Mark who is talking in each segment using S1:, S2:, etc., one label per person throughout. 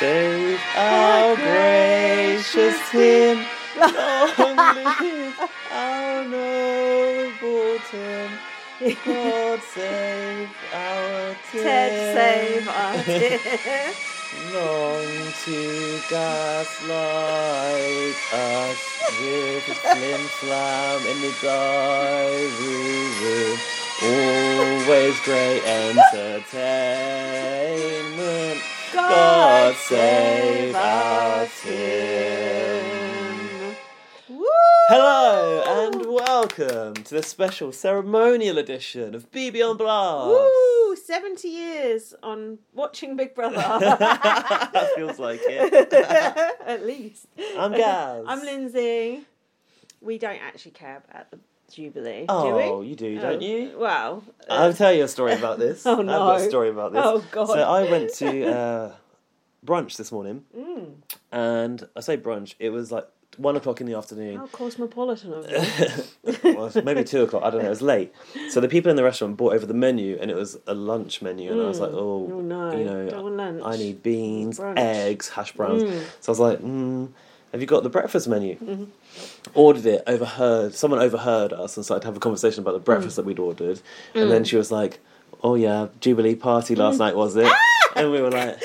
S1: Save
S2: Oh,
S1: our gracious hymn, long live our noble Tim. God save our Tim.
S2: Ted save us.
S1: Long to gaslight us with his flim flam in the diary room. Always great entertainment. God save our Tim.
S2: Woo!
S1: Hello and welcome to the special ceremonial edition of BB on Blast.
S2: Woo! 70 years on watching Big Brother.
S1: that feels like it.
S2: At least.
S1: I'm Gaz.
S2: I'm Lindsay. We don't actually care about the Jubilee,
S1: Oh,
S2: do we?
S1: you do, don't
S2: Oh,
S1: you?
S2: Well,
S1: I'll tell you a story about this.
S2: Oh,
S1: I've got a
S2: no.
S1: story about this.
S2: Oh, God.
S1: So I went to uh, brunch this morning,
S2: mm,
S1: and I say brunch. It was like one o'clock in the afternoon.
S2: how cosmopolitan of you.
S1: well, it's maybe two o'clock. I don't know. It was late. So the people in the restaurant brought over the menu, and it was a lunch menu. And I was like, oh,
S2: Oh no,
S1: you know,
S2: don't want lunch.
S1: I need beans,
S2: Brunch.
S1: eggs, hash browns. So I was like, mm, have you got the breakfast menu?
S2: Mm-hmm.
S1: Ordered it, overheard, someone overheard us and started to have a conversation about the
S2: Mm.
S1: breakfast that we'd ordered. And then she was like, oh yeah, Jubilee party last
S2: Mm.
S1: night, was it? and we were like,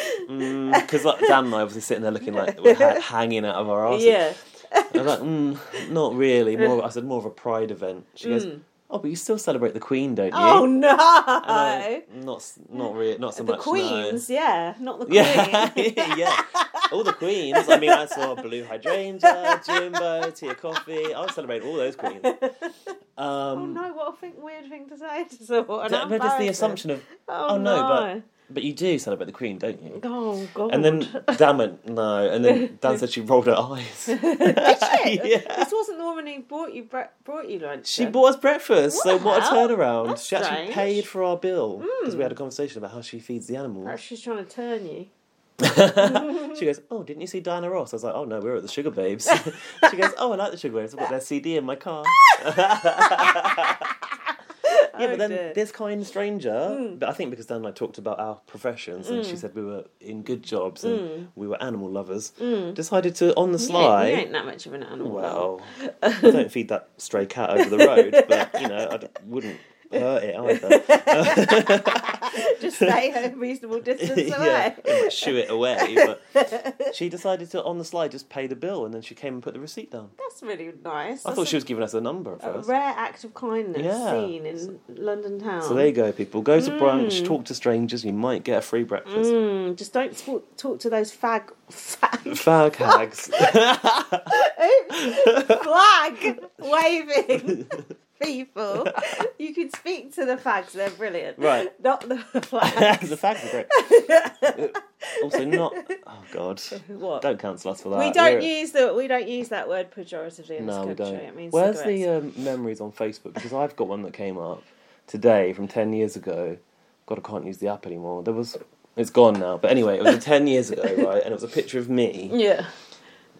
S1: because like, Dan and I obviously sitting there looking like we're ha- hanging out of our asses.
S2: Yeah.
S1: And I was like, mm, not really. More, I said, more of a pride event. She goes, oh, but you still celebrate the Queen, don't you?
S2: Mm. Oh no.
S1: And I went, not, s- not really, not so
S2: the
S1: much. no."
S2: queens, yeah, not the queen.
S1: Yeah, yeah. All the queens. I mean, I saw Blue Hydrangea, Jimbo, Tea Coffee. I'll celebrate all those queens. Um,
S2: oh no, what a thing, weird thing to say to someone.
S1: that-
S2: I'm
S1: but just the
S2: embarrassed.
S1: assumption of,
S2: Oh,
S1: oh, no,
S2: no,
S1: but you do celebrate the Queen, don't you?
S2: but oh god.
S1: And then Dan went, no. And then Dan said she rolled her eyes.
S2: Did she?
S1: yeah.
S2: This wasn't the woman who brought you bre- brought you lunch.
S1: She
S2: then?
S1: bought us breakfast, so
S2: What the
S1: what a
S2: hell?
S1: turnaround.
S2: That's
S1: she actually
S2: strange. Hmm.
S1: paid for our bill because we had a conversation about how she feeds the
S2: Perhaps
S1: animals.
S2: She's trying to turn you.
S1: she goes, Oh, didn't you see Diana Ross? I was like, Oh no, we were at the Sugar Babes. she goes, Oh, I like the Sugar Babes. I've got their CD in my car. Yeah,
S2: Oh,
S1: but then this kind stranger,
S2: Hmm.
S1: but I think because Dan and I talked about our professions and she said we were in good jobs and
S2: Hmm.
S1: we were animal lovers, decided to, on the
S2: you ain't,
S1: sly,
S2: you ain't that much of an animal.
S1: well, I don't feed that stray cat over the road, but you know, I d- wouldn't hurt it either.
S2: just stay a reasonable distance
S1: yeah,
S2: away.
S1: I might shoo it away. But she decided to, on the slide, just pay the bill, and then she came and put the receipt down.
S2: That's really nice.
S1: I
S2: That's
S1: thought
S2: a-
S1: she was giving us a number at
S2: a
S1: first.
S2: rare act of kindness
S1: Yeah.
S2: seen in London town.
S1: So there you go, people. Go to brunch, talk to strangers. You might get a free breakfast.
S2: Mm, just don't talk, talk to those fag fag
S1: Fag hags.
S2: flag waving people. You can speak to the fags; they're brilliant.
S1: Right.
S2: Not the flags.
S1: the fags are great. also, not. Oh God!
S2: What?
S1: Don't cancel us for that.
S2: we don't
S1: We're-
S2: use the we don't use that word pejoratively in
S1: No, we
S2: this country.
S1: don't.
S2: It means
S1: Where's
S2: cigarettes.
S1: the um, memories on Facebook? Because I've got one that came up today from ten years ago. God, I can't use the app anymore. There was, it's gone now. But anyway, it was a ten years ago, right? And it was a picture of me
S2: yeah.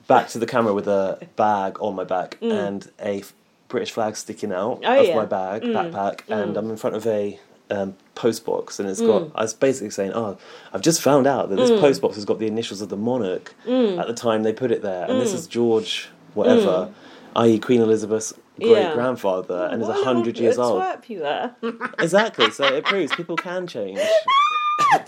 S1: back to the camera with a bag on my back and a f- British flag sticking out
S2: Mm. Oh,
S1: of
S2: yeah. Mm.
S1: my bag backpack, and I'm in front of a. Um, post box and it's got. I was basically saying, "Oh, I've just found out that this
S2: Mm.
S1: post box has got the initials of the monarch at the time they put it there, and
S2: Mm.
S1: this is George whatever, i.e. Queen Elizabeth's great
S2: Yeah.
S1: grandfather, and is
S2: What
S1: is hundred years
S2: little
S1: old.
S2: twerp you were.
S1: Exactly. So it proves people can change.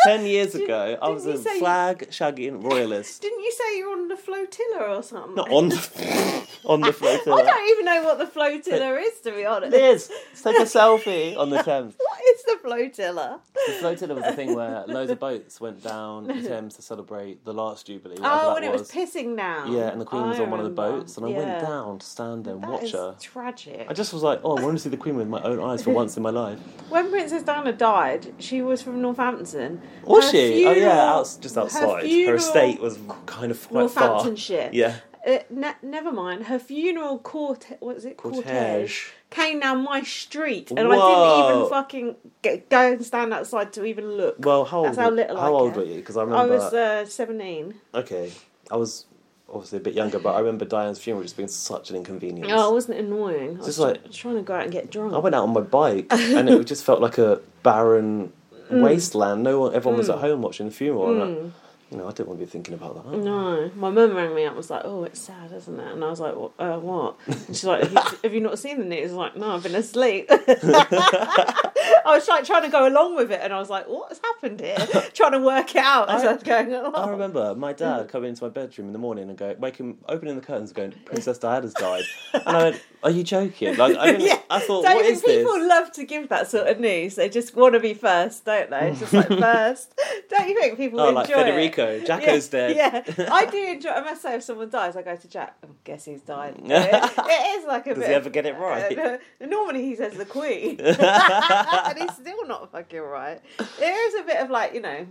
S1: Ten years ago, I was a
S2: didn't you say-
S1: flag shagging royalist,
S2: Didn't you say you were on the flotilla or something?
S1: not on the on the
S2: I
S1: flotilla.
S2: don't even know what the flotilla is, to be honest.
S1: Liz, let's take a selfie on the Thames.
S2: What is the flotilla?
S1: The flotilla was a thing where loads of boats went down the Thames to celebrate the last jubilee. whatever
S2: Oh,
S1: that
S2: when it was, pissing down.
S1: Yeah, and the Queen was
S2: I
S1: on one of the
S2: remember.
S1: boats, and I
S2: Yeah.
S1: went down to stand there and
S2: That
S1: watch
S2: is
S1: her.
S2: tragic.
S1: I just was like, oh, I want to see the Queen with my own eyes for once in my life.
S2: When Princess Diana died, she was from Northampton.
S1: Was
S2: Her
S1: she? oh
S2: funeral-
S1: yeah, out, just outside. Her,
S2: funeral-
S1: estate was kind of quite far.
S2: Northamptonshire.
S1: Yeah.
S2: Uh, ne- never mind. Her funeral court. What is it? Cortege.
S1: Cortege.
S2: Came down my street, and I didn't
S1: Whoa.
S2: even fucking get, go and stand outside to even look.
S1: Well, how old?
S2: That's how little I
S1: how old
S2: care.
S1: were you? Because I
S2: I
S1: remember.
S2: was uh, seventeen.
S1: okay, I was obviously a bit younger, but I remember Diane's funeral just being such an inconvenience.
S2: Oh, wasn't it annoying? I was
S1: Just
S2: try-
S1: like-
S2: trying to go out and get drunk.
S1: I went out on my bike, and it
S2: Mm.
S1: just felt like a barren wasteland. No one, everyone was at home watching the funeral. and I- No, I didn't want to be thinking about that.
S2: No, my mum rang me up and was like, "Oh, it's sad, isn't it?" And I was like, "What? Uh, what?" And she's like, have you, "Have you not seen the news?" I was like, "No, I've been asleep." I was like trying to go along with it, and I was like, "What's happened here?" trying to work it out as I,
S1: I-
S2: was going along.
S1: I remember my
S2: Mm.
S1: dad coming into my bedroom in the morning and going, waking, opening the curtains, and going, "Princess Diana's died," and I went, "Are you joking?" Like I, didn't,
S2: Yeah.
S1: I thought,
S2: don't
S1: "What
S2: you
S1: is
S2: people
S1: this?"
S2: love to give that sort of news? They just want to be first, don't they? It's just like first. Don't you think people
S1: Oh,
S2: enjoy
S1: like
S2: it?
S1: Federico, Jacko's
S2: yeah,
S1: dead.
S2: Yeah, I do enjoy. I must say, if someone dies, I go to Jack. I guess he's died. it, it is like a
S1: Does
S2: bit.
S1: he ever get it right?
S2: Uh, normally he says the Queen, and he's still not fucking right. There is a bit of like you know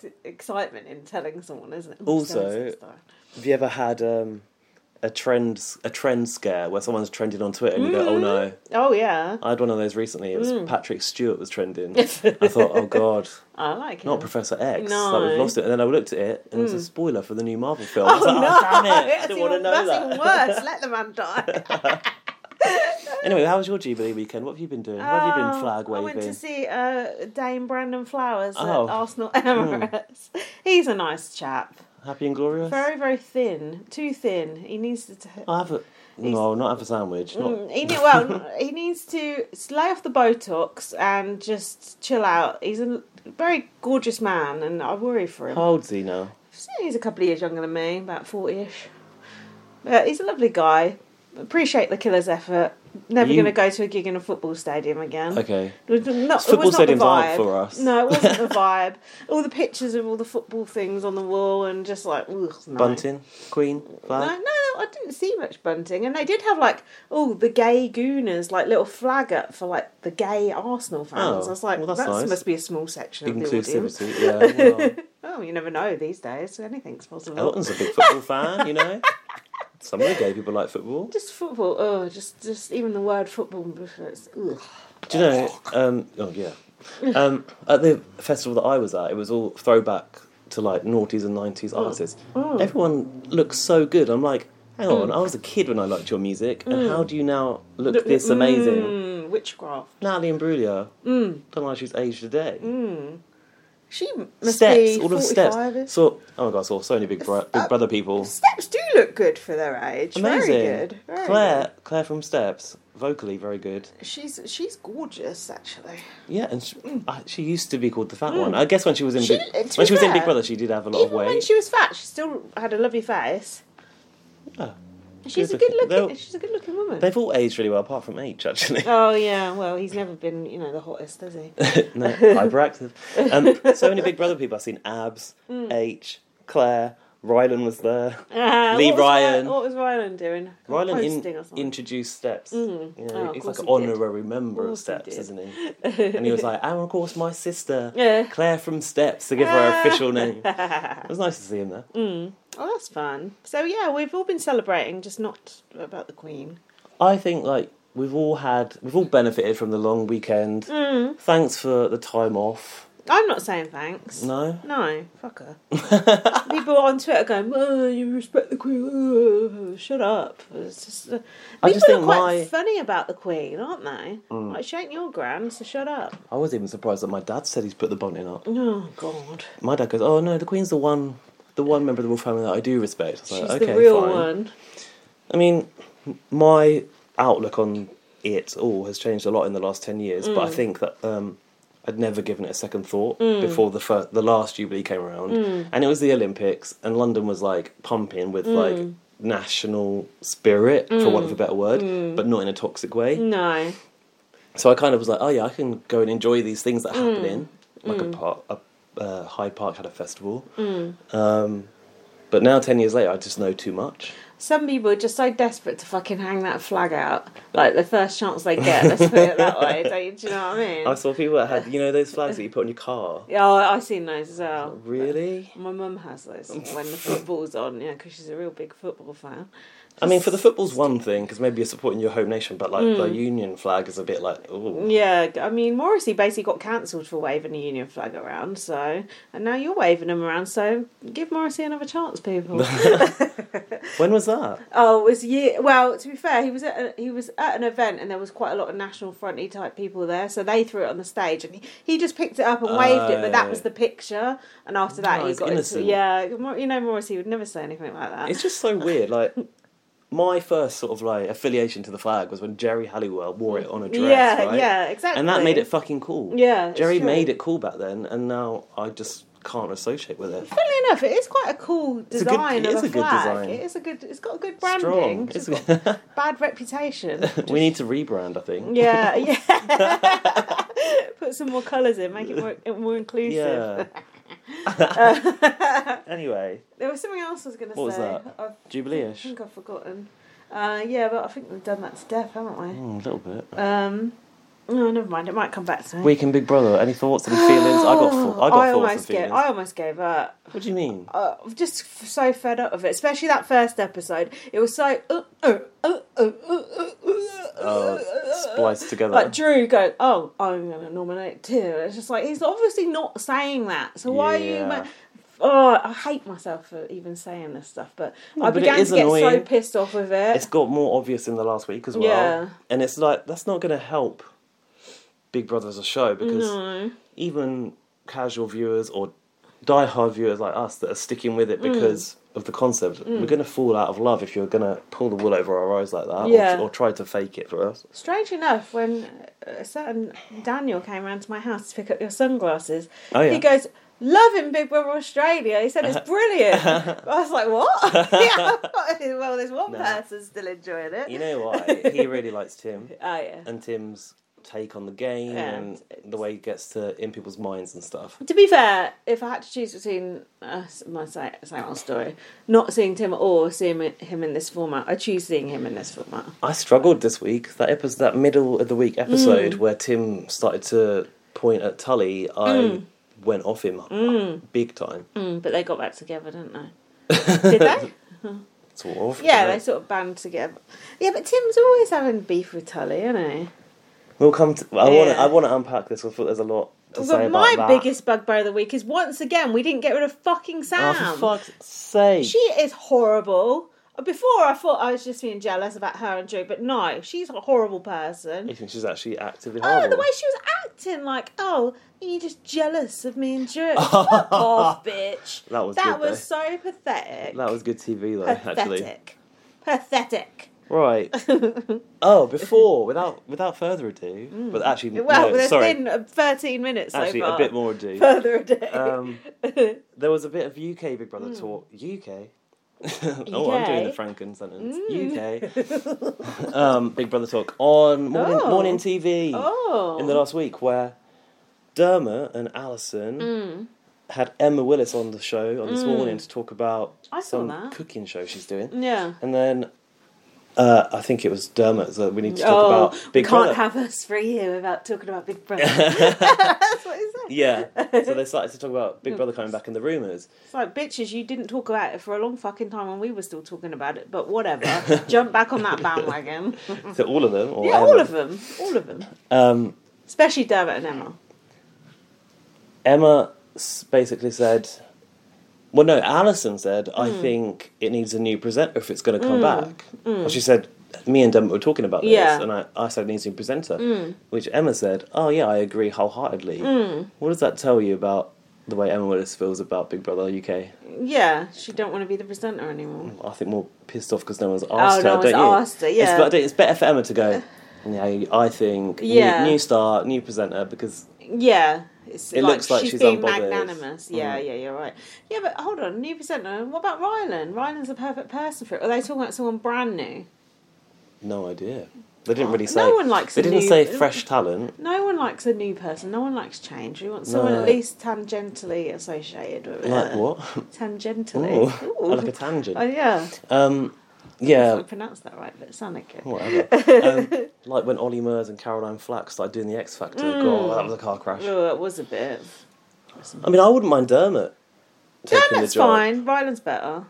S2: t- excitement in telling someone, isn't it?
S1: Also-
S2: so-and-so's died.
S1: Have you ever had um, a trend a trend scare where someone's trending on Twitter and you go, "Oh no"?
S2: oh yeah,
S1: I had one of those recently. It was
S2: Mm.
S1: Patrick Stewart was trending. I thought, "Oh God."
S2: I like it.
S1: Not Professor X.
S2: No. Mm.
S1: Like we've lost it. And then I looked at it, and it was a spoiler for the new Marvel film. I
S2: Oh,
S1: was like,
S2: no!
S1: oh, damn it! I
S2: That's
S1: didn't want to
S2: even-
S1: know
S2: that's even
S1: that.
S2: worse. Let the man die.
S1: Anyway, how was your Jubilee weekend? What have you been doing? What have you been
S2: Oh,
S1: flag
S2: I
S1: waving?
S2: went to see uh, Dame Brandon Flowers at
S1: Oh.
S2: Arsenal Emirates. He's a nice chap.
S1: Happy and glorious. Oh,
S2: Very, very thin. Too thin. He needs to. T-
S1: I have a no, not have a sandwich. Not,
S2: Mm, he need, well, he needs to lay off the Botox and just chill out. He's a very gorgeous man, and I worry for him.
S1: How old's he now?
S2: He's a couple of years younger than me, about 40 ish. But he's a lovely guy. Appreciate the killer's effort. Never
S1: You-
S2: going to go to a gig in a football stadium again.
S1: Okay.
S2: It was not, it
S1: Football
S2: was not the
S1: stadiums aren't
S2: vibe.
S1: for us.
S2: No, it wasn't the vibe. All the pictures of all the football things on the wall and just like, ugh, no.
S1: Bunting, Queen,
S2: No,
S1: flag.
S2: no, I didn't see much bunting. And they did have like, oh, the gay gooners, like little flag up for like the gay Arsenal fans.
S1: Oh,
S2: I was like,
S1: well, that's
S2: that
S1: nice.
S2: must be a small section of the audience.
S1: Inclusivity. Yeah. Well,
S2: Oh, you never know these days. Anything's possible.
S1: Elton's a big football fan. You know. Some of the gay people like football.
S2: Just football. Oh, just just even the word football. It's, ugh.
S1: Do you know? Um, oh yeah. Um, at the festival that I was at, it was all throwback to like noughties and nineties
S2: Oh.
S1: artists. Everyone looks so good. I'm like, hang
S2: Mm.
S1: on, I was a kid when I liked your music, and how do you now look this amazing?
S2: Mm, witchcraft.
S1: Natalie Imbruglia.
S2: Mm.
S1: Don't know why she's aged a day.
S2: She Mm. must
S1: steps,
S2: be
S1: all of
S2: 45
S1: the steps. So, oh my god, I saw so many big, bro- big
S2: Uh,
S1: brother people.
S2: Steps do look good for their age.
S1: Amazing.
S2: Very good. Very
S1: Claire, Claire from Steps, vocally very good.
S2: good. She's she's gorgeous actually.
S1: Yeah, and she, I- she used to be called the fat one. I guess when she was in
S2: Mm. She-
S1: big,
S2: to
S1: when
S2: be
S1: she was in Big
S2: fair,
S1: Brother, she did have a lot
S2: Even
S1: of
S2: when
S1: weight.
S2: she was fat, she still had a lovely face.
S1: Oh,
S2: She's a
S1: good
S2: good
S1: looking.
S2: looking.
S1: They're-
S2: She's a good looking woman.
S1: They've all aged really well, apart from H actually.
S2: Oh yeah, well he's never been you know the hottest, has he?
S1: no, hyperactive. Um, so many Big Brother people. I've seen Abs,
S2: Mm.
S1: H, Claire, Rylan was there.
S2: Uh,
S1: Lee
S2: what was
S1: Ryan.
S2: Ry- What was Ryan doing?
S1: Rylan in-
S2: Posting or something.
S1: introduced Steps. You know,
S2: Oh, of
S1: he's
S2: course
S1: like an
S2: he did.
S1: honorary member of,
S2: course he
S1: Steps,
S2: did.
S1: isn't he? And he was like, and of course, my sister,
S2: Yeah. Ah.
S1: Claire from Steps, to give her her official name. It was nice to see him there.
S2: Oh, that's fun. So yeah, we've all been celebrating, just not about the Queen.
S1: I think, like, we've all had, we've all benefited from the long
S2: Mm.
S1: weekend. Thanks for the time off.
S2: I'm not saying thanks.
S1: No?
S2: No, fuck her. People on Twitter going, oh, you respect the Queen, oh, shut up. It's just, uh,
S1: I
S2: people
S1: just
S2: are
S1: think Mm.
S2: quite
S1: my-
S2: funny about the Queen, aren't they? Like, she ain't your grand, so shut up.
S1: I was even surprised that my dad said he's put the bonnet up.
S2: Oh, God.
S1: My dad goes, oh, no, the Queen's the one, the one member of the royal family that I do respect. I was
S2: She's
S1: like,
S2: the real
S1: fine."
S2: one.
S1: I mean, m- my outlook on it all has changed a lot in the last ten years, but
S2: Mm.
S1: I think that um, I'd never given it a second thought before the first, the last Jubilee came around,
S2: Mm.
S1: and it was the Olympics, and London was like pumping with
S2: Mm.
S1: like national spirit, for want of a better word,
S2: Mm.
S1: but not in a toxic way.
S2: No.
S1: So I kind of was like, oh yeah, I can go and enjoy these things that are
S2: Mm.
S1: happening. Like a park, a, uh, Hyde Park had a festival.
S2: Mm.
S1: Um, but now, ten years later, I just know too much.
S2: Some people are just so desperate to fucking hang that flag out. Like, the first chance they get, let's put it that way. Don't you, do you know what I mean?
S1: I saw people that had, you know, those flags that you put on your car.
S2: Yeah, I- I've seen those as well.
S1: Really?
S2: My mum has those when the football's on, yeah, because she's a real big football fan.
S1: I mean, for the football's one thing because maybe you're supporting your home nation, but like the Union flag is a bit like, ooh.
S2: Mm. Yeah, I mean, Morrissey basically got cancelled for waving the Union flag around, so. And now you're waving them around, so give Morrissey another chance, people.
S1: When was that?
S2: Oh, it was year. Well, to be fair, he was at a, he was at an event and there was quite a lot of National Fronty type people there, so they threw it on the stage and he, he just picked it up and waved it, but that was the picture. And after that,
S1: Oh,
S2: he
S1: he's
S2: got
S1: Oh. innocent.
S2: into yeah. Mor- You know, Morrissey would never say anything like that.
S1: It's just so weird. Like my first sort of like affiliation to the flag was when Jerry Halliwell wore it on a dress.
S2: yeah,
S1: right?
S2: yeah, exactly.
S1: And that made it fucking cool.
S2: Yeah, it's
S1: Jerry
S2: true.
S1: made it cool back then, and now I just can't associate with it.
S2: Funnily enough, it is quite a cool
S1: a good-
S2: design.
S1: it is
S2: of a,
S1: a good
S2: flag.
S1: design.
S2: It is a good. It's got a good branding.
S1: Strong.
S2: It's
S1: It's
S2: just got bad reputation.
S1: we need to rebrand, I think.
S2: Yeah, yeah. Put some more colours in, make it more more inclusive. Uh,
S1: anyway,
S2: there was something else I was going to say.
S1: What was that?
S2: I
S1: Jubilee-ish.
S2: think I've forgotten. Uh, yeah, but I think we've done that to death, haven't we?
S1: Mm, a little bit.
S2: Um, no, never mind. It might come back to me.
S1: Week in Big Brother. Any thoughts? Any feelings? I got. Th- I got thoughts and
S2: almost
S1: feelings.
S2: gave, I almost gave up.
S1: What do you mean?
S2: uh, I'm just f- so fed up of it, especially that first episode. It was so uh, uh, uh, uh, uh, uh,
S1: Oh, spliced together.
S2: like Drew going, "Oh, I'm going to nominate Tim." It's just like he's obviously not saying that. So why are you?
S1: Yeah.
S2: Ma- oh, I hate myself for even saying this stuff, but I
S1: but it
S2: began to
S1: is
S2: get so
S1: annoying.
S2: pissed off with it.
S1: it's got more obvious in the last week as well.
S2: Yeah.
S1: And it's like that's not going to help Big Brother as a show because even casual viewers or die-hard viewers like us that are sticking with
S2: Mm.
S1: it because of the concept, we're going to fall out of love if you're going to pull the wool over our eyes like that
S2: Yeah.
S1: or, or try to fake it for us.
S2: Strange enough, when a certain Daniel came round to my house to pick up your sunglasses,
S1: Oh, yeah.
S2: he goes, "Loving Big Brother Australia." He said it's brilliant. I was like, "What?" yeah, well, there's one
S1: No.
S2: person still enjoying it.
S1: You know why? he really likes Tim
S2: Oh yeah.
S1: and Tim's take on the game
S2: And
S1: and, the way he gets to in people's minds and stuff.
S2: To be fair, if I had to choose between uh, my same old story, not seeing Tim at all, or seeing him in this format, I choose seeing him in this format.
S1: I struggled this week. That episode, that middle of the week episode
S2: Mm.
S1: where Tim started to point at Tully, I went off him uh, big time.
S2: Mm, but they got back together, didn't they? Did they?
S1: Sort of.
S2: Yeah,
S1: you know.
S2: they sort of band together. Yeah, but Tim's always having beef with Tully, isn't he?
S1: We'll come. To, I want to.
S2: Yeah.
S1: I want to unpack this. I thought there's a lot to say
S2: But
S1: about
S2: my
S1: that.
S2: biggest bugbear of the week is once again we didn't get rid of fucking Sam.
S1: Oh, for fuck's sake!
S2: She is horrible. Before I thought I was just being jealous about her and Drew, but no, she's a horrible person.
S1: you think she's actually actively horrible?
S2: Oh, the way she was acting, like, oh, you're just jealous of me and Drew. Fuck off, bitch.
S1: That was
S2: that
S1: good, though.
S2: was so pathetic.
S1: That was good TV though, actually.
S2: pathetic. Pathetic.
S1: Right. oh, before without without further ado, but actually,
S2: Mm. Well,
S1: no,
S2: there's
S1: sorry,
S2: been uh, 13 minutes
S1: actually
S2: so far.
S1: a bit more ado.
S2: Further a day.
S1: Um, there was a bit of UK Big
S2: Hmm.
S1: Brother talk. UK. oh, I'm doing the
S2: UK.
S1: Franken sentence.
S2: Hmm.
S1: UK. um, Big Brother talk on morning,
S2: Oh.
S1: morning TV
S2: oh.
S1: in the last week where Dermot and Alison
S2: Hmm.
S1: had Emma Willis on the show on this morning to talk about
S2: I saw
S1: some
S2: that.
S1: cooking show she's doing.
S2: yeah.
S1: And then uh, I think it was Dermot that we need to talk about Big
S2: Oh, we
S1: Brother.
S2: can't have us free here without talking about Big Brother. That's what he said.
S1: yeah. so they started to talk about Big Brother coming back in the rumours.
S2: It's like, bitches, you didn't talk about it for a long fucking time and we were still talking about it, but whatever. Jump back on that bandwagon.
S1: So all of them, or
S2: Mm. yeah,
S1: Emma,
S2: all of them. All of them.
S1: Um,
S2: Especially Dermot and Emma.
S1: Emma s- basically said, well, no, Alison said, I
S2: Hmm.
S1: think it needs a new presenter if it's going to come back. Well, she said, me and Dermot were talking about this,
S2: Yeah. Hmm.
S1: and I, I said, it needs a new presenter, which Emma said, oh, yeah, I agree wholeheartedly. What does that tell you about the way Emma Willis feels about Big Brother UK?
S2: Yeah, she don't want to be the presenter anymore.
S1: I think more pissed off because no one's asked
S2: Oh, no
S1: her,
S2: one's
S1: don't you?
S2: asked her, yeah.
S1: It's, but I think it's better for Emma to go, yeah, I think,
S2: Yeah.
S1: new, new star, new presenter, because
S2: Yeah. It's
S1: It
S2: like
S1: looks like she's
S2: being
S1: unbothered. Mm-hmm.
S2: magnanimous. Yeah, yeah, you're right. Yeah, but hold on, new presenter. What about Ryland? Ryland's the perfect person for it. Are they talking about someone brand new?
S1: no idea. They didn't really say.
S2: No one likes
S1: They
S2: a
S1: didn't
S2: new-
S1: say fresh talent.
S2: No one likes a new person. No one likes change. We want someone
S1: No.
S2: at least tangentially associated with it.
S1: Like what? Ooh,
S2: Tangentially.
S1: I like a tangent.
S2: Oh yeah,
S1: Um, oh.
S2: I
S1: yeah,
S2: pronounced that right, but it sounded good.
S1: whatever. Um, like when Ollie Murs and Caroline Flack started doing the X Factor.
S2: Hmm.
S1: God, that was a car crash.
S2: Oh, it was a bit.
S1: I mean, I wouldn't mind Dermot taking
S2: Dermot's
S1: the job.
S2: fine. Ryland's better.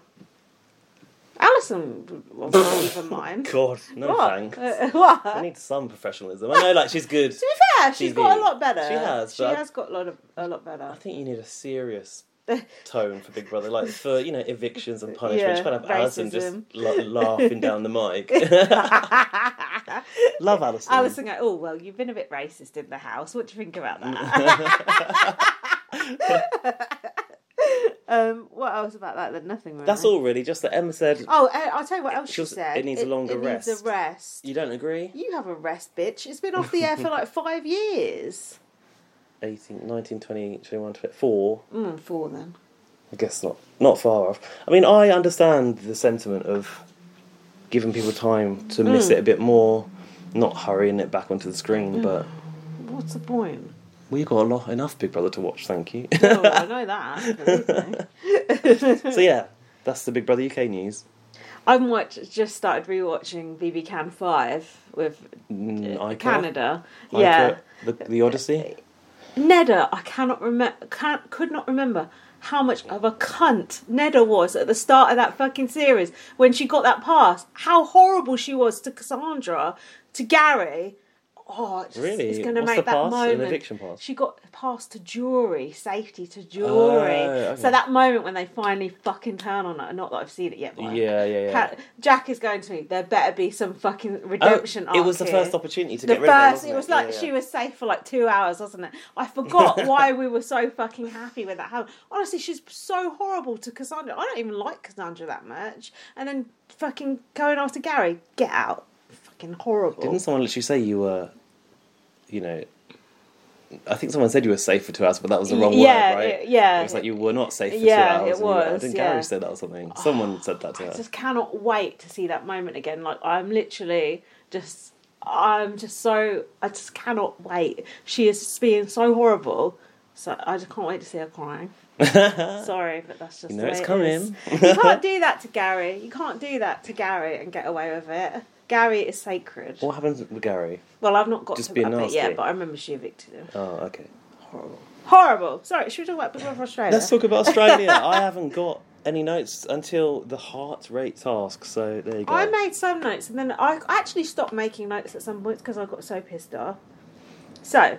S2: Alison wasn't even mine.
S1: God, no
S2: What?
S1: thanks.
S2: Uh, what?
S1: I
S2: To
S1: need some professionalism. I know, like she's good.
S2: be fair, she's
S1: TV.
S2: got a lot better.
S1: She has,
S2: She
S1: but-
S2: has got a lot of a lot better.
S1: I think you need a serious tone for Big Brother, like for you know evictions and punishment.
S2: Yeah,
S1: Just trying to have Alison just
S2: racism.
S1: la- laughing down the mic.
S2: Alison
S1: Love Alison.
S2: go, oh, well, you've been a bit racist in the house. What do you think about that? um, what else about that then? Nothing really.
S1: That's all really. Just that Emma said
S2: Oh, uh, I'll tell you what else she
S1: She'll-
S2: said.
S1: it needs a longer
S2: needs
S1: rest.
S2: a rest.
S1: you don't agree.
S2: You have a rest, bitch. It's been off the air for like five years.
S1: 18, 19, 20, 21, 24.
S2: Mm, four then.
S1: I guess not. Not far off. I mean, I understand the sentiment of giving people time
S2: Hmm.
S1: to miss it a bit more, not hurrying it back onto the
S2: Hmm.
S1: screen. But
S2: What's the point?
S1: we got a lot enough Big Brother to watch. Thank you.
S2: Oh, I know that. believe me.
S1: so yeah, that's the Big Brother UK news.
S2: I've watched, just started rewatching BB Can 5 with
S1: Mm, Ica,
S2: Canada.
S1: Ica,
S2: yeah.
S1: the, the Odyssey.
S2: Nedda, I cannot remember, can't, could not remember how much of a cunt Nedda was at the start of that fucking series when she got that pass. How horrible she was to Cassandra, to Gary. Oh, it's,
S1: Really?
S2: it's going to
S1: What's
S2: make
S1: the
S2: that
S1: pass? An
S2: moment.
S1: eviction pass?
S2: She got passed to jury, safety to jury.
S1: Oh, okay.
S2: So that moment when they finally fucking turn on her, not that I've seen it yet, but
S1: Yeah, yeah, yeah. Oh,
S2: Ca- Jack is going to me, there better be some fucking redemption
S1: it was the
S2: arc
S1: first
S2: here
S1: opportunity to
S2: the
S1: get rid of her.
S2: first,
S1: wasn't
S2: it was like
S1: Yeah, yeah.
S2: she was safe for like two hours, wasn't it? I forgot why we were so fucking happy with that. happening. Honestly, she's so horrible to Cassandra. I don't even like Cassandra that much. And then fucking going after Gary, get out. Fucking horrible.
S1: Didn't someone literally say you were, you know? I think someone said you were safe for two hours, but that was the wrong
S2: yeah,
S1: word, right?
S2: it- yeah.
S1: It was like you were not safe for
S2: Yeah,
S1: two hours.
S2: it
S1: and you were- I
S2: was,
S1: think
S2: yeah.
S1: Gary said that or something. Someone said that to
S2: I
S1: her.
S2: just cannot wait to see that moment again. Like I'm literally just, I'm just so, I just cannot wait. She is being so horrible. So I just can't wait to see her crying. Sorry, but that's just
S1: You know
S2: the way
S1: it's
S2: it
S1: coming.
S2: is. you can't do that to Gary. You can't do that to Gary and get away with it. Gary is sacred.
S1: What happened with Gary?
S2: Well, I've not got
S1: Just
S2: to
S1: being
S2: that bit yet,
S1: nasty.
S2: but I remember she evicted him.
S1: Oh, okay.
S2: Horrible. Sorry, should we talk about Big Brother Australia?
S1: Let's talk about Australia. I haven't got any notes until the heart rate task. So there you go.
S2: I made some notes and then I actually stopped making notes at some points because I got so pissed off. So,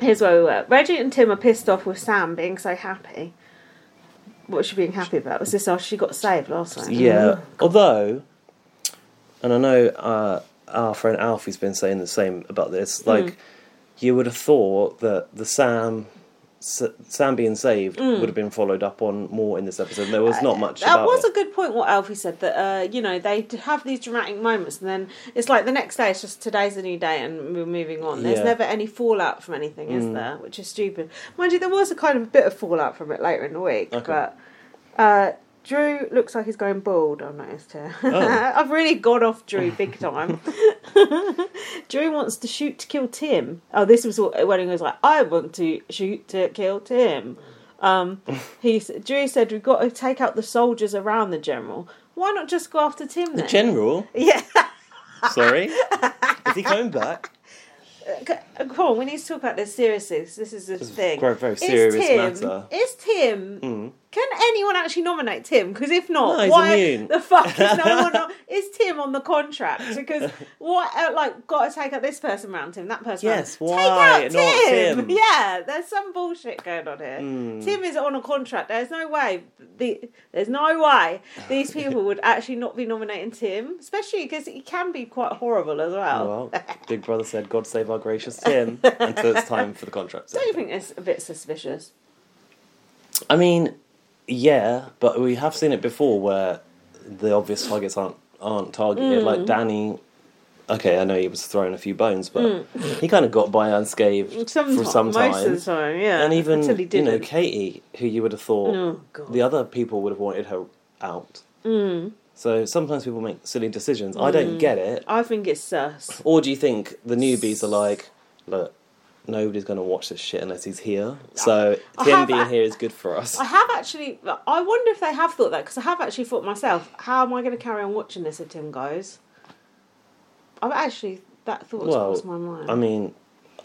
S2: here's where we were. Reggie and Tim are pissed off with Sam being so happy. What was she being happy about? Was this after she got saved last night?
S1: Yeah. Although, and I know uh, our friend Alfie's been saying the same about
S2: Mm.
S1: this. Like, you would have thought that the Sam. S- Sam being saved would have been followed up on more in this episode. There was not much.
S2: Mm. Uh, That
S1: about
S2: was
S1: it.
S2: a good point. What Alfie said that uh, you know they d- have these dramatic moments, and then it's like the next day. It's just today's a new day, and we're moving on. There's
S1: Yeah. Mm.
S2: never any fallout from anything, is there? Which is stupid. Mind you, there was a kind of bit of fallout from it later in the week,
S1: Okay.
S2: but. Uh, Drew looks like he's going bald, I've noticed here.
S1: Oh.
S2: I've really gone off Drew big time. Drew wants to shoot to kill Tim. Oh, this was what when he was like, I want to shoot to kill Tim. Um, he s- Drew said we've got to take out the soldiers around the general. Why not just go after Tim then?
S1: general.
S2: yeah,
S1: Sorry, is he coming back?
S2: C- come on. We need to talk about this seriously. This is the
S1: is
S2: thing.
S1: quite a very
S2: Is
S1: serious
S2: Tim,
S1: matter. Hmm.
S2: Is Tim? Can anyone actually nominate Tim? Because if not,
S1: No, he's
S2: why
S1: immune.
S2: the fuck is no one? Not, is Tim on the contract? Because what? uh, Like, got to take out this person around Tim, that person. round
S1: Yes,
S2: him.
S1: why
S2: Take
S1: not
S2: out Tim.
S1: Tim? Hmm.
S2: Yeah, there's some bullshit going on here. Tim is on a contract. There's no way. The, there's no way these people would actually not be nominating Tim, especially because he can be quite horrible as well.
S1: Well, Big Brother said, "God save our gracious Tim," until it's time for the contract.
S2: Don't you think it's a bit suspicious?
S1: I mean, yeah, but we have seen it before where the obvious targets aren't aren't targeted.
S2: Mm.
S1: Like Danny, okay, I know he was throwing a few bones, but
S2: Mm.
S1: he kind of got by unscathed
S2: Sometimes,
S1: for some time.
S2: most of the time, yeah.
S1: and even
S2: until he
S1: you know
S2: didn't.
S1: Katie, who you would have thought
S2: Oh, God. Mm.
S1: the other people would have wanted her out. So sometimes people make silly decisions. I don't get it.
S2: I think it's sus.
S1: Or do you think the newbies are like, look, nobody's going to watch this shit unless he's here. So
S2: I
S1: Tim
S2: have-
S1: being here is good for us.
S2: I have actually. I wonder if they have thought that because I have actually thought myself, how am I going to carry on watching this if Tim goes? I've actually that thought
S1: well,
S2: crossed my mind.
S1: I mean,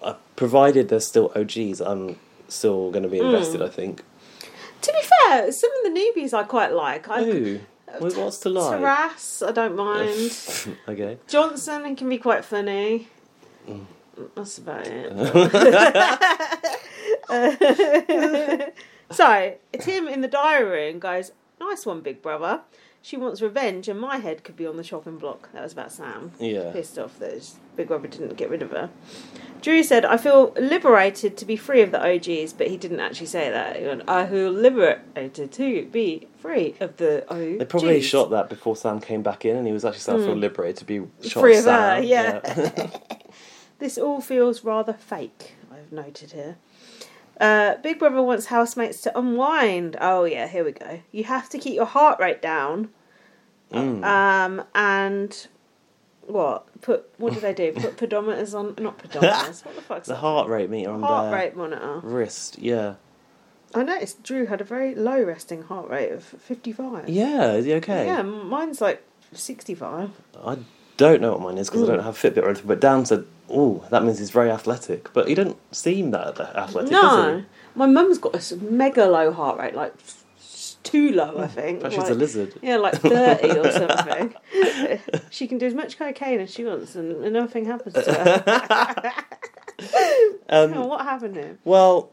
S1: uh, provided they're still OGs, I'm still going to
S2: Hmm.
S1: be invested. I think.
S2: to be fair, some of the newbies I quite like. I
S1: Who? Wait, what's to lie?
S2: Taras, I don't mind.
S1: okay.
S2: Johnson he can be quite funny.
S1: Mm.
S2: That's about it. So Tim in the diary room goes, "Nice one, big brother." She wants revenge, and my head could be on the chopping block. That was about Sam.
S1: Yeah.
S2: Pissed off that his big brother didn't get rid of her. Drew said, "I feel liberated to be free of the OGs," but he didn't actually say that. He went, "I feel liberated to be free of the OGs."
S1: They probably shot that before Sam came back in, and he was actually starting to feel liberated to be shot.
S2: Free Hmm. of
S1: Sam.
S2: her, yeah. This all feels rather fake, I've noted here. Uh, Big Brother wants housemates to unwind. Oh, yeah, here we go. You have to keep your heart rate down. Um, and what? Put What do they do? Put pedometers on. Not pedometers. What the fuck's
S1: the
S2: that?
S1: heart rate meter on
S2: Heart
S1: their
S2: rate monitor.
S1: wrist. Yeah.
S2: I noticed Drew had a very low resting heart rate of 55.
S1: Yeah, is he okay?
S2: Yeah, mine's like 65.
S1: I don't know what mine is because
S2: Hmm.
S1: I don't have Fitbit or anything, but Dan said, oh, that means he's very athletic. But he doesn't seem that ath- athletic, does
S2: No,
S1: he?
S2: my mum's got a s- mega low heart rate, like s- too low, I think.
S1: Perhaps she's a
S2: like-
S1: lizard.
S2: Yeah, like thirty or something. she can do as much cocaine as she wants, and, and nothing happens to her.
S1: Um,
S2: Oh, what happened here?
S1: Well,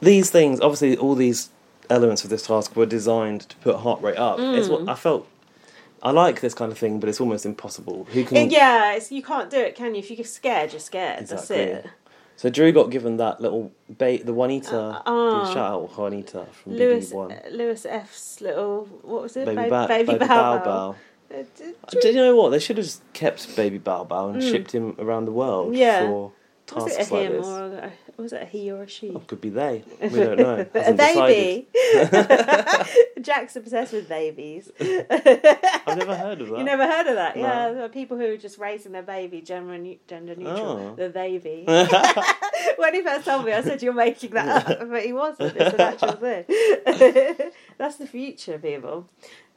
S1: these things, obviously, all these elements of this task were designed to put heart rate up. It's
S2: Mm.
S1: what I felt. I like this kind of thing, but it's almost impossible. Who can?
S2: Yeah, it's, you can't do it, can you? If you're scared, you're scared. That's it.
S1: So Drew got given that little bait, the Juanita,
S2: ah.
S1: the shout out Juanita from
S2: Lewis, uh,
S1: BB1.
S2: Lewis F's little what was it?
S1: Baby,
S2: Ba-
S1: ba-
S2: baby,
S1: baby
S2: Bow
S1: Bow
S2: Bow.
S1: Bow.
S2: Uh, d-
S1: Do you know what? They should have just kept Baby Bow Bow and shipped him around the world
S2: Mm. Yeah.
S1: for
S2: Was
S1: tasks
S2: it a
S1: like
S2: him
S1: this.
S2: or a, was it a he or a she?
S1: Could be they. We don't know.
S2: a
S1: Hasn't decided.
S2: baby. Jack's obsessed with babies.
S1: I've never heard of that.
S2: You never heard of that?
S1: No.
S2: Yeah, there are people who are just raising their baby gender, neu- gender neutral.
S1: Oh.
S2: The baby. when he first told me, I said, You're making that up. But he wasn't. It's an actual thing. That's the future, people.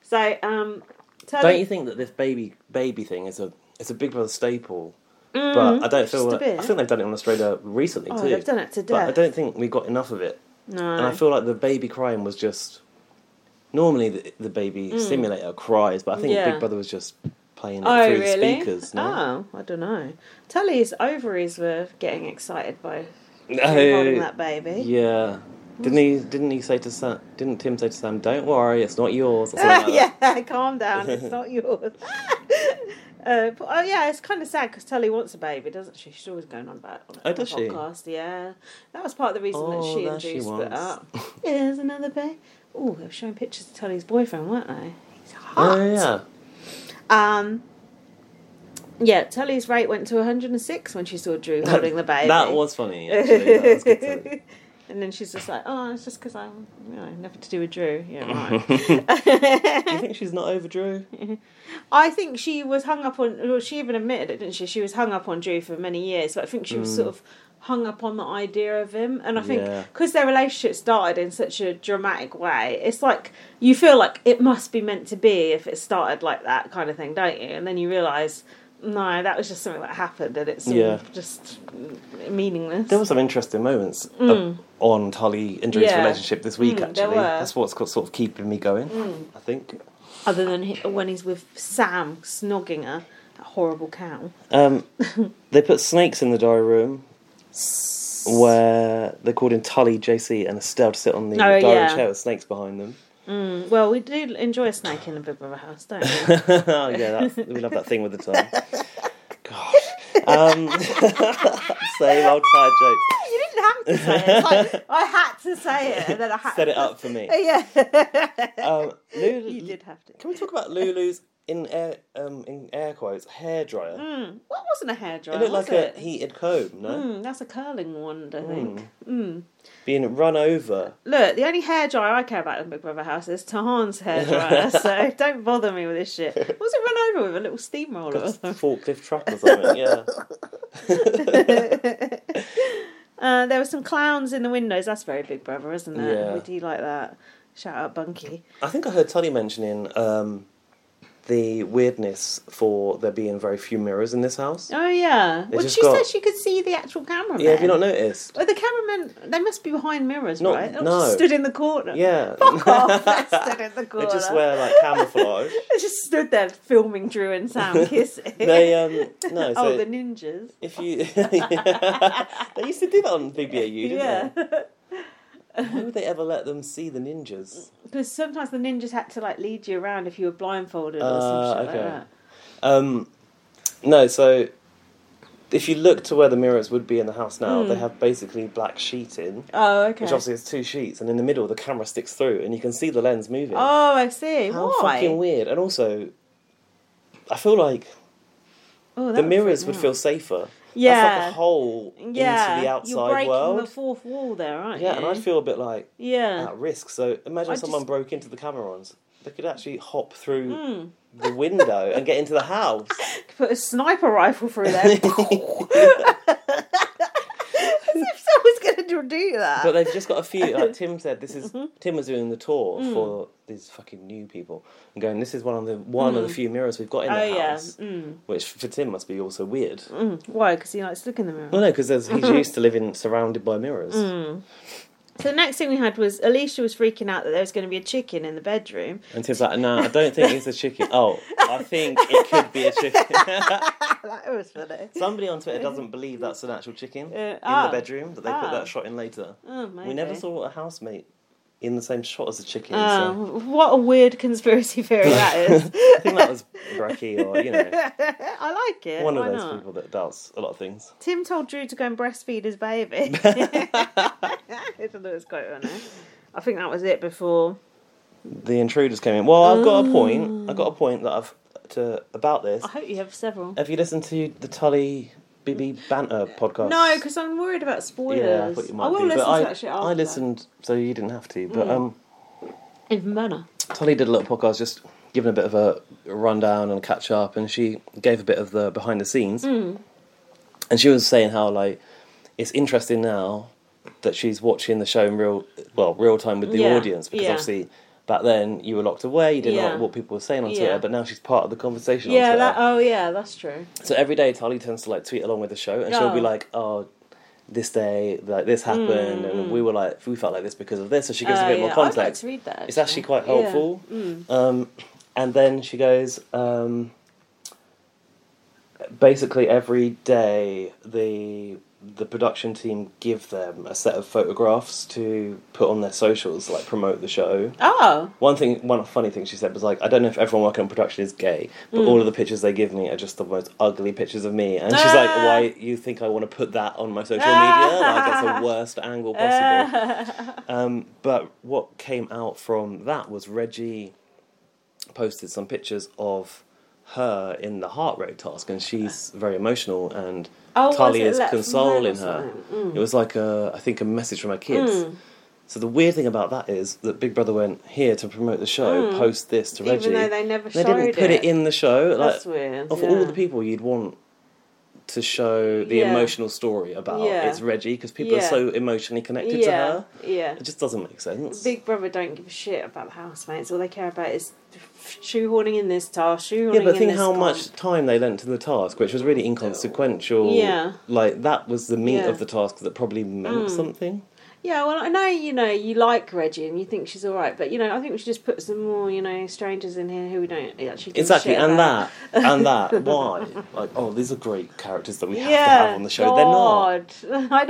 S2: So, um,
S1: Don't you
S2: Tony,
S1: think that this baby baby thing is a it's a Big Brother staple? but I don't feel
S2: Mm, just
S1: that, I
S2: a bit.
S1: think they've done it in Australia recently
S2: Oh,
S1: too.
S2: they've done it to
S1: But I
S2: death.
S1: don't think we got enough of it.
S2: no.
S1: And I feel like the baby crying was just normally the, the baby simulator cries, but I think
S2: Mm. Yeah.
S1: Big Brother was just playing it
S2: Oh
S1: through
S2: really?
S1: speakers. No,
S2: Oh, I don't know. Tully's ovaries were getting excited by
S1: Oh.
S2: holding
S1: no.
S2: that baby.
S1: yeah. Didn't he? Didn't he say to Sam? Didn't Tim say to Sam, "Don't worry, it's not yours"? Or something like that?
S2: yeah, calm down. It's not yours. uh, but, oh yeah, it's kind of sad because Tully wants a baby, doesn't she? She's always going on about on
S1: Oh,
S2: the
S1: does she?
S2: podcast. Yeah, that was part of the reason that
S1: Oh,
S2: she and
S1: that she
S2: Drew split
S1: wants.
S2: up. Here's another baby. Oh, they were showing pictures of Tully's boyfriend, weren't they? He's hot.
S1: Oh yeah.
S2: Um. Yeah, Tully's rate went to 106 when she saw Drew holding the baby.
S1: That was funny. Actually. That was good to-
S2: and then she's just like, "Oh, it's just because I'm, you know, nothing to do with Drew." Yeah, right.
S1: Do you think she's not overdrew?
S2: I think she was hung up on. Well, she even admitted it, didn't she? She was hung up on Drew for many years, but I think she was sort of hung up on the idea of him. And I
S1: Hmm. Yeah.
S2: think because their relationship started in such a dramatic way, it's like you feel like it must be meant to be if it started like that kind of thing, don't you? And then you realise. No, that was just something that happened, and it's all
S1: Yeah.
S2: just meaningless.
S1: There were some interesting moments uh, on Tully and Drew's
S2: Mm. Yeah.
S1: relationship this week.
S2: Mm,
S1: actually,
S2: there were. Mm.
S1: that's what's got- sort of keeping me going. I think.
S2: Other than he- when he's with Sam snogging her, that horrible cow.
S1: Um, they put snakes in the diary room where they called in Tully, JC, and Estelle to sit on the
S2: Oh,
S1: diary
S2: yeah.
S1: chair with snakes behind them.
S2: Well, we do enjoy a snake in the Big Brother house, don't we?
S1: oh, yeah, that's, we love that thing with the tongue. Gosh. Um, same old tired jokes.
S2: You didn't have to say it. It's like, I had to say it, and then I had
S1: Set it up for me.
S2: Yeah,
S1: Um, Lulu,
S2: you did have to.
S1: Can we talk about Lulu's in air um, in air quotes hairdryer? dryer?
S2: Mm. What wasn't a hairdryer?
S1: It looked
S2: was
S1: like
S2: it?
S1: a Hmm. heated comb, no?
S2: Mm, that's a curling wand, I think.
S1: Being run over.
S2: Look, the only hairdryer I care about in Big Brother House is Tahan's hairdryer, so don't bother me with this shit. What was it run over with? A little steamroller or something?
S1: forklift truck or something, yeah.
S2: Uh, there were some clowns in the windows. That's very Big Brother, isn't it?
S1: Yeah.
S2: We do like that. Shout out Bunky.
S1: I think I heard Tully mentioning um, the weirdness for there being very few mirrors in this house.
S2: Oh, yeah. Well,
S1: just
S2: she
S1: got-
S2: said she could see the actual cameraman.
S1: Yeah, have you not noticed?
S2: Well, Oh, the cameramen, they must be behind mirrors,
S1: Not-
S2: right? They
S1: no.
S2: just stood in the corner.
S1: Yeah.
S2: Fuck off, they stood in the
S1: They
S2: corner.
S1: just wear like camouflage.
S2: They just stood there filming Drew and Sam kissing.
S1: they um no, so
S2: oh, the ninjas.
S1: if you they used to do that on BBAU, didn't
S2: Yeah.
S1: they? Why would they ever let them see the ninjas?
S2: Because sometimes the ninjas had to like lead you around if you were blindfolded or
S1: Ah,
S2: some shit
S1: okay.
S2: like that.
S1: Um, no, so if you look to where the mirrors would be in the house now,
S2: Hmm.
S1: they have basically black sheeting,
S2: Oh, okay.
S1: which obviously is two sheets, and in the middle the camera sticks through, and you can see the lens moving.
S2: Oh, I see.
S1: How
S2: Why?
S1: fucking weird! And also, I feel like
S2: Oh, that
S1: the
S2: would
S1: mirrors
S2: freak
S1: would
S2: me out.
S1: feel safer. That's like
S2: Yeah.
S1: a hole
S2: yeah.
S1: into the outside
S2: You're breaking
S1: world.
S2: the fourth wall there, aren't
S1: yeah,
S2: you?
S1: and I'd feel a bit like
S2: Yeah.
S1: at risk. So imagine
S2: I
S1: someone
S2: just-
S1: broke into the Camerons. They could actually hop through
S2: Hmm.
S1: the window and get into the house.
S2: Put a sniper rifle through there. As if someone's going to do that.
S1: But they've just got a few. Like Tim said, this is
S2: Mm-hmm.
S1: Tim was doing the tour
S2: Mm.
S1: for these fucking new people and going. This is one of the one of the few mirrors we've got in the
S2: Mm. oh, yeah. Mm.
S1: house, which for Tim must be also weird.
S2: Why? Because he likes to look in the mirror.
S1: Well, no, because he's
S2: Mm-hmm.
S1: used to living surrounded by mirrors.
S2: Mm. So the next thing we had was Alicia was freaking out that there was going to be a chicken in the bedroom.
S1: And Tim's like, no, I don't think it's a chicken. Oh, I think it could be a chicken.
S2: that was funny.
S1: Somebody on Twitter doesn't believe that's an actual chicken
S2: Uh,
S1: in
S2: ah.
S1: the bedroom that they put
S2: Ah.
S1: that shot in later.
S2: Oh, maybe.
S1: We never saw a housemate in the same shot as a chicken. so.
S2: Oh, what a weird conspiracy theory that is.
S1: I think that was Bracky or, you know,
S2: I like it.
S1: one of
S2: Why
S1: those
S2: not?
S1: people that doubts a lot of things.
S2: Tim told Drew to go and breastfeed his baby. I thought it was quite funny. I think that was it before.
S1: The intruders came in. Well, I've got a point. I've got a
S2: Oh.
S1: point that I've to about this.
S2: I hope you have several.
S1: Have you listened to the Tully BB banter podcast?
S2: No, because I'm worried about spoilers.
S1: yeah, I thought you might
S2: will
S1: be.
S2: listen
S1: but I,
S2: to that shit after. Mm.
S1: I listened, so you didn't have to. But um,
S2: Even better.
S1: Tully did a little podcast just giving a bit of a rundown and catch up, and she gave a bit of the behind the scenes.
S2: Hmm.
S1: And she was saying how like it's interesting now that she's watching the show in real well real time with the
S2: Yeah,
S1: audience because
S2: yeah.
S1: obviously back then you were locked away, you didn't
S2: Yeah.
S1: like what people were saying on
S2: Yeah.
S1: Twitter, but now she's part of the conversation. on
S2: Yeah.
S1: Twitter.
S2: That, oh, yeah. That's true.
S1: So every day Tali tends to like tweet along with the show, and she'll be
S2: Oh.
S1: like, "Oh, this day, like this happened, and we were like, we felt like this because of this." So she gives a
S2: Oh,
S1: bit
S2: Mm. yeah.
S1: more
S2: I'd like
S1: context.
S2: to read that,
S1: It's actually
S2: actually.
S1: quite
S2: Yeah.
S1: helpful. Um, and then she goes, um, basically every day the the production team give them a set of photographs to put on their socials, like promote the show.
S2: Oh.
S1: One thing, one funny thing she said was like, I don't know if everyone working on production is gay, but
S2: Hmm.
S1: all of the pictures they give me are just the most ugly pictures of me. And she's like,
S2: Ah.
S1: why you think I want to put that on my social
S2: Ah.
S1: media? Like, that's the worst angle possible. Um, but what came out from that was Reggie posted some pictures of her in the heart rate task, and she's very emotional, and
S2: Oh, was
S1: Tali
S2: it
S1: is
S2: let from
S1: consoling
S2: home or
S1: her.
S2: Mm.
S1: It was like a, I think, a message from her kids. So the weird thing about that is that Big Brother went here to promote the show, post this to Reggie.
S2: Hmm. Even though they never
S1: They didn't
S2: showed
S1: put it.
S2: it.
S1: in the show. Like,
S2: That's weird,
S1: Of
S2: yeah.
S1: all the people you'd want to show the
S2: Yeah.
S1: emotional story about,
S2: Yeah.
S1: it's Reggie because people are
S2: Yeah.
S1: so emotionally connected to
S2: yeah.
S1: her.
S2: Yeah.
S1: It just doesn't make sense.
S2: Big Brother don't give a shit about the housemates. All they care about is shoehorning in this task, shoehorning
S1: yeah, but
S2: in
S1: think
S2: this
S1: how
S2: con.
S1: much time they lent to the task, which was really inconsequential.
S2: Yeah.
S1: Like, that was the meat
S2: Yeah. Hmm.
S1: of the task that probably meant something.
S2: Yeah, well, I know you know you like Reggie and you think she's all right, but you know I think we should just put some more you know strangers in here who we don't actually give a
S1: Exactly,
S2: shit
S1: and
S2: about.
S1: that, and that. Why? Like, oh, these are great characters that we have to
S2: Yeah,
S1: have on the show. They're not.
S2: God. I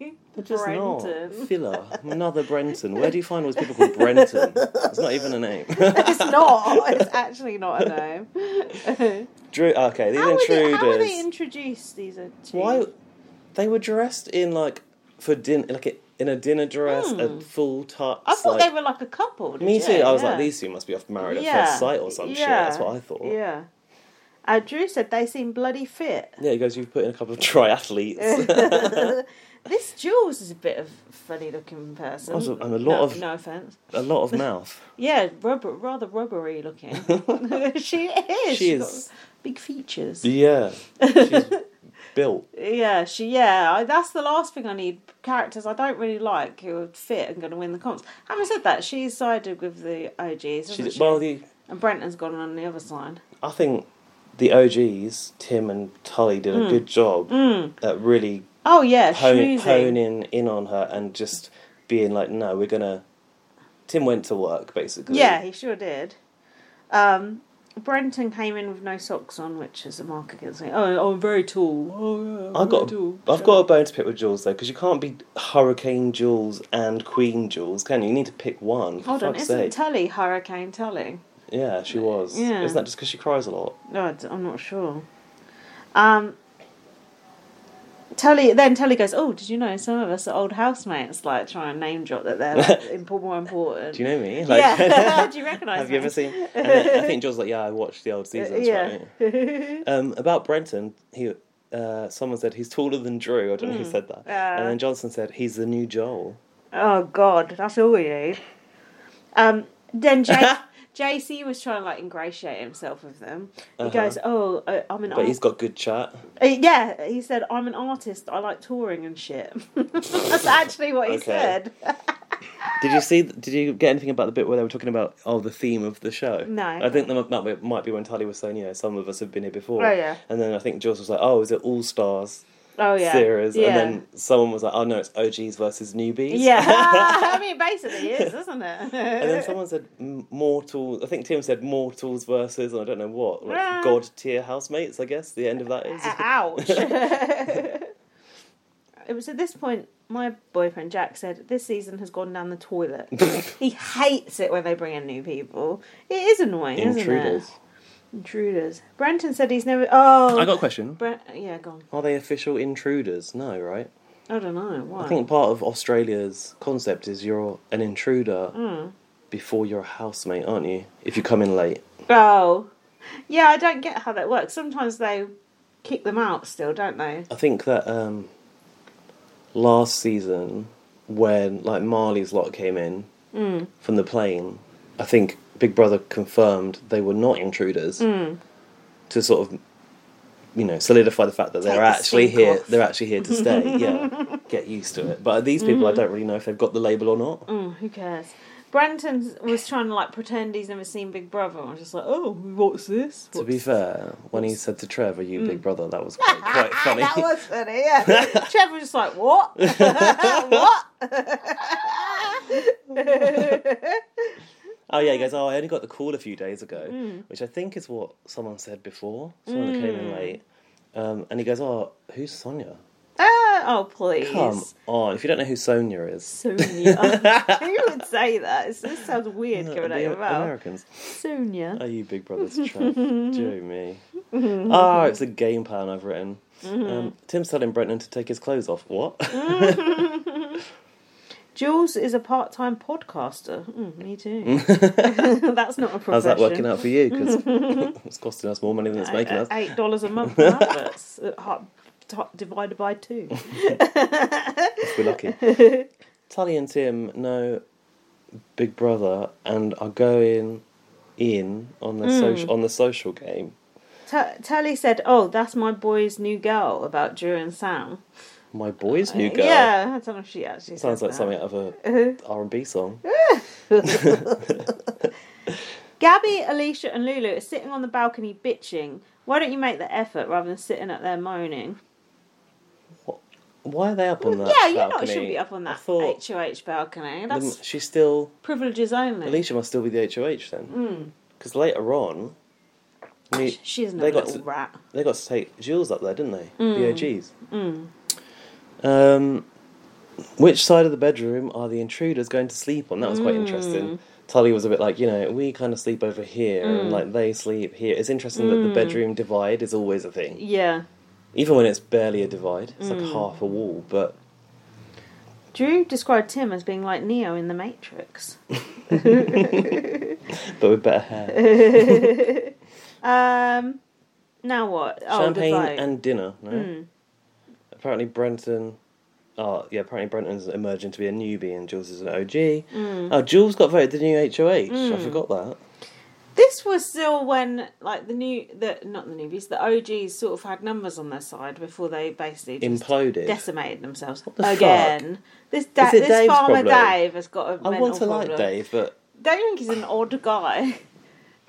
S2: know.
S1: They're just
S2: Brenton.
S1: not. Filler. Another Brenton. Where do you find all these people called Brenton? It's not even a name.
S2: It's not. It's actually not a name.
S1: Drew. Okay, these
S2: how, were they,
S1: intruders.
S2: how were they introduced? These are two.
S1: Why? They were dressed in like for dinner, like in a dinner dress, a full tux.
S2: Hmm. I thought
S1: like,
S2: they were like a couple. did
S1: Me
S2: you?
S1: too. I was
S2: Yeah.
S1: like, these two must be off married
S2: Yeah,
S1: at first sight or some shit.
S2: yeah,
S1: That's what I thought. Yeah.
S2: Yeah. Uh, Drew said they seem bloody fit.
S1: he goes, you've put in a couple of triathletes.
S2: This Jules is a bit of a funny looking person.
S1: Also, and a lot
S2: no,
S1: of-
S2: no offense.
S1: a lot of mouth.
S2: Yeah, rubber, rather rubbery looking. she is.
S1: She
S2: has
S1: is.
S2: Got big features.
S1: Yeah. She's built.
S2: Yeah, she. Yeah, I, that's the last thing I need. Characters I don't really like who are fit and going to win the comps. Having said that, she's sided with the OGs, hasn't
S1: She's,
S2: she?
S1: well, the,
S2: and Brenton's gone on the other side.
S1: I think the OGs, Tim and Tully, did a
S2: Hmm.
S1: good job at really
S2: Oh yeah,
S1: hone,
S2: schmoozing.
S1: honing in on her and just being like, no, we're going to. Tim went to work, basically.
S2: Yeah, he sure did. Um, Brenton came in with no socks on, which is a mark against me. Oh, I'm very tall. Oh, yeah, I'm
S1: I
S2: very
S1: got,
S2: tall.
S1: I've got a bone to pick with Jules though, because you can't be Hurricane Jules and Queen Jules, can you? You need to pick one. For
S2: Hold on,
S1: fuck's sake.
S2: isn't Tully Hurricane Tully?
S1: yeah, she was.
S2: Yeah.
S1: Isn't that just because she cries a lot?
S2: No, I d- I'm not sure. Um, Tully then Tully goes, "Oh, did you know some of us are old housemates?" Like trying to name drop that they're like, impor- more important.
S1: Do you know me?
S2: yeah, do you recognise?
S1: Have you
S2: me?
S1: ever seen? And then I think Jules was like, yeah, I watched the old seasons.
S2: Uh, yeah.
S1: Right? Um, about Brenton, he uh, someone said he's taller than Drew. I don't know who said that.
S2: Mm. Yeah.
S1: and then Johnson said he's the new Joel.
S2: Oh God, that's all we need. Um, then J- JC was trying to like ingratiate himself with them. He
S1: Uh-huh.
S2: goes, "Oh, uh, I'm an
S1: But he's
S2: artist."
S1: got good chat.
S2: yeah, he said, "I'm an artist. I like touring and shit." that's actually what he
S1: Okay.
S2: said.
S1: Did you see? Did you get anything about the bit where they were talking about oh the theme of the show?
S2: No.
S1: I think that might be, might be when Tully was saying you know some of us have been here before.
S2: Oh, yeah.
S1: And then I think Jules was like oh is it All Stars
S2: Oh yeah,
S1: series? And
S2: yeah.
S1: then someone was like oh no it's OGs versus newbies.
S2: Yeah, I mean, basically, it is, isn't it?
S1: And then someone said m- mortal. I think Tim said mortals versus, and I don't know what, like
S2: Ah.
S1: god tier housemates. I guess the end of that is.
S2: Ouch. it was at this point my boyfriend Jack said, This season has gone down the toilet. he hates it when they bring in new people. It is annoying,
S1: Intruders.
S2: isn't it? Intruders. Brenton said he's never. Oh.
S1: I got a question.
S2: Brent... Yeah, go on.
S1: Are they official intruders? No, right?
S2: I don't know. Why?
S1: I think part of Australia's concept is you're an intruder before you're a housemate, aren't you? If you come in late.
S2: Oh. Yeah, I don't get how that works. Sometimes they kick them out still, don't they?
S1: I think that um, last season, when like Marley's lot came in
S2: Mm.
S1: from the plane, I think Big Brother confirmed they were not intruders
S2: Mm.
S1: to sort of, you know, solidify the fact that
S2: Take
S1: they're
S2: the
S1: actually
S2: stink
S1: here.
S2: off.
S1: They're actually here to stay. yeah, get used to it. But these
S2: Mm.
S1: people, I don't really know if they've got the label or not.
S2: Oh, who cares? Brenton was trying to like pretend he's never seen Big Brother. I was just like, oh, what's this?
S1: To be fair, when he said to Trevor, "You Big Brother," that was quite, quite funny.
S2: Mm. Ah, that was funny, yeah. Trevor was just like, what? what? Uh,
S1: Oh yeah, he goes, Oh, I only got the call a few days ago,
S2: Mm.
S1: which I think is what someone said before. Someone that came in late. Um, and he goes, Oh, who's Sonia?
S2: Ah, oh, please.
S1: Come on, if you don't know who Sonia is,
S2: Sonia. who would say that? It's- This sounds weird coming out
S1: the
S2: your mouth.
S1: Americans.
S2: Sonia.
S1: Are you Big Brother's trash? Do me. Oh, it's a game plan I've written.
S2: Mm-hmm.
S1: Um, Tim's telling Brenton to take his clothes off. What?
S2: Jules is a part time podcaster. Mm, me too. That's not a profession. Uh,
S1: How's that working out for you? Because it's costing us more money than it's making us.
S2: Eight dollars a month for adverts. Uh, hot- hot- divided by two.
S1: We're lucky. Tully and Tim know Big Brother and are going in on the
S2: Hmm.
S1: social on the social game.
S2: T- Tully said, "Oh, that's my boy's new girl about Drew and Sam." Uh,
S1: My boy's new girl.
S2: Yeah, I don't know if she actually
S1: Sounds
S2: said
S1: like
S2: that.
S1: something out of a R and B song.
S2: Uh-huh. Gabby, Alicia, and Lulu are sitting on the balcony bitching. Why don't you make the effort rather than sitting up there moaning?
S1: Why are they up on that?
S2: yeah, you know
S1: balcony?
S2: it should be up on
S1: I
S2: that
S1: thought
S2: HOH balcony.
S1: the-
S2: That's
S1: she's still
S2: privileges only.
S1: Alicia must still be the HOH
S2: Hmm.
S1: then, because later on, me-
S2: She's not
S1: they
S2: a
S1: got
S2: little
S1: to-
S2: rat.
S1: They got to take Jules up there, didn't they? The OGs. Um, which side of the bedroom are the intruders going to sleep on? That was quite interesting. Tully was a bit like, you know, we kind of sleep over here, and like they sleep here. It's interesting that the bedroom divide is always a thing,
S2: Yeah,
S1: even when it's barely a divide. It's like half a wall, but
S2: Drew described Tim as being like Neo in the Matrix.
S1: but with better hair.
S2: Um, now what? Oh, the Hmm.
S1: Champagne
S2: vote.
S1: and dinner. No? Apparently, Brenton. Oh yeah, apparently Brenton's emerging to be a newbie and Jules is an OG.
S2: Hmm.
S1: Oh, Jules got voted the new HOH. I forgot that.
S2: This was still when, like the new, the not the newbies, the OGs sort of had numbers on their side before they basically just
S1: Imploded.
S2: decimated themselves
S1: the
S2: again. This da-
S1: Is it
S2: this
S1: Dave's
S2: farmer
S1: problem?
S2: Dave has got a
S1: I
S2: mental
S1: want to
S2: problem.
S1: like Dave, but
S2: Don't you think he's an odd guy?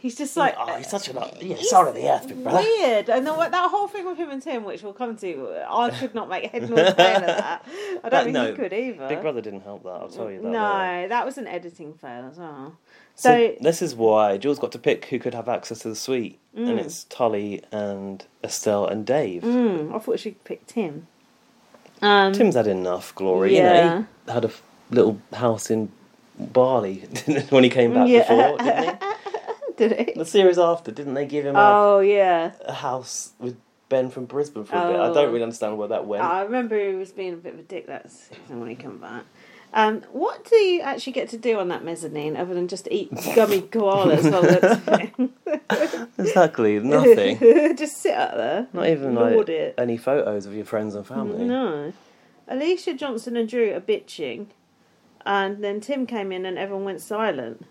S2: He's just like
S1: oh, he's such a lot. Yeah,
S2: he's
S1: salt of the earth, big brother.
S2: weird, and then what- that whole thing with him and Tim, which we'll come to, I could not make head nor tail of that. I don't
S1: That-
S2: think
S1: no,
S2: he could either.
S1: Big Brother didn't help that. I'll tell you that.
S2: no,
S1: later.
S2: that was an editing fail as well.
S1: So,
S2: So,
S1: this is why Jules got to pick who could have access to the suite, and
S2: Hmm.
S1: it's Tully and Estelle and Dave.
S2: mm, I thought she picked Tim. Um,
S1: Tim's had enough glory. You
S2: Yeah.
S1: know, he had a f- little house in Bali when he came back
S2: Yeah.
S1: before, didn't he?
S2: did it?
S1: The series after, didn't they give him a,
S2: Oh yeah,
S1: a house with Ben from Brisbane for a bit? I
S2: Oh.
S1: don't really understand where that went.
S2: I remember he was being a bit of a dick that season when he came back. Um, what do you actually get to do on that mezzanine other than just eat gummy koalas? while that's-
S1: exactly, nothing.
S2: just sit out there.
S1: Not even
S2: Lord
S1: like
S2: it.
S1: any photos of your friends and family.
S2: No. Alicia Johnson and Drew are bitching, and then Tim came in and everyone went silent.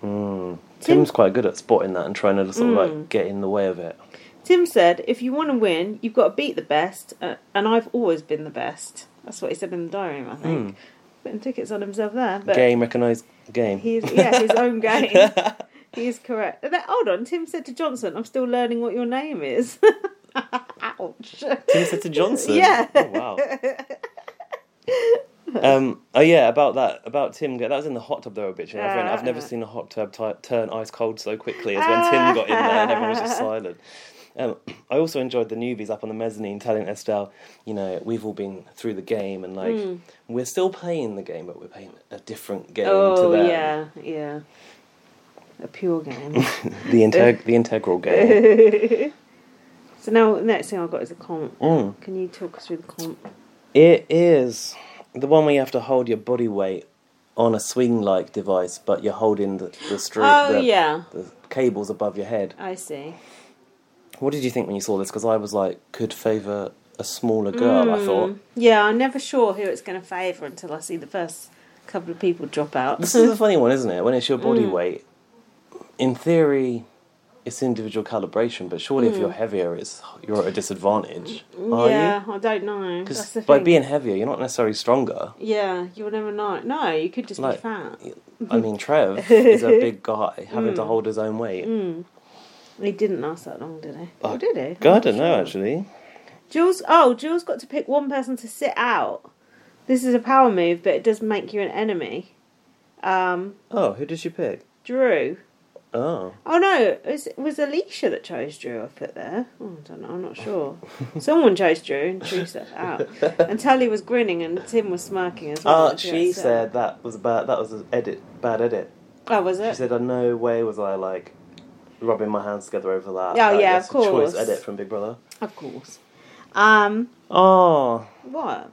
S2: Tim- Mm.
S1: Tim's quite good at spotting that and trying to sort of like get in the way of it.
S2: Tim said, "If you want to win, you've got to beat the best, uh, and I've always been the best." That's what he said in the diary room, I think. Putting tickets on himself there, but
S1: Hmm. game recognised game.
S2: he's yeah his own game. he is correct. And then- hold on, Tim said to Johnson, "I'm still learning what your name is." Ouch.
S1: Tim said to Johnson.
S2: Yeah.
S1: Oh, wow. um, oh yeah, about that, about Tim. That was in the hot tub they were bitching. I've, read- I've never
S2: Ah.
S1: seen a hot tub ty turn ice cold so quickly as when Tim got in there and everyone was just silent. Um, I also enjoyed the newbies up on the mezzanine telling Estelle, you know, we've all been through the game and like
S2: Hmm.
S1: we're still playing the game, but we're playing a different game
S2: Oh
S1: to them.
S2: yeah, yeah. A pure game.
S1: The integ- the integral game.
S2: so now next thing I've got is a comp.
S1: Mm.
S2: Can you talk us through the comp?
S1: It is the one where you have to hold your body weight on a swing-like device, but you're holding the, the string.
S2: Oh
S1: the,
S2: yeah,
S1: the cables above your head.
S2: I see.
S1: What did you think when you saw this? Because I was like, could favour a smaller girl. I thought
S2: Yeah, I'm never sure who it's going to favour until I see the first couple of people drop out.
S1: this is a funny one, isn't it? When it's your body
S2: Mm.
S1: weight, in theory, it's individual calibration. But surely, if you're heavier, it's you're at a disadvantage, are you?
S2: Mm. yeah, I don't know. That's
S1: Because
S2: the
S1: by
S2: thing.
S1: being heavier, you're not necessarily stronger.
S2: yeah, you'll never know. No, you could just
S1: Like-
S2: be fat.
S1: I mean, Trev is a big guy having
S2: Mm.
S1: to hold his own weight.
S2: He didn't last that long, did he?
S1: Oh,
S2: Or did he?
S1: God, I don't know actually.
S2: Jules, oh, Jules got to pick one person to sit out. This is a power move, but it does make you an enemy. Um,
S1: Oh, who did she pick?
S2: Drew.
S1: Oh,
S2: Oh no, it was, it was Alicia that chose Drew. I put there. Oh, I don't know. I'm not sure. Someone chose Drew, and Drew set out. And Tully was grinning, and Tim was smirking as well.
S1: uh, she said that was bad. That was an edit, bad edit.
S2: "Oh, was it?"
S1: She said, "I no way was I like rubbing my hands together over that."
S2: Oh,
S1: Like,
S2: yeah,
S1: that's
S2: of
S1: a
S2: course.
S1: Choice edit from Big Brother.
S2: "Of course." Um,
S1: Oh,
S2: what?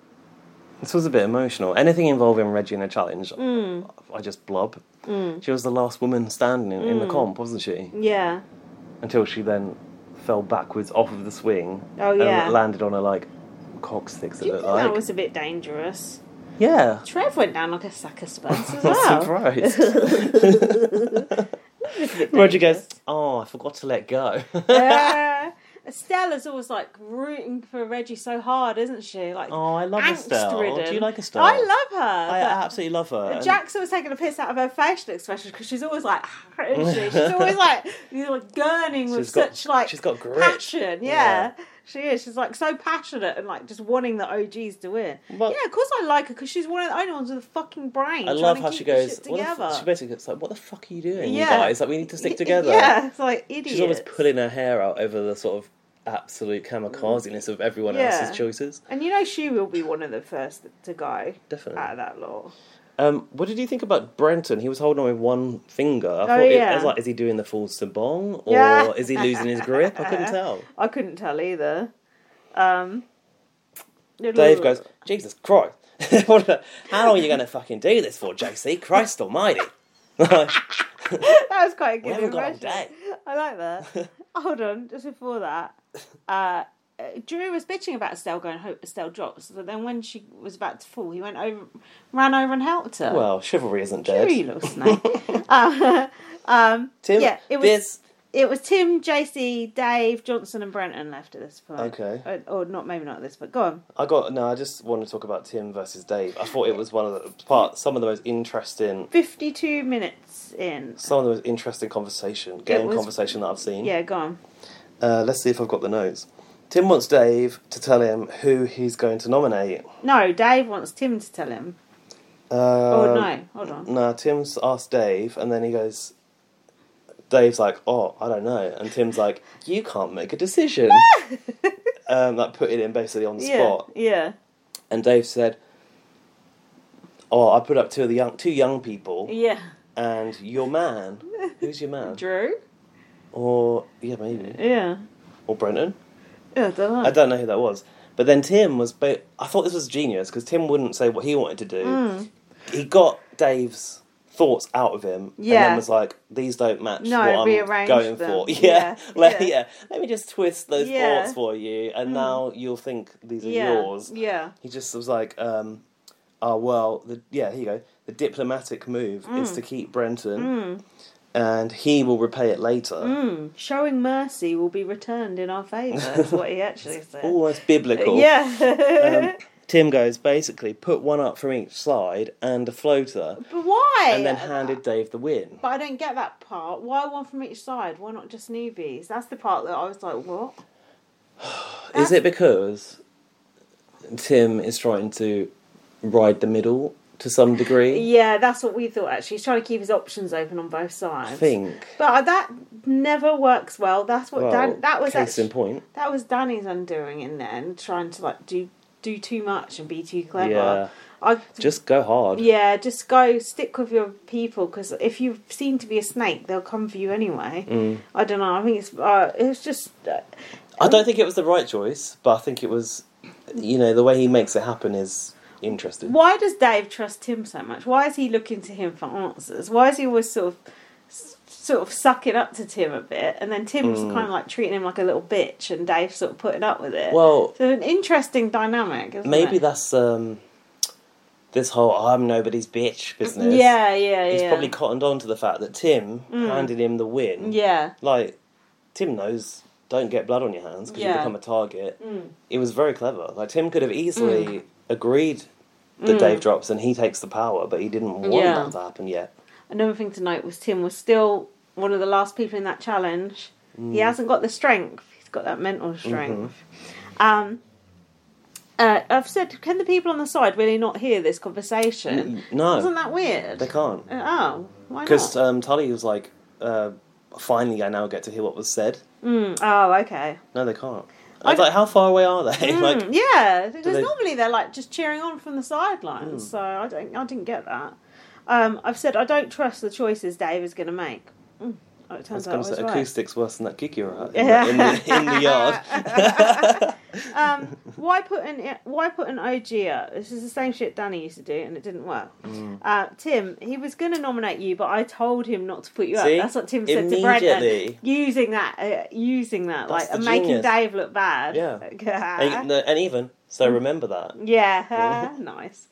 S1: this was a bit emotional. Anything involving Reggie in a challenge,
S2: Mm. Hmm,
S1: I just blob. She was the last woman standing in,
S2: Mm.
S1: in the comp, wasn't she?
S2: Yeah.
S1: Until she then fell backwards off of the swing
S2: Oh, yeah.
S1: and landed on her like cock sticks.
S2: Do
S1: It
S2: you
S1: looked
S2: think
S1: like
S2: that was a bit dangerous?
S1: yeah.
S2: Trev went down like a sack of spuds as
S1: I'm
S2: well.
S1: surprised. Roger goes, Oh, I forgot to let go.
S2: Yeah. Estella's always like rooting for Reggie so hard, isn't she? Like
S1: oh, I love
S2: angst
S1: Estelle.
S2: ridden.
S1: Do you like Estelle?
S2: I love her.
S1: I
S2: but-
S1: absolutely love her. And-
S2: Jack's always taking a piss out of her facial expression because she's always like, isn't she? She's always like, you know, like gurning with
S1: She's got-
S2: such like
S1: she's got grit.
S2: passion. Yeah. she is. She's like so passionate and like just wanting the OGs to win.
S1: Well-
S2: yeah, of course I like her because she's one of the only ones with a fucking brain.
S1: I
S2: trying
S1: love
S2: to
S1: how
S2: keep
S1: she
S2: the
S1: goes.
S2: shit
S1: What the
S2: together.
S1: f-? She basically gets like, "What the fuck are you doing, you
S2: Yeah.
S1: guys? Like, we need to stick together."
S2: Yeah, it's like idiot.
S1: She's always pulling her hair out over the sort of absolute kamikazeness of everyone
S2: Yeah.
S1: else's choices.
S2: And you know she will be one of the first to go
S1: Definitely.
S2: out of that law.
S1: Um, what did you think about Brenton? He was holding on with one finger. I
S2: Oh,
S1: thought it, I
S2: yeah.
S1: was like, is he doing the full sabong or
S2: Yeah.
S1: is he losing his grip? I couldn't tell.
S2: I couldn't tell either. Um,
S1: Dave goes, Jesus Christ! What the- how long are you going to fucking do this for, JC? Christ Almighty!
S2: that was quite a good
S1: haven't got all
S2: impression. I like that. Hold on, just before that, uh, uh, Drew was bitching about Estelle going, hope Estelle drops. But then when she was about to fall, he went over, ran over and helped her.
S1: well, chivalry isn't
S2: Drew,
S1: dead.
S2: you little snake. uh, um,
S1: Tim,
S2: yeah, it was.
S1: this
S2: It was Tim, JC, Dave, Johnson, and Brenton left at this point.
S1: Okay.
S2: Or, or not, maybe not at this point. Go on.
S1: I got no. I just want to talk about Tim versus Dave. I thought it was one of the part, some of the most interesting,
S2: 52 minutes in.
S1: some of the most interesting conversation, game
S2: was-
S1: conversation that I've seen.
S2: Yeah, go on.
S1: Uh, let's see if I've got the notes. Tim wants Dave to tell him who he's going to nominate.
S2: No, Dave wants Tim to tell him.
S1: Uh,
S2: Oh, no. Hold on.
S1: No, Tim's asked Dave, and then he goes. Dave's like, "Oh, I don't know," and Tim's like, "You can't make a decision." um, like putting him basically on the
S2: Yeah.
S1: spot,
S2: Yeah.
S1: and Dave said, "Oh, I put up two of the young, two young people,
S2: Yeah.
S1: and your man, who's your man,
S2: Drew?
S1: or yeah, maybe,
S2: Yeah.
S1: or Brenton."
S2: Yeah, I don't know.
S1: I don't know who that was. But then Tim was, ba I thought this was genius because Tim wouldn't say what he wanted to do.
S2: Mm.
S1: He got Dave's thoughts out of him, and
S2: Yeah.
S1: then was like, "These don't match
S2: No,
S1: what I'm
S2: rearrange
S1: going
S2: them.
S1: for." Yeah,
S2: Yeah,
S1: Let,
S2: yeah.
S1: yeah. Let me just twist those
S2: Yeah. Mm.
S1: thoughts for you, and now you'll think these are
S2: yeah.
S1: yours.
S2: Yeah.
S1: He just was like, um, "Oh well, the, yeah, here you go. The diplomatic move is
S2: Mm.
S1: to keep Brenton, and he will repay it later."
S2: Hmm. Showing mercy will be returned in our favour. That's what he actually said.
S1: Almost biblical.
S2: Yeah.
S1: Um, Tim goes basically put one up from each side and a floater,
S2: but why?
S1: and then handed Dave the win.
S2: But I don't get that part. Why one from each side? Why not just newbies? That's the part that I was like, what?
S1: Is it because Tim is trying to ride the middle to some degree?
S2: Yeah, that's what we thought actually. He's trying to keep his options open on both sides.
S1: I think.
S2: But uh, that never works well. That's what
S1: Well,
S2: Dan, that was
S1: case in
S2: actually,
S1: point.
S2: that was Danny's undoing in the end, trying to like do do too much and be too clever.
S1: Yeah,
S2: I
S1: just go hard.
S2: yeah, just go stick with your people because if you seem to be a snake, they'll come for you anyway.
S1: Mm.
S2: I don't know. I think it's uh, it's just uh,
S1: I don't think it was the right choice, but I think it was, you know, the way he makes it happen is interesting.
S2: why does Dave trust Tim so much? Why is he looking to him for answers? Why is he always sort of s- sort of sucking up to Tim a bit, and then Tim's
S1: Hmm.
S2: kind of like treating him like a little bitch, and Dave's sort of putting up with it.
S1: Well,
S2: so an interesting dynamic, isn't
S1: maybe
S2: it?
S1: that's um, this whole "I'm nobody's bitch" business.
S2: yeah, yeah, yeah.
S1: he's probably cottoned on to the fact that Tim handed him the win.
S2: yeah,
S1: Like, Tim knows don't get blood on your hands because you
S2: Yeah. Mm.
S1: become a target. It was very clever. Like, Tim could have easily agreed that Dave drops and he takes the power, but he didn't want
S2: Mm. Yeah.
S1: that to happen yet.
S2: Another thing to note was Tim was still one of the last people in that challenge.
S1: Mm.
S2: He hasn't got the strength. He's got that mental
S1: Mm-hmm.
S2: strength. Um, uh, I've said, can the people on the side really not hear this conversation? Wasn't
S1: No,
S2: that weird?
S1: they can't.
S2: Oh, why
S1: Because
S2: not?
S1: um, Tully was like, uh, finally, I now get to hear what was said.
S2: Mm, oh, okay.
S1: No, they can't. I
S2: I
S1: was like, how far away are they? like,
S2: Mm, yeah, because
S1: they- Mm.
S2: normally they're like just cheering on from the sidelines. So I don't, I didn't get that. Um, I've said I don't trust the choices Dave is going to make. Mm. Oh, it
S1: I was
S2: turns
S1: going
S2: out
S1: to say,
S2: I was right.
S1: acoustics worse than that gig you're at in,
S2: Yeah.
S1: the, in, the, in the yard.
S2: um, why put an why put an OG up? This is the same shit Danny used to do, and it didn't work.
S1: Mm.
S2: Uh, Tim, he was going to nominate you, but I told him not to put you
S1: See?
S2: up. That's what Tim said to Brendan.
S1: Immediately.
S2: Using that, uh, using that,
S1: That's
S2: like
S1: the
S2: and making
S1: genius.
S2: Dave look bad.
S1: Yeah.
S2: Ah.
S1: and, no, and even so,
S2: Mm.
S1: remember that.
S2: yeah,
S1: Mm.
S2: nice.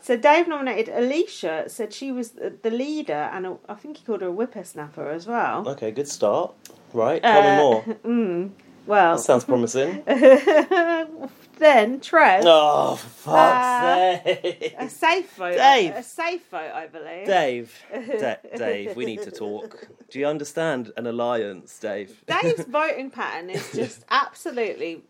S2: So Dave nominated Alicia. Said she was the the leader, and a, I think he called her a whippersnapper as well.
S1: Okay, good start. Right, tell me
S2: Uh,
S1: more.
S2: Mm, well,
S1: That sounds promising.
S2: then Trev.
S1: oh, for
S2: Uh,
S1: fuck's sake.
S2: A safe vote.
S1: Dave.
S2: A safe vote, I believe.
S1: Dave, Da- Dave, we need to talk. Do you understand an alliance, Dave?
S2: Dave's voting pattern is just absolutely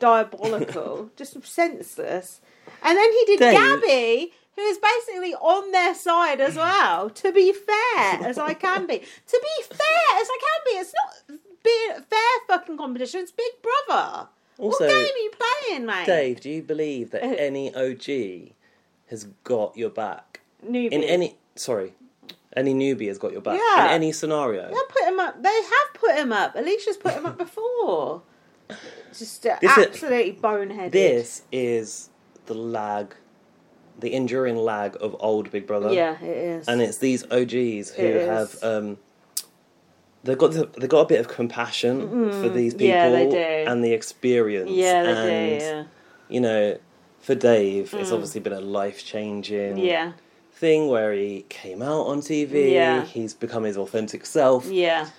S2: diabolical, just senseless. And then he did
S1: Dave.
S2: Gabby, who is basically on their side as well. To be fair, as I can be. To be fair, as I can be. It's not being fair fucking competition. It's Big Brother.
S1: Also-
S2: what game are you playing, mate?
S1: Dave, do you believe that any OG has got your back?
S2: Newbie.
S1: In any, sorry, any newbie has got your back
S2: Yeah.
S1: in any scenario.
S2: They'll put him up. They have put him up. Alicia's put him up before. Just uh,
S1: This is-
S2: absolutely boneheaded.
S1: This is the lag, the enduring lag of old Big Brother.
S2: Yeah, it is.
S1: and it's these OGs who
S2: It
S1: have
S2: is.
S1: um, they've got the, they've got a bit of compassion for these people
S2: Mm. yeah, they do.
S1: and the experience.
S2: yeah,
S1: and,
S2: they do. Yeah. Mm.
S1: You know, for Dave, it's obviously been a life changing
S2: Yeah,
S1: thing where he came out on TV.
S2: Yeah.
S1: He's become his authentic self.
S2: yeah,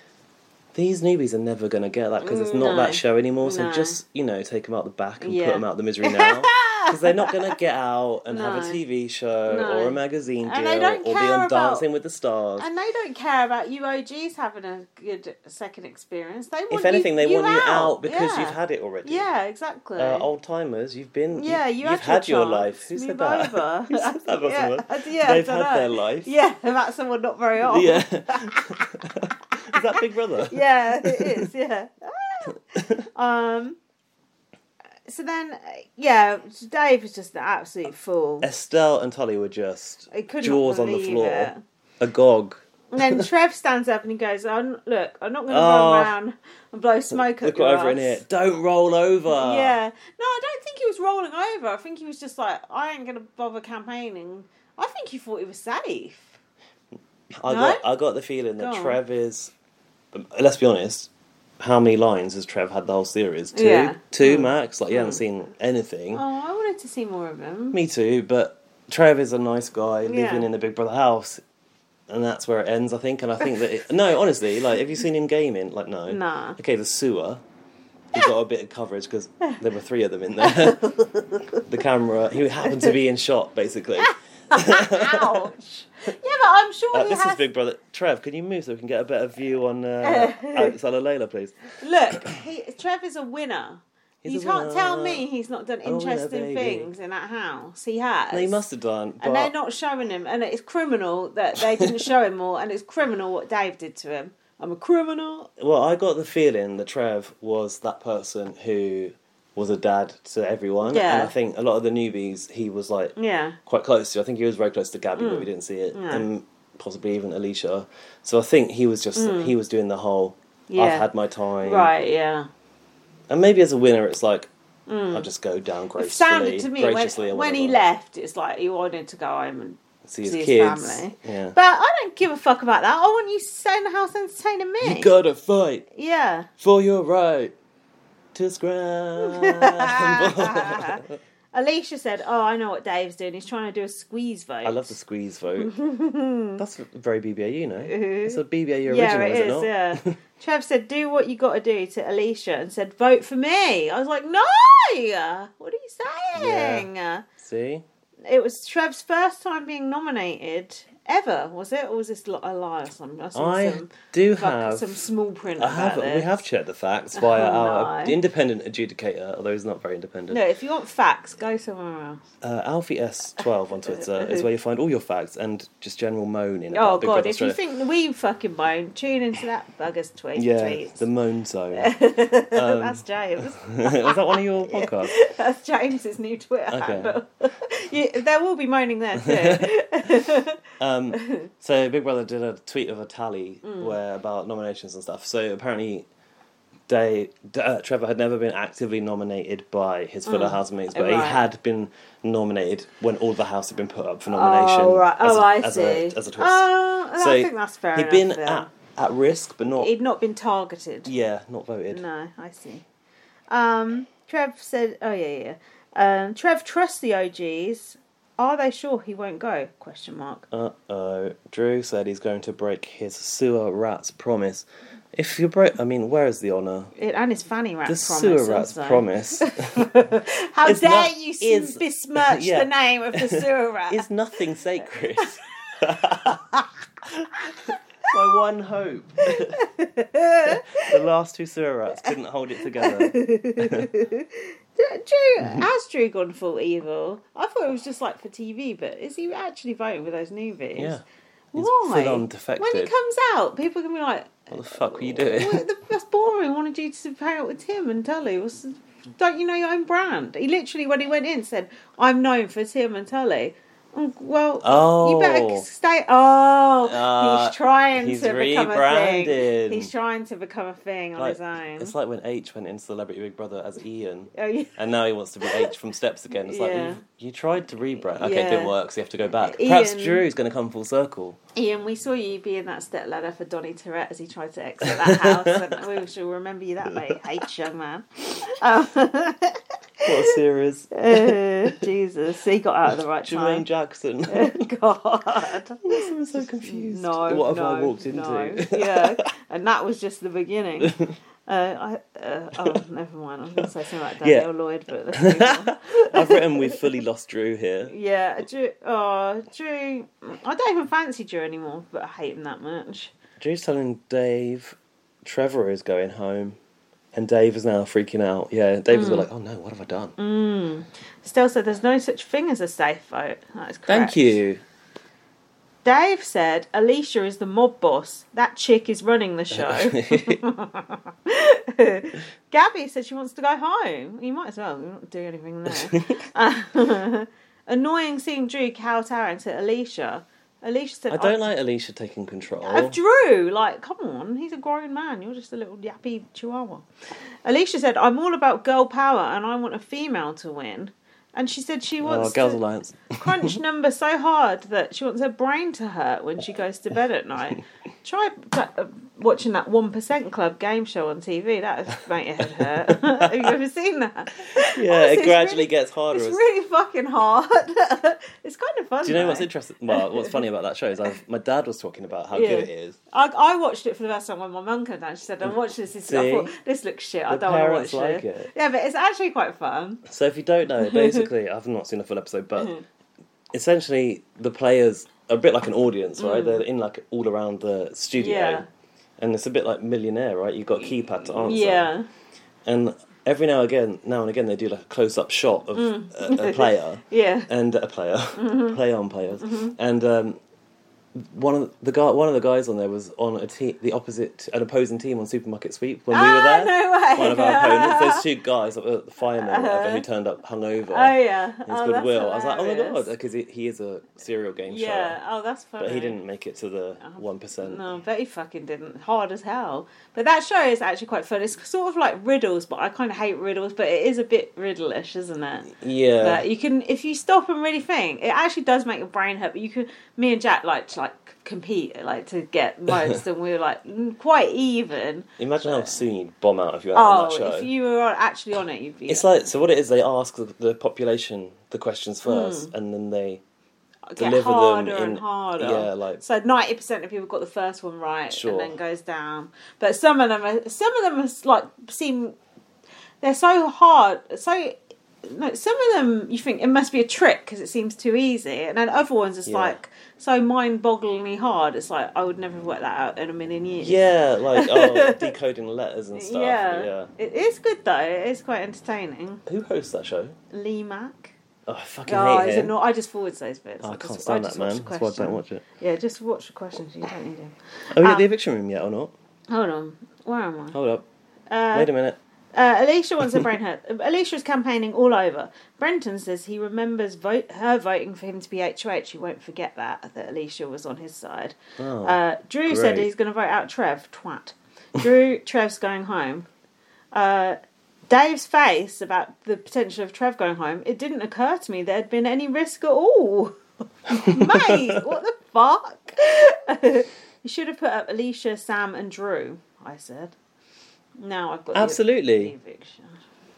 S1: these newbies are never going to get that because it's not
S2: Mm, No.
S1: that show anymore. So
S2: No.
S1: just, you know, take them out the back and put
S2: Yeah.
S1: them out the misery now. Because they're not going to get out and have a
S2: No.
S1: TV show
S2: No.
S1: or a magazine
S2: And
S1: deal
S2: they
S1: or
S2: don't
S1: be
S2: care
S1: on
S2: about-
S1: Dancing with the Stars.
S2: And they don't care about you OGs having a good second experience. They want
S1: If anything,
S2: you,
S1: they want you out because
S2: Yeah.
S1: you've had it already.
S2: Yeah, exactly.
S1: Uh, old timers, you've been.
S2: yeah, you
S1: have
S2: had,
S1: had your
S2: chance.
S1: life. Who
S2: Move
S1: said that?
S2: Over.
S1: Who said that about
S2: yeah,
S1: someone?
S2: I- yeah,
S1: They've
S2: I
S1: had
S2: don't know.
S1: their life.
S2: Yeah, about someone not very old.
S1: Yeah. Is that Big Brother?
S2: yeah, it is. Yeah. um. So then, yeah, Dave was just an absolute fool.
S1: Estelle and Tully were just
S2: I could
S1: Uh, jaws
S2: not
S1: on the
S2: believe
S1: floor,
S2: It.
S1: agog.
S2: And then Trev stands up and he goes, oh, "Look, I'm not going to
S1: Oh.
S2: run around and blow smoke at
S1: Look
S2: your
S1: what over in
S2: ass."
S1: here. Don't roll over.
S2: Yeah. No, I don't think he was rolling over. I think he was just like, I ain't going to bother campaigning. I think he thought he was safe.
S1: I
S2: No?
S1: got I got the feeling that
S2: Go on.
S1: Trev is. um, Let's be honest. How many lines has Trev had the whole series? Two,
S2: Yeah.
S1: two
S2: Mm.
S1: max. Like you haven't seen anything.
S2: Oh, I wanted to see more of him.
S1: Me too, but Trev is a nice guy living
S2: Yeah.
S1: in a Big Brother house, and that's where it ends, I think. And I think that it, no, honestly, like, have you seen him gaming? Like, no.
S2: Nah.
S1: Okay, the sewer. He got a bit of coverage because there were three of them in there. the camera. He happened to be in shot, basically.
S2: Ouch. yeah, but I'm sure
S1: Uh,
S2: he
S1: this
S2: has.
S1: is Big Brother. Trev, can you move so we can get a better view on uh, Alex Alalela, please?
S2: Look, he, Trev is a winner. you
S1: a
S2: can't tell
S1: winner.
S2: me he's not done
S1: a winner, baby.
S2: interesting things in that house. He has.
S1: They must have done. But
S2: And they're not showing him. And it's criminal that they didn't show him more. And it's criminal what Dave did to him. I'm a criminal.
S1: Well, I got the feeling that Trev was that person who was a dad to everyone,
S2: Yeah.
S1: and I think a lot of the newbies he was like
S2: Yeah.
S1: quite close to. I think he was very close to Gabby,
S2: Mm.
S1: but we didn't see it, and possibly even Alicia. So I think he was just he was doing the whole
S2: Mm. Yeah.
S1: "I've had my time,"
S2: Right, yeah.
S1: and maybe as a winner, it's like I'll just go down
S2: Mm. It
S1: gracefully,
S2: sounded to me when,
S1: graciously or
S2: when he
S1: whatever.
S2: left, it's like he wanted to go home and
S1: see his,
S2: see his
S1: kids.
S2: family.
S1: Yeah,
S2: But I don't give a fuck about that. I want you to stay in the house entertaining me.
S1: you gotta fight
S2: yeah.
S1: for your right to scramble.
S2: Alicia said, "Oh, I know what Dave's doing. He's trying to do a squeeze vote."
S1: I love the squeeze vote. That's very BBAU, no? It's a BBAU original,
S2: Yeah, it
S1: is, it
S2: is.
S1: not?
S2: yeah. Trev said, "Do what you got to do to Alicia," and said, "Vote for me." I was like, "No! What are you saying?"
S1: See?
S2: It was Trev's first time being nominated ever, was it? Or was this li- a lie or something? I saw
S1: I
S2: some
S1: do
S2: fuck-
S1: have.
S2: some small print
S1: I
S2: about
S1: have.
S2: this.
S1: We have checked the facts via
S2: Oh,
S1: our
S2: no.
S1: independent adjudicator, although he's not very independent.
S2: No, if you want facts, go somewhere else.
S1: Uh, Alfie S12 on Twitter is where you find all your facts and just general moaning.
S2: Oh
S1: About Big
S2: god,
S1: Brother
S2: if you
S1: Australia.
S2: think we fucking moan, tune into that bugger's tweet.
S1: Yeah,
S2: tweets.
S1: the um, moan zone.
S2: that's James.
S1: is that one of your podcasts?
S2: That's James's new Twitter
S1: Okay.
S2: handle. you, there will be moaning there too.
S1: Um, so Big Brother did a tweet of a tally
S2: Mm.
S1: where about nominations and stuff. So apparently, they D- uh, Trevor had never been actively nominated by his fellow housemates, but he
S2: Mm. Right.
S1: had been nominated when all the house had been put up for nomination.
S2: oh right,
S1: as
S2: oh
S1: a-
S2: I
S1: as
S2: see.
S1: a- as a twist.
S2: Oh,
S1: So
S2: I think that's fair
S1: He'd
S2: enough.
S1: been
S2: then.
S1: at, at risk, but not
S2: He'd not been targeted.
S1: yeah, not voted.
S2: No, I see. Um, Trev said, "Oh yeah, yeah." Um, Trev trusts the OGs. Are they sure he won't go? Question mark.
S1: Uh oh. Drew said he's going to break his sewer rat's promise. If you break, I mean, where is the honour?
S2: It, and his fanny rat
S1: The
S2: promise.
S1: sewer rat's
S2: also.
S1: promise.
S2: How
S1: It's
S2: dare
S1: not-
S2: you
S1: is-
S2: besmirch
S1: yeah.
S2: the name of the sewer rat?
S1: is nothing sacred. My one hope. the last two sewer rats couldn't hold it together.
S2: Drew has Drew gone full evil? I thought it was just like for TV, but is he actually voting with those newbies?
S1: Yeah. He's
S2: Why?
S1: full on
S2: when he
S1: defected.
S2: comes out, people are gonna be like,
S1: What the fuck were you
S2: "Well,
S1: doing?
S2: the- "That's boring." I wanted you to hang out with Tim and Tully. What's, don't you know your own brand? He literally, when he went in, said, "I'm known for Tim and Tully." Mm, Well, you better
S1: Oh.
S2: stay. Oh,
S1: Uh,
S2: he's trying
S1: he's
S2: to become a
S1: rebranded.
S2: thing. He's trying to become a thing on
S1: Like,
S2: his own.
S1: it's like when H went in Celebrity Big Brother as Ian.
S2: oh, yeah.
S1: And now he wants to be H from Steps again. It's like,
S2: Yeah.
S1: you, you tried to rebrand. Okay, it
S2: Yeah.
S1: didn't work, so you have to go back. Perhaps
S2: Ian-
S1: Drew's going to come full circle.
S2: Ian, we saw you being that step ladder for Donny Tourette as he tried to exit that house, and we shall remember you that way, H young man. Um,
S1: What a series.
S2: Uh, Jesus, he got out at the right
S1: Jermaine
S2: time.
S1: Jackson.
S2: God.
S1: I'm so confused.
S2: No,
S1: What have
S2: no,
S1: I walked into?
S2: No. yeah, and that was just the beginning. Uh, I, uh, oh, never mind. I'm going to say something like
S1: Yeah.
S2: Daniel Lloyd, but let's move on.
S1: I've written we've fully lost Drew here.
S2: yeah, Drew, oh, Drew. I don't even fancy Drew anymore, but I hate him that much.
S1: Drew's telling Dave Trevor is going home. And Dave is now freaking out. Yeah, Dave
S2: Mm.
S1: is like, oh no, what have I done?
S2: Still said there's no such thing as a safe vote. That is correct.
S1: Thank you.
S2: Dave said Alicia is the mob boss. That chick is running the show. Gabby said she wants to go home. You might as well. You're not doing anything there. annoying seeing Drew kowtowing to Alicia. Alicia said, "Oh,
S1: I don't like Alicia taking control.
S2: Of Drew, like, come on, he's a grown man. You're just a little yappy chihuahua. Alicia said, "I'm all about girl power, and I want a female to win." And she said she
S1: oh,
S2: wants
S1: Girls
S2: to
S1: Alliance.
S2: crunch number so hard that she wants her brain to hurt when she goes to bed at night. Try uh, watching that One Percent Club game show on TV. That would make your head hurt. Have you ever seen that?
S1: Yeah,
S2: Honestly,
S1: it
S2: it's
S1: gradually
S2: really-
S1: gets harder.
S2: It's
S1: as-
S2: really fucking hard. it's kind of fun.
S1: Do you know what's
S2: though.
S1: interesting? Well, what's funny about that show is I've, my dad was talking about how
S2: Yeah.
S1: good it is.
S2: I, I watched it for the first time when my mum came down. She said, "I'm watching this. this I
S1: See?
S2: thought this looks shit. I
S1: The
S2: don't want to watch
S1: parents like
S2: this."
S1: it.
S2: Yeah, but it's actually quite fun.
S1: So if you don't know, basically, I've not seen a full episode, but
S2: Mm.
S1: essentially the players are a bit like an audience, right? They're in like all around the studio,
S2: Mm. Yeah.
S1: and it's a bit like Millionaire, right? You've got a keypad to answer,
S2: Yeah,
S1: and every now and again, now and again, they do like a close-up shot of
S2: Mm.
S1: a, a player
S2: yeah.
S1: and a player,
S2: Mm-hmm.
S1: play on players, and. Um, one of the guy, one of the guys on there was on a team, the opposite, an opposing team on Supermarket Sweep when we were
S2: Ah,
S1: there.
S2: no way. Uh-huh.
S1: One of our opponents, those two guys, that were the firemen, or whatever, who turned up hungover
S2: Oh yeah.
S1: his
S2: oh, that's
S1: goodwill. I was like, oh my god,
S2: hilarious.
S1: because he, he is a serial game
S2: Yeah.
S1: show,
S2: Oh, that's funny.
S1: but he didn't make it to the one percent.
S2: No, I bet he fucking didn't. Hard as hell. But that show is actually quite fun. It's sort of like riddles, but I kind of hate riddles. But it is a bit riddlish, isn't it?
S1: Yeah,
S2: But you can, if you stop and really think, it actually does make your brain hurt. But you can, me and Jack like to, like compete, like to get most, and we were like mm, quite even.
S1: imagine how soon you'd bomb out if you were on that
S2: Oh,
S1: show.
S2: if you were on- actually on it, you'd be.
S1: It's like so. What it is, they ask the, the population the questions
S2: Hmm.
S1: first, and then they
S2: get
S1: deliver them
S2: harder
S1: in-
S2: and harder.
S1: yeah, like-
S2: so ninety percent of people got the first one right,
S1: Sure.
S2: and then goes down. But some of them, are, some of them are s- like seem they're so hard. So no, some of them you think it must be a trick because it seems too easy, and then other ones it's
S1: Yeah.
S2: like so mind-bogglingly hard. It's like I would never work that out in a million years.
S1: yeah, like oh, decoding letters and stuff.
S2: yeah.
S1: Yeah.
S2: It is good though. It is quite entertaining.
S1: Who hosts that show?
S2: Lee Mack.
S1: Oh, I fucking
S2: Oh,
S1: hate
S2: it's
S1: him.
S2: anno- I just forwards those bits.
S1: Oh, I
S2: just-
S1: can't stand
S2: just
S1: that
S2: watch
S1: man.
S2: the
S1: That's why I
S2: question.
S1: don't watch it.
S2: Yeah, just watch the questions. You don't need them.
S1: Are we at
S2: Um,
S1: the eviction room yet or not?
S2: Hold on. Where am
S1: Hold up.
S2: I? Uh,
S1: Wait a minute.
S2: uh, Alicia wants her brain hurt. Alicia's campaigning all over. Brenton says he remembers vote her voting for him to be HOH. He won't forget that, that Alicia was on his side.
S1: Oh,
S2: uh, Drew said
S1: great.
S2: he's going to vote out Trev. Twat. Drew, Trev's going home. Uh, Dave's face about the potential of Trev going home, it didn't occur to me there had been any risk at all. Mate, what the fuck? you should have put up Alicia, Sam, and Drew, I said. Now I've got the- the
S1: Absolutely,
S2: eviction.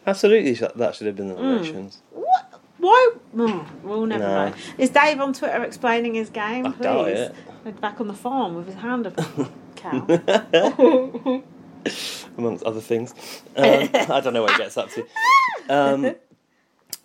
S1: absolutely. sh- That should have been the
S2: Hmm.
S1: nominations.
S2: What? Why? Oh, we'll never
S1: No.
S2: know. Is Dave on Twitter explaining his game?
S1: I
S2: please.
S1: doubt it.
S2: He's Back on the farm with his hand up. Cow.
S1: amongst other things. Um, I don't know what he gets up to. Um,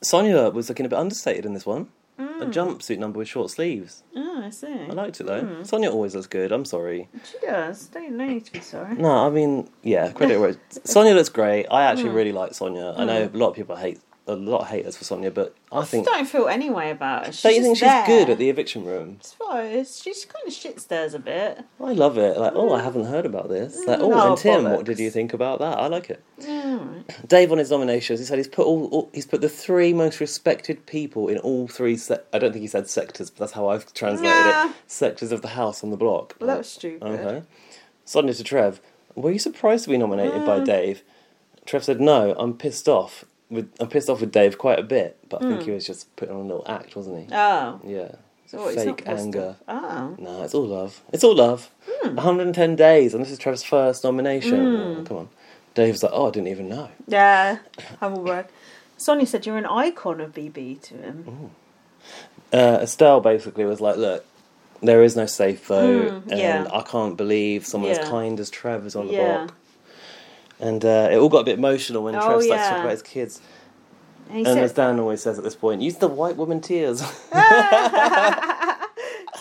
S1: Sonia was looking a bit understated in this one.
S2: Hmm.
S1: A jumpsuit number with short sleeves.
S2: Oh, I see.
S1: I liked it though.
S2: Hmm.
S1: Sonia always looks good. I'm sorry.
S2: She does. Don't no need to be sorry.
S1: No, I mean, yeah, credit where it's- Sonia looks great. I actually
S2: Hmm.
S1: really like Sonia. I know a lot of people hate a lot of haters for Sonia, but I
S2: I
S1: think
S2: don't feel any way about her. She's
S1: don't you think
S2: just
S1: she's
S2: there.
S1: good at the eviction room?
S2: As far as she's kind of shit stares a bit.
S1: I love it. Like, oh,
S2: Hmm.
S1: I haven't heard about this. Like, oh,
S2: No,
S1: and Tim, what
S2: bollocks.
S1: did you think about that? I like it.
S2: Yeah, all right.
S1: Dave on his nominations, he said he's put all, all he's put the three most respected people in all three. Se- I don't think he said sectors, but that's how I've translated
S2: Yeah.
S1: it. Sectors of the house on the block.
S2: Well, that was stupid.
S1: okay. Suddenly to Trev, were you surprised to be nominated by
S2: Uh.
S1: Dave? Trev said, "No, I'm pissed off with I'm pissed off with Dave quite a bit, but I think he was just putting on a little act, wasn't he?
S2: Oh.
S1: yeah,
S2: So Hmm. it's not
S1: fake
S2: pissed
S1: anger.
S2: off. Hmm. Oh.
S1: No, it's all love. It's all love. 110 days, and this is Trev's
S2: Hmm.
S1: first nomination. Oh, come on, Dave's like, oh, I didn't even know.
S2: Yeah. Humblebrag. Sonia said you're an icon of BB to him.
S1: uh, Estelle basically was like, "Look, there is no safe vote,
S2: Mm, yeah.
S1: and I can't believe someone as
S2: Yeah.
S1: kind as Trev is on the
S2: Yeah.
S1: block." And uh, it all got a bit emotional when
S2: Oh,
S1: Trev starts to talk
S2: yeah.
S1: about his kids.
S2: And he
S1: and as
S2: said,
S1: Dan always says at this point, use the white woman tears.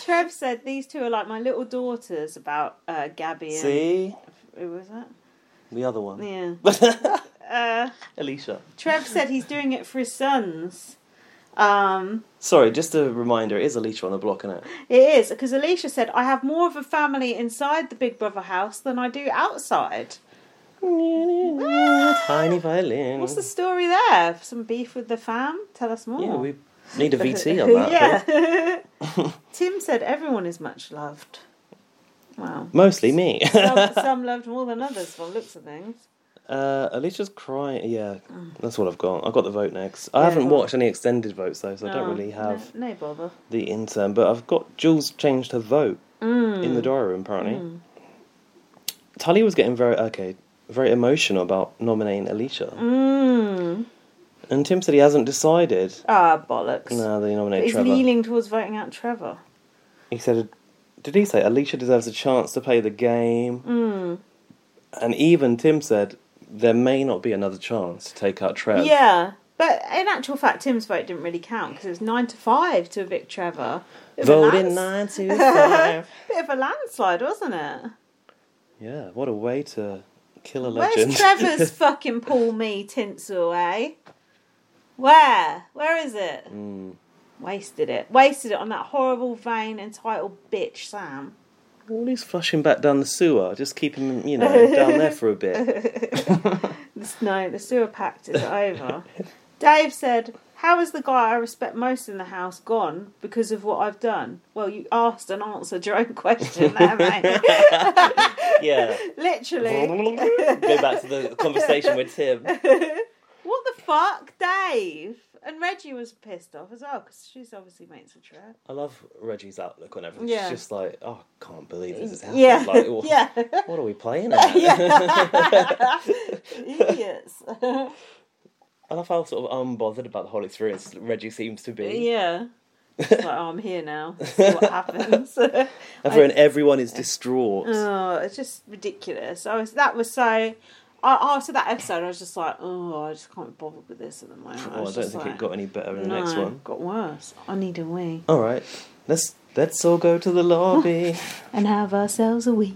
S2: Trev said these two are like my little daughters about uh, Gabby and
S1: See
S2: who was that?
S1: the other one,
S2: Yeah. Uh,
S1: Alicia.
S2: Trev said he's doing it for his sons. Um,
S1: Sorry, just a reminder: it is Alicia on the block, isn't it?
S2: it is because Alicia said I have more of a family inside the Big Brother house than I do outside.
S1: Tiny violin.
S2: Ah! What's the story there? Some beef with the fam? Tell us more.
S1: Yeah, we need a VT on that. but
S2: yeah. Tim said everyone is much loved. Wow.
S1: Mostly me.
S2: Some, some loved more than others from looks of things.
S1: Uh, Alicia's crying. Yeah, that's what I've got. I've got the vote next. I
S2: Yeah,
S1: haven't
S2: well-
S1: watched any extended votes though, so I don't
S2: No,
S1: really have
S2: No, no bother.
S1: the intern. But I've got Jules changed her vote
S2: Mm.
S1: in the diary room. Apparently, Tully was getting very okay, very emotional about nominating Alicia,
S2: Mm.
S1: and Tim said he hasn't decided.
S2: Ah, bollocks.
S1: No, they nominate
S2: He's
S1: Trevor.
S2: leaning towards voting out Trevor.
S1: He said, "Did he say Alicia deserves a chance to play the game?"
S2: Mm.
S1: And even Tim said there may not be another chance to take out Trev.
S2: Yeah, but in actual fact, Tim's vote didn't really count because it was nine to five to evict Trevor. Bit of a
S1: Vote in
S2: lands-
S1: nine two five.
S2: Bit of a landslide, wasn't it?
S1: Yeah, what a way to kill a legend.
S2: Where's Trevor's fucking Paul Me tinsel, eh? Where? Where is it? Wasted it. Wasted it on that horrible, vain, entitled bitch, Sam.
S1: All he's flushing back down the sewer, just keep him, you know, down there for a bit.
S2: This- No, the sewer pact is over. Dave said, How is the guy I respect most in the house gone because of what I've done? Well, you asked and answered your own question there, mate.
S1: Yeah.
S2: Literally.
S1: Go back to the conversation with Tim.
S2: What the fuck, Dave? And Reggie was pissed off as well because she's obviously mates with Trev.
S1: I love Reggie's outlook on everything.
S2: Yeah.
S1: She's just like, oh, I can't believe this is happening.
S2: Yeah.
S1: Like, what,
S2: yeah.
S1: what are we playing at?
S2: yeah. Idiots.
S1: I love how sort of unbothered about the whole experience Reggie seems to be.
S2: yeah. It's like, oh, I'm here now. See what happens.
S1: Everyone, everyone is distraught.
S2: Oh, it's just ridiculous. I was that was so. I, after that episode, I was just like, oh, I just can't be bothered with this at the moment.
S1: oh, I
S2: was
S1: don't
S2: just
S1: think
S2: like,
S1: it got any better in the
S2: no,
S1: next one.
S2: Got worse. I need a wee
S1: All right, let's let's all go to the lobby.
S2: and have ourselves a wee.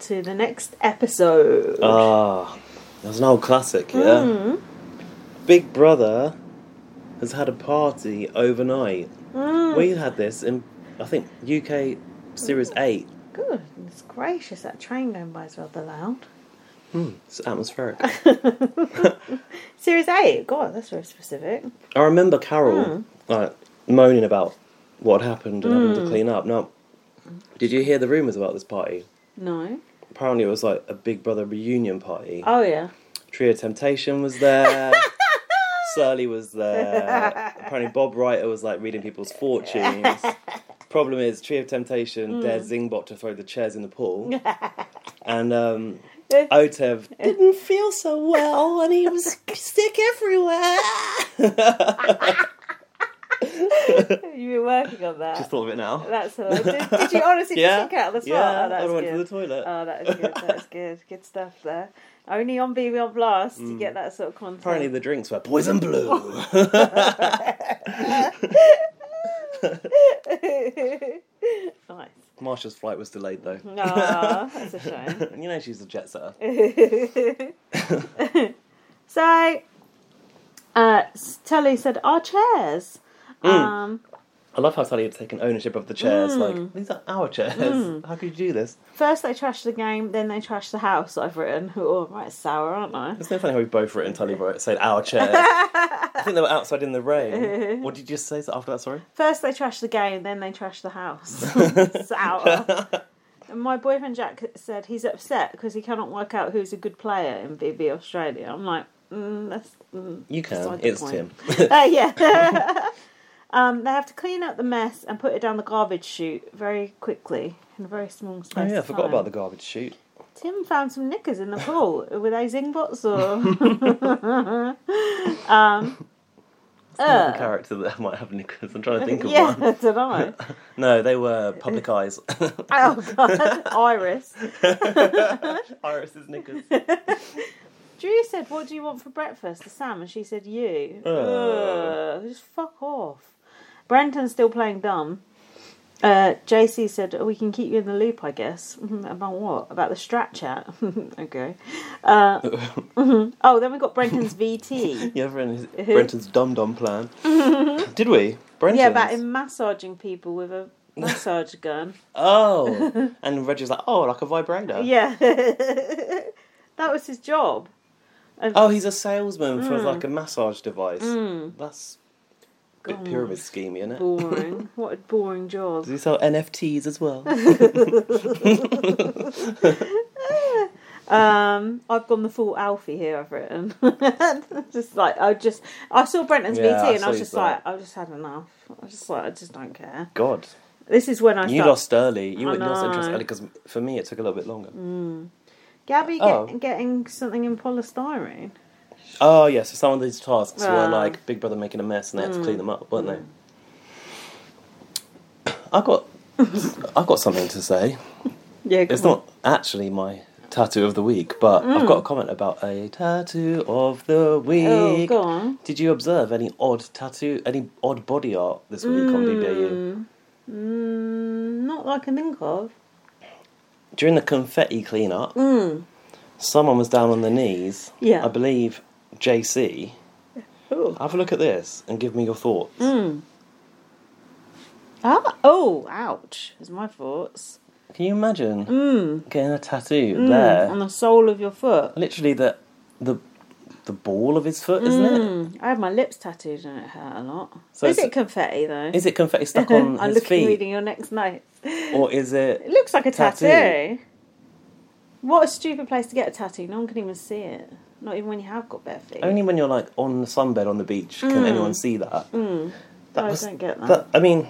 S2: to the next episode.
S1: Ah, that was an old classic, yeah. Big Brother has had a party overnight. We had this in, I think, UK Series 8.
S2: Goodness gracious, that train going by is rather loud.
S1: It's atmospheric.
S2: Series eight. God, that's very specific.
S1: I remember Carol like, moaning about what had happened and having to clean up. Now, did you hear the rumours about this party?
S2: No.
S1: Apparently, it was like a Big Brother reunion party.
S2: Oh yeah.
S1: Trio Temptation was there. Surly was there. Apparently, Bob Writer was like reading people's fortunes. Problem is, Trio Temptation
S2: Mm.
S1: dared Zingbot to throw the chairs in the pool, and um, Otev didn't feel so well, and he was sick everywhere.
S2: You been working on that.
S1: Just thought of it now.
S2: That's hilarious. Did, did you honestly
S1: yeah.
S2: just think out of the spot?
S1: Yeah,
S2: oh, that's
S1: I went
S2: good.
S1: to the toilet.
S2: Oh, that is good. That's good. Good stuff there. Only on BB on Blast to
S1: Mm.
S2: get that sort of content.
S1: Apparently the drinks were poison blue.
S2: nice.
S1: Marsha's flight was delayed though.
S2: Aw, that's a shame.
S1: you know she's a jet setter.
S2: so, uh, Tully said, "Our chairs."
S1: Mm.
S2: Um,
S1: I love how Sally had taken ownership of the chairs. Like these are our chairs. How could you do this?
S2: first they trashed the game, then they trashed the house. I've written. Oh, I'm right, sour, aren't I?
S1: It's no funny how we both wrote and Tully wrote said our chair. I think they were outside in the rain. what did you say after that? Sorry.
S2: First they trashed the game, then they trashed the house. Sour. And my boyfriend Jack said he's upset because he cannot work out who's a good player in BB Australia. I'm like, mm, that's. Mm.
S1: You can.
S2: Beside the
S1: It's Tim.
S2: point. Uh, yeah. um, they have to clean up the mess and put it down the garbage chute very quickly in a very small space.
S1: oh yeah, I
S2: of
S1: forgot
S2: time.
S1: about the garbage chute.
S2: Tim found some knickers in the pool. Were they Zingbots or? Um,
S1: Another character that might have knickers. I'm trying to think of
S2: Uh. yeah,
S1: one.
S2: I don't know.
S1: No, they were public eyes.
S2: Oh god, Iris.
S1: Iris's knickers.
S2: Drew said, "What do you want for breakfast?" To Sam, and she said, "You." Ugh, just fuck off. Brenton's still playing dumb. Uh, JC said, "We can keep you in the loop, I guess." "Mhm, About what? About the strat chat. okay. Uh, mhm. Oh, then we got Brenton's VT.
S1: Yeah, Brenton's, Brenton's dum dum plan. Did we? Brenton's.
S2: yeah, about him massaging people with a massage gun.
S1: Oh, and Reggie's like, oh, like a vibrator.
S2: Yeah, that was his job.
S1: Oh, he's a salesman for
S2: Hmm.
S1: like a massage device. That's a bit pyramid scheme, isn't it?
S2: Boring. what a boring job.
S1: Does he sell NFTs as well?
S2: Um, I've gone the full Alfie here. I've written just like I just I saw Brenton's
S1: Yeah, I
S2: BT and
S1: saw
S2: I was
S1: you
S2: just
S1: saw
S2: like I just had enough. I was just like I just don't care.
S1: God,
S2: This is when I
S1: you
S2: start-
S1: lost early. You
S2: I
S1: were not interested
S2: know. Mm.
S1: early because for me it took a little bit longer.
S2: Gabby get,
S1: Oh.
S2: getting something in polystyrene.
S1: Oh yeah, so some of these tasks were
S2: Ah.
S1: like Big Brother making a mess and they had
S2: Mm.
S1: to clean them up, weren't they? I got, I got something to say.
S2: Yeah,
S1: It's not actually my tattoo of the week, but I've got a comment about a tattoo of the week.
S2: Mm. Oh, go on.
S1: Did you observe any odd tattoo, any odd body art this week on DBAU?
S2: Mm, not that I can think of.
S1: During the confetti cleanup, someone was down on their knees.
S2: Mm. Yeah.
S1: I believe JC.
S2: Oh,
S1: Have a look at this and give me your thoughts.
S2: Mm. ah, oh, ouch! Is my thoughts
S1: Can you imagine
S2: Mm.
S1: getting a tattoo there?
S2: on the sole of your foot?
S1: Literally the the the ball of his foot, isn't it?
S2: Hmm, I had my lips tattooed and it hurt a lot.
S1: So
S2: is
S1: it's-
S2: it confetti though?
S1: Is it confetti stuck on
S2: I'm
S1: his
S2: looking
S1: feet,
S2: reading your next note.
S1: or is it?
S2: It looks like a tattoo.
S1: Tattoo.
S2: What a stupid place to get a tattoo. No one can even see it. Not even when you have got bare feet.
S1: Only when you're like on the sunbed on the beach can anyone see that. That
S2: Mm. I don't get that.
S1: I mean,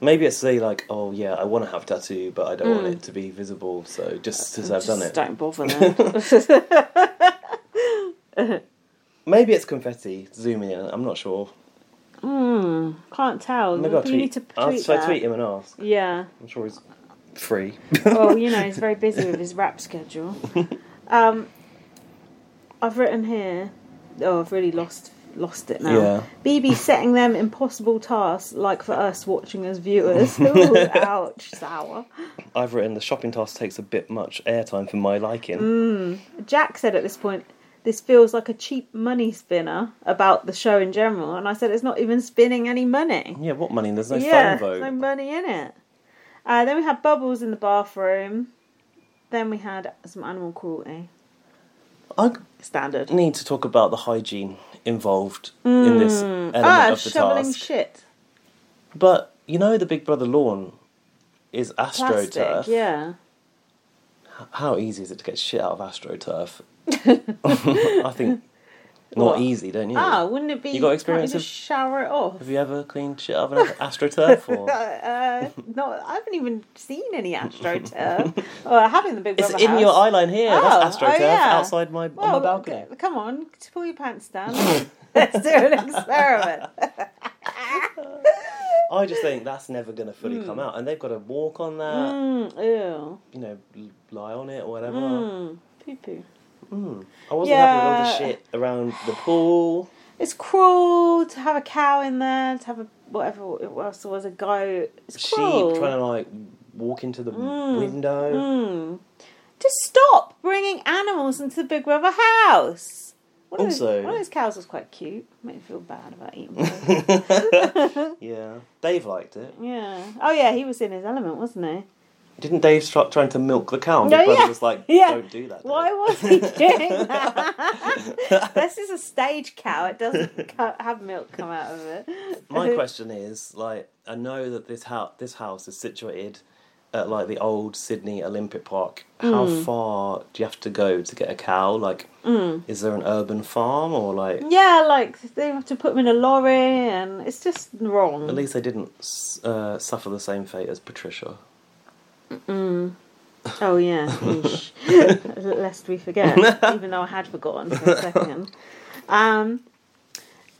S1: maybe it's say like, oh yeah, I want to have tattoo, but I don't
S2: Mm.
S1: want it to be visible. So
S2: Uh,
S1: just to have
S2: Just
S1: done it,
S2: don't bother then.
S1: maybe it's confetti zooming in. I'm not sure.
S2: Can't tell.
S1: Maybe I'll
S2: you
S1: tweet.
S2: need to tweet
S1: I'll, should I
S2: that.
S1: tweet him and ask.
S2: Yeah.
S1: I'm sure he's free.
S2: Well, you know, he's very busy with his rap schedule. Um, I've written here. Oh, I've really lost lost it now.
S1: Yeah.
S2: BB setting them impossible tasks, like for us watching as viewers. Ooh, ouch, sour.
S1: I've written the shopping task takes a bit much airtime for my liking.
S2: Mm. Jack said at this point, this feels like a cheap money spinner about the show in general. And I said, it's not even spinning any money.
S1: Yeah, what money? There's no
S2: yeah,
S1: phone vote.
S2: no money in it. Uh, then we had bubbles in the bathroom. Then we had some animal cruelty.
S1: I
S2: Standard.
S1: need to talk about the hygiene involved in this element
S2: Ah,
S1: of the
S2: shoveling
S1: task.
S2: shit.
S1: But you know, the Big Brother lawn is astroturf.
S2: Plastic,
S1: Hmm.
S2: yeah.
S1: How easy is it to get shit out of astroturf? I think not
S2: What?
S1: easy, don't you?
S2: Ah, wouldn't it be...
S1: You got
S2: can't
S1: experience
S2: just
S1: of-
S2: shower it off?
S1: Have you ever cleaned shit out of an astroturf? Or
S2: Uh, no, I haven't even seen any astroturf. oh, I have in the Big
S1: it's
S2: Brother
S1: in
S2: house.
S1: your eye line here.
S2: Oh,
S1: That's astroturf
S2: oh, yeah.
S1: outside my on my balcony.
S2: c- Come on, t- pull your pants down. Let's do an experiment.
S1: I just think that's never going to fully
S2: Hmm.
S1: come out, and they've got to walk on that,
S2: Mm, ew.
S1: you know, l- lie on it or whatever.
S2: Mm, poo poo.
S1: I wasn't happy with all the
S2: Yeah.
S1: shit around the pool.
S2: It's cruel to have a cow in there, to have a whatever it was, there was a goat. It's
S1: sheep
S2: cruel.
S1: trying to like walk into the
S2: Mm.
S1: window.
S2: Hmm. Just stop bringing animals into the Big Brother house. One of those-
S1: Also-
S2: one of those cows was quite cute. Made me feel bad about eating. one.
S1: Yeah, Dave liked it.
S2: yeah. Oh yeah, he was in his element, wasn't he?
S1: Didn't Dave start trying to milk the cow? And
S2: No,
S1: his brother
S2: yeah.
S1: was like,
S2: Yeah.
S1: "Don't do that." Dave."
S2: Why was he doing that? this is a stage cow. It doesn't co- have milk come out of it.
S1: My question is like, I know that this house this house is situated at like the old Sydney Olympic Park. How
S2: Mm.
S1: far do you have to go to get a cow? Like, is there an urban farm or like?
S2: Yeah, like they have to put him in a lorry, and it's just wrong.
S1: At least they didn't s- uh, suffer the same fate as Patricia.
S2: Oh yeah, yeesh. lest we forget. even though I had forgotten for a second. Um,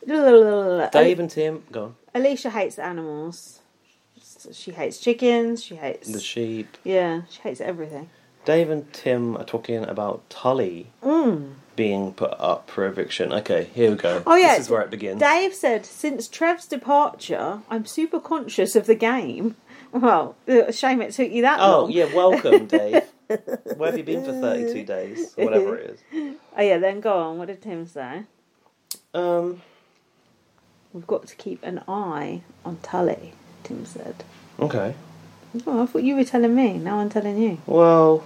S1: Dave and Tim, go on.
S2: Alicia hates animals. She hates chickens. She hates
S1: The sheep.
S2: yeah. She hates everything.
S1: Dave and Tim are talking about Tully being put up for eviction. Okay, here we go.
S2: Mm. Oh, yeah.
S1: This is where it begins.
S2: Dave said, since Trev's departure, I'm super conscious of the game. Well, uh, shame it took you that
S1: oh,
S2: long.
S1: yeah, welcome, Dave. Where have you been for 32 days? Or whatever it is.
S2: Oh yeah. Then go on. What did Tim say?
S1: Um,
S2: We've got to keep an eye on Tully. Tim said.
S1: okay.
S2: Oh, I thought you were telling me. Now I'm telling you.
S1: Well,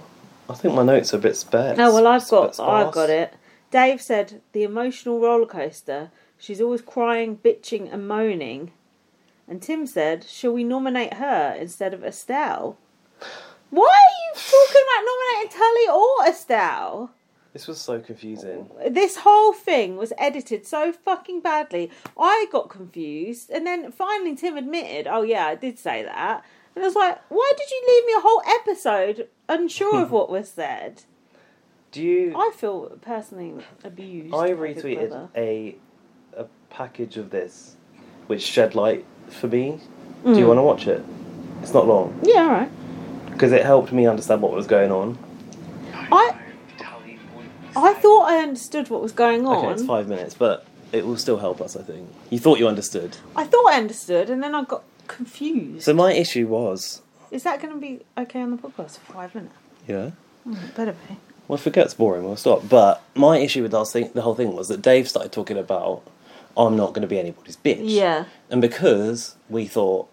S1: I think my notes are a bit sparse.
S2: No, Oh, well, I've got,
S1: Sparse.
S2: I've got it. Dave said the emotional roller coaster. She's always crying, bitching, and moaning. And Tim said, "Shall we nominate her instead of Estelle?" Why are you talking about nominating Tully or Estelle?
S1: This was so confusing.
S2: This whole thing was edited so fucking badly. I got confused, and then finally Tim admitted, "Oh yeah, I did say that." And I was like, "Why did you leave me a whole episode unsure of what was said?"
S1: Do you.
S2: I feel personally abused.
S1: I
S2: by Big
S1: retweeted
S2: Brother.
S1: a a package of this, which shed light for me. Do
S2: Mm.
S1: you want to watch it? It's not long
S2: Yeah, all right.
S1: because it helped me understand what was going on.
S2: I I thought I understood what was going on.
S1: Okay, it's five minutes, but it will still help us. I think you thought you understood.
S2: I thought I understood, and then I got confused.
S1: So my issue was,
S2: Is that going to be okay on the podcast for five minutes?
S1: yeah.
S2: It better be.
S1: Well, if it gets boring, we'll stop. But my issue with the whole thing, the whole thing was that Dave started talking about, I'm not going to be anybody's bitch.
S2: Yeah.
S1: And because we thought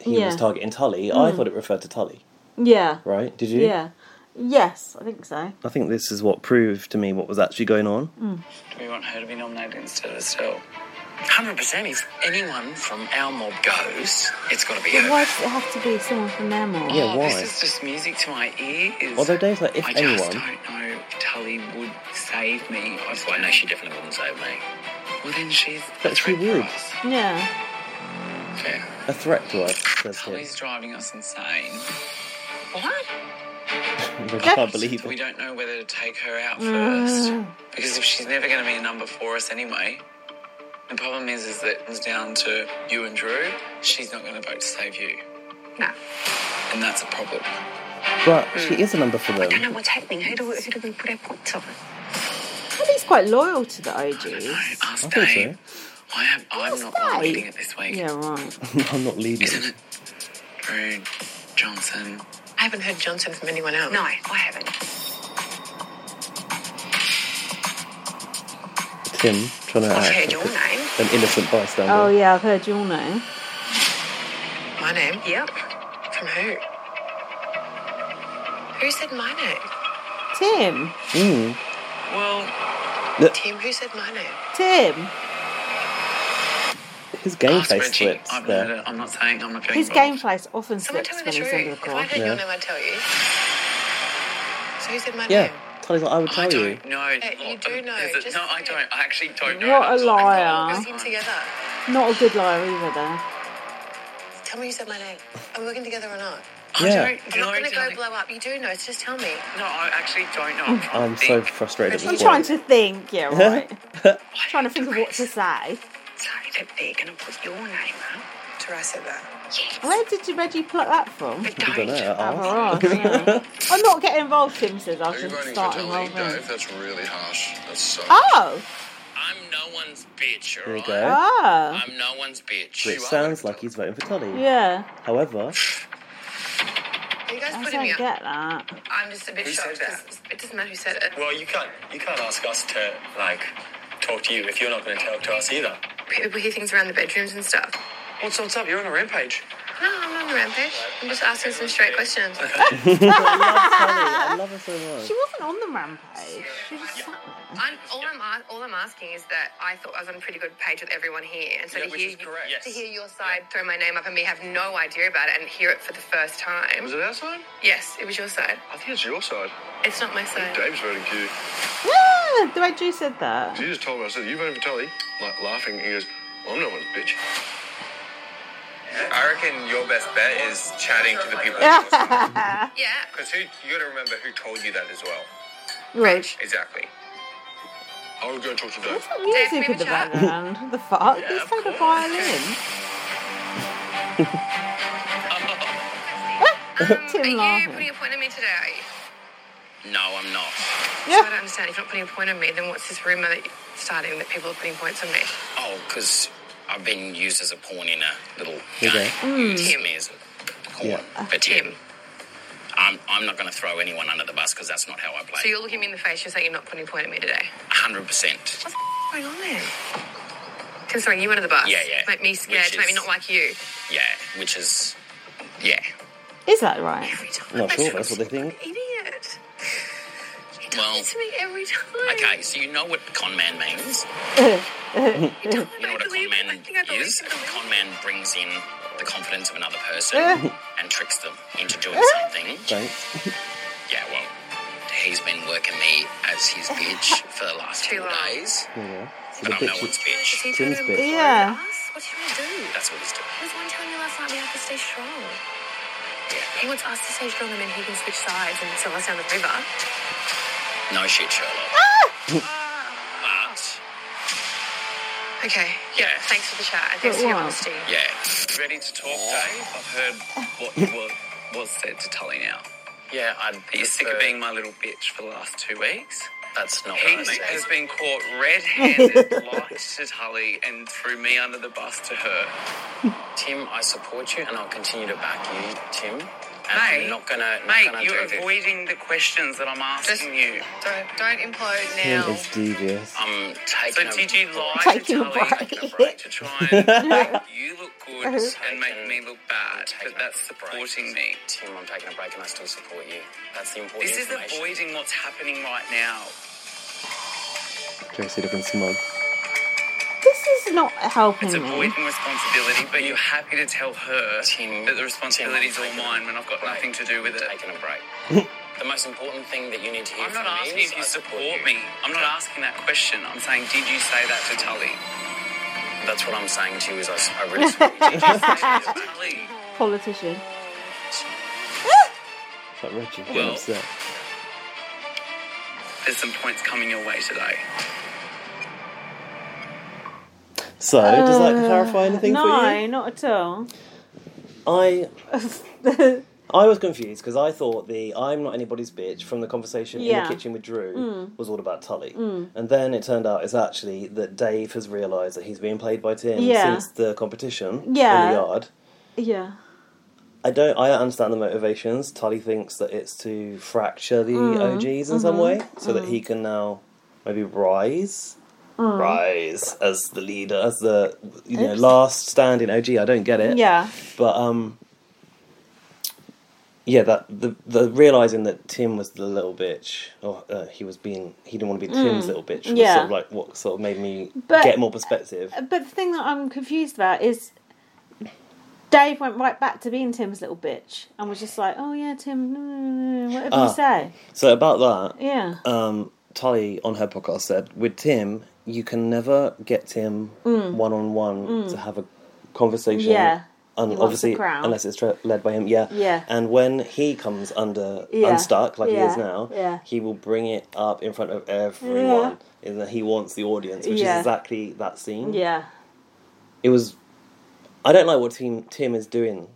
S1: he was
S2: Yeah.
S1: targeting Tully, I thought it referred to Tully,
S2: Yeah.
S1: right? Did you?
S2: Yeah. Yes, I think so.
S1: I think this is what proved to me what was actually going on.
S2: Mm.
S3: Do we want her to be nominated instead of Estelle?
S4: Hundred percent. If anyone from our mob goes, it's got to be her. Oh,
S2: Why does it have to be someone from their mob?
S1: Yeah, why?
S4: This is just music to my ears.
S1: Although Dave's like, if
S4: I
S1: anyone,
S4: just don't know if Tully would save me. Well, I know she definitely wouldn't save me. Well, then she's.
S1: But she
S4: threat for
S1: would.
S4: us.
S2: Yeah.
S4: Yeah.
S1: a threat to us, says Tim.
S4: Tully's driving us insane. What?
S1: I can't believe
S4: We
S1: it.
S4: don't know whether to take her out first because if she's never going to be a number for us anyway, the problem is is that it comes down to you and Drew. She's not going to vote to save you.
S5: No.
S4: And that's a problem.
S1: But she is a number for
S5: I don't know
S1: them.
S5: what's happening. Who do we, who do we put our points on?
S2: But he's quite loyal to the OGs.
S4: Ask
S1: I think
S4: Dave. I am, I'm not
S2: Dave?
S4: leading it this week.
S2: Yeah, right.
S1: so. I'm not leaving.
S4: Isn't it? Drew, Johnson.
S5: I haven't heard Johnson from anyone else. No, I haven't.
S1: Tim trying to
S5: I've
S1: act
S5: heard
S1: like
S5: your name.
S1: an innocent bystander.
S2: Oh yeah, I've heard your name.
S5: My name? Yep.
S4: From who?
S5: Who said my name?
S2: Tim.
S4: Well,
S5: Tim, who said my name?
S2: Tim.
S1: His game
S4: ask
S1: face
S4: Reggie.
S1: flips
S4: I've not heard
S1: there.
S4: it. I'm not saying I'm not feeling
S2: His game face often
S5: Oh Someone
S2: slips
S5: tell me
S2: when
S5: the
S2: he's
S5: truth.
S2: under the
S5: If I
S2: car.
S5: heard
S1: Yeah.
S5: your name, I'd tell you. So who said my
S1: Yeah,
S5: name?
S1: Tully's like, I would
S4: I
S1: tell you.
S4: don't know.
S5: you
S4: What-
S5: do know,
S4: is it-
S5: just
S4: No, I
S5: say it.
S4: don't. I actually don't know.
S2: What a
S5: We
S2: liar.
S5: We're working together.
S2: Not a good liar either, though.
S5: Tell me you said my name. Are we working together or not?
S4: I
S1: Yeah.
S4: don't
S5: I'm
S4: know.
S5: not going to go
S4: Charlie.
S5: blow up. You do know, so just tell me.
S4: No, I actually don't know. I
S1: I'm so
S4: think-
S1: frustrated
S2: I'm
S1: with
S2: trying
S1: Paul.
S2: to think, yeah, right. trying to think of what to
S5: Chris,
S2: say.
S5: Sorry that they're going to put your name up.
S4: To
S5: sure I said that.
S2: Where did you Reggie pluck that from?
S5: But
S1: I don't
S5: don't.
S1: know.
S2: Out of
S1: Oh.
S2: her arse, yeah. I'm not getting involved, Tim says. I
S5: Oh,
S6: Are you
S2: should
S6: voting for
S2: start
S6: Dominique
S2: involving.
S6: Dave? That's really harsh. That sucks.
S2: Oh,
S4: I'm no one's bitch,
S1: There you
S4: alright?
S1: go.
S2: ah,
S4: I'm no one's bitch.
S1: Which sounds like he's voting for Tolly.
S2: yeah.
S1: However,
S5: Are you guys
S2: I
S5: putting
S2: don't
S5: me up?
S2: get that.
S5: I'm just a bit
S4: Who
S5: shocked.
S4: said that?
S5: 'cause It doesn't matter who said it.
S4: Well, you can't you can't ask us to like talk to you if you're not going to talk to us either.
S5: People hear things around the bedrooms and stuff.
S4: What's what's up? You're on a rampage.
S5: No, I'm not on a rampage. I'm just asking some straight questions.
S1: I love her so much.
S2: She wasn't on the rampage. She was sat there.
S5: I'm, all, I'm, a- all I'm asking is that I thought I was on a pretty good page with everyone here. And so
S4: Yeah,
S5: to,
S4: which
S5: hear
S4: is
S5: you-
S4: correct. Yes.
S5: to hear your side throw my name up and me have no idea about it and hear it for the first time.
S6: Was it our side?
S5: Yes, it was your side.
S6: I think it's your side.
S5: It's not my side.
S6: Dave's voting for you.
S2: Yeah, the way Drew said that.
S6: You just told me, I said, you voted for Tully. Like, laughing. He goes, well, I'm no one's bitch.
S7: I reckon your best bet is chatting to the people.
S5: Yeah.
S7: Because who you got to remember who told you that as well.
S2: Rich.
S7: Exactly.
S6: I would go and talk to Dave.
S2: What's that
S5: Dave,
S2: music
S5: we
S2: in the
S5: have a
S2: background? What the fuck?
S4: Yeah,
S2: He's
S4: of
S2: playing a
S4: course.
S2: violin. Tim
S5: Are you
S2: laughing.
S5: putting a point on me today? Are you?
S4: No, I'm not.
S2: Yeah.
S5: So I don't understand. If you're not putting a point on me, then what's this rumor that starting that people are putting points on me?
S4: Oh, because I've been used as a pawn in a little
S1: you
S4: game.
S1: go.
S7: Hmm.
S4: Tim is a pawn,
S1: Yeah.
S4: but Tim. I'm, I'm not going to throw anyone under the bus because that's not how I
S5: So
S4: play.
S5: you're looking me in the face. You're saying you're not putting a point on me today.
S4: 100%.
S5: What's going on there? Considering you under the bus.
S4: Yeah, yeah.
S5: Make me scared.
S4: Which
S5: To make me
S4: is-
S5: not like you.
S4: Yeah, which is. Yeah.
S2: Is that right?
S5: Every time.
S1: Not sure, that's what they think.
S5: Idiot. He does
S4: Well,
S5: it to me every time.
S4: Okay, so you know what con man means.
S5: You don't
S4: You know what a con
S5: believe it. I
S4: man
S5: think I believe
S4: is?
S5: it.
S4: A con man brings in the confidence of another person and tricks them into doing something.
S1: Thanks.
S4: Yeah, well, he's been working me as his bitch for the last
S5: Too
S4: few
S5: long.
S4: days,
S1: Yeah. So
S4: but
S1: the
S4: I'm no
S1: bitch-
S4: one's
S5: Is he
S4: bitch.
S5: trying
S1: Tim's
S5: to
S1: bitch.
S5: employ
S2: Yeah.
S5: us? What's he trying to do?
S4: That's what he's doing.
S5: He was one telling me last night we have to stay strong. He wants us to stay strong and then he can switch sides and sell us down the river.
S4: No shit, Sherlock. but
S5: Okay.
S4: Yeah.
S5: Thanks for the chat. and
S2: But
S5: Thanks for your
S2: why?
S5: honesty.
S4: yeah, ready to talk, Dave. I've heard what was was said to Tully now. Yeah, I. Are
S7: You're sick of being my little bitch for the last two weeks.
S4: That's not
S7: He
S4: what I
S7: has
S4: said.
S7: been caught red-handed, lied to Tully, and threw me under the bus to her.
S4: Tim, I support you, and I'll continue to back you, Tim. And I'm
S7: Mate,
S4: not gonna. Not gonna
S7: Mate, you're
S4: do this.
S7: avoiding the questions that I'm asking you.
S5: Don't, don't implode
S1: Tim
S5: now.
S1: is devious.
S4: I'm
S7: So
S4: taking. a-
S7: did you lie to
S2: Taking a
S7: Tully
S2: break.
S7: a break to try and make you look good and make
S4: Taking-
S7: me look bad?
S4: taking
S7: But
S4: a
S7: that's
S4: break.
S7: supporting me.
S4: Tim, I'm taking a break, and I still support you. That's the important.
S7: This is
S4: information.
S7: avoiding what's happening right now.
S1: Tracy looking smug.
S2: This is not helping
S7: It's
S2: me.
S7: avoiding responsibility, but you're happy to tell her
S4: Tim,
S7: that the responsibility's
S4: Tim,
S7: all
S4: I'm taking
S7: mine when I've got
S4: break.
S7: nothing to do with it.
S4: Taking a break. the most important thing that you need to hear
S7: I'm not
S4: from
S7: asking
S4: me is
S7: if you
S4: I
S7: support
S4: you.
S7: me. I'm not asking that question. I'm saying, did you say that to Tully?
S4: That's what I'm saying to you is I, s- I really support you.
S7: Did you say that to Tully?
S2: Politician.
S1: It's like Reggie getting
S7: Well.
S1: upset.
S7: There's some points coming your way today.
S1: So, does that clarify anything for you?
S2: No, not at all.
S1: I I was confused because I thought the "I'm not anybody's bitch" from the conversation in
S2: Yeah. Mm.
S1: the kitchen with Drew was all about Tully, and then it turned out it's actually that Dave has realised that he's being played by Tim
S2: Yeah.
S1: since the competition
S2: Yeah.
S1: in the yard.
S2: Yeah.
S1: I don't. I understand the motivations. Tully thinks that it's to fracture the
S2: Mm.
S1: OGs in some
S2: Mm-hmm.
S1: way, so that he can now maybe rise, rise as the leader, as the you know
S2: Mm. Oops.
S1: last standing OG. I don't get it.
S2: Yeah.
S1: But um, yeah, that the the realizing that Tim was the little bitch, or uh, he was being he didn't want to be Tim's little bitch. Was
S2: Mm. yeah.
S1: sort of like what sort of made me
S2: But- uh,
S1: get more perspective.
S2: But the thing that I'm confused about is Dave went right back to being Tim's little bitch and was just like, oh yeah, Tim, no, no, no, no, whatever
S1: Ah.
S2: you say.
S1: So about that,
S2: Yeah.
S1: um, Tully on her podcast said with Tim, you can never get Tim one on one to have a conversation.
S2: Mm. Yeah.
S1: And
S2: He wants
S1: obviously,
S2: the crown.
S1: unless it's tra- led by him, yeah.
S2: Yeah.
S1: And when he comes under
S2: Yeah.
S1: unstuck, like he
S2: Yeah.
S1: is now,
S2: Yeah.
S1: he will bring it up in front of everyone, in that he wants the audience, which
S2: Yeah.
S1: is exactly that scene.
S2: Yeah.
S1: It was I don't like what Tim Tim is doing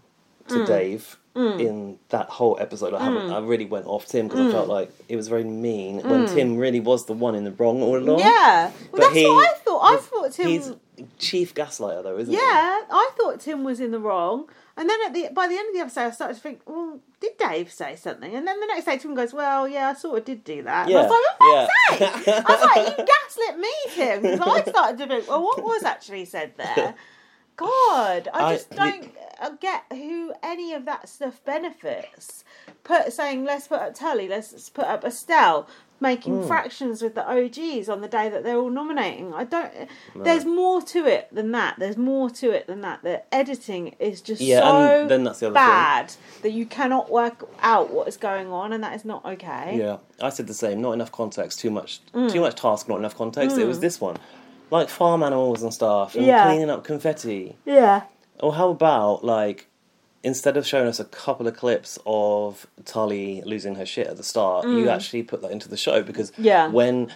S1: to
S2: Mm.
S1: Dave in that whole episode. I haven't. I really went off Tim because
S2: Mm.
S1: I felt like it was very mean when Tim really was the one in the wrong all along.
S2: Yeah. Well,
S1: But
S2: that's
S1: he-
S2: what I thought. I thought Tim.
S1: He's chief gaslighter though, isn't
S2: yeah,
S1: he?
S2: I thought Tim was in the wrong. And then at the by the end of the episode, I started to think, well, did Dave say something? And then the next day, Tim goes, well, yeah, I sort of did do that. And I was like, oh,
S1: yeah.
S2: I was like, you gaslit me, Tim. Because I started to think, well, what was actually said there? God, I
S1: I-
S2: just don't uh get who any of that stuff benefits. Put saying let's put up Tully, let's put up Estelle, making
S1: Hmm.
S2: fractions with the OGs on the day that they're all nominating. I don't. uh, There's more to it than that. There's more to it than that. The editing is just
S1: Yeah,
S2: so
S1: and then that's the other thing.
S2: bad that you cannot work out what is going on, and that is not okay.
S1: Yeah, I said the same. Not enough context. Too much.
S2: Mm.
S1: Too much task. Not enough context. It was this one, like farm animals and stuff, and
S2: Yeah.
S1: cleaning up confetti.
S2: Yeah.
S1: Or how about like instead of showing us a couple of clips of Tully losing her shit at the start, you actually put that into the show because
S2: Mm. Yeah.
S1: when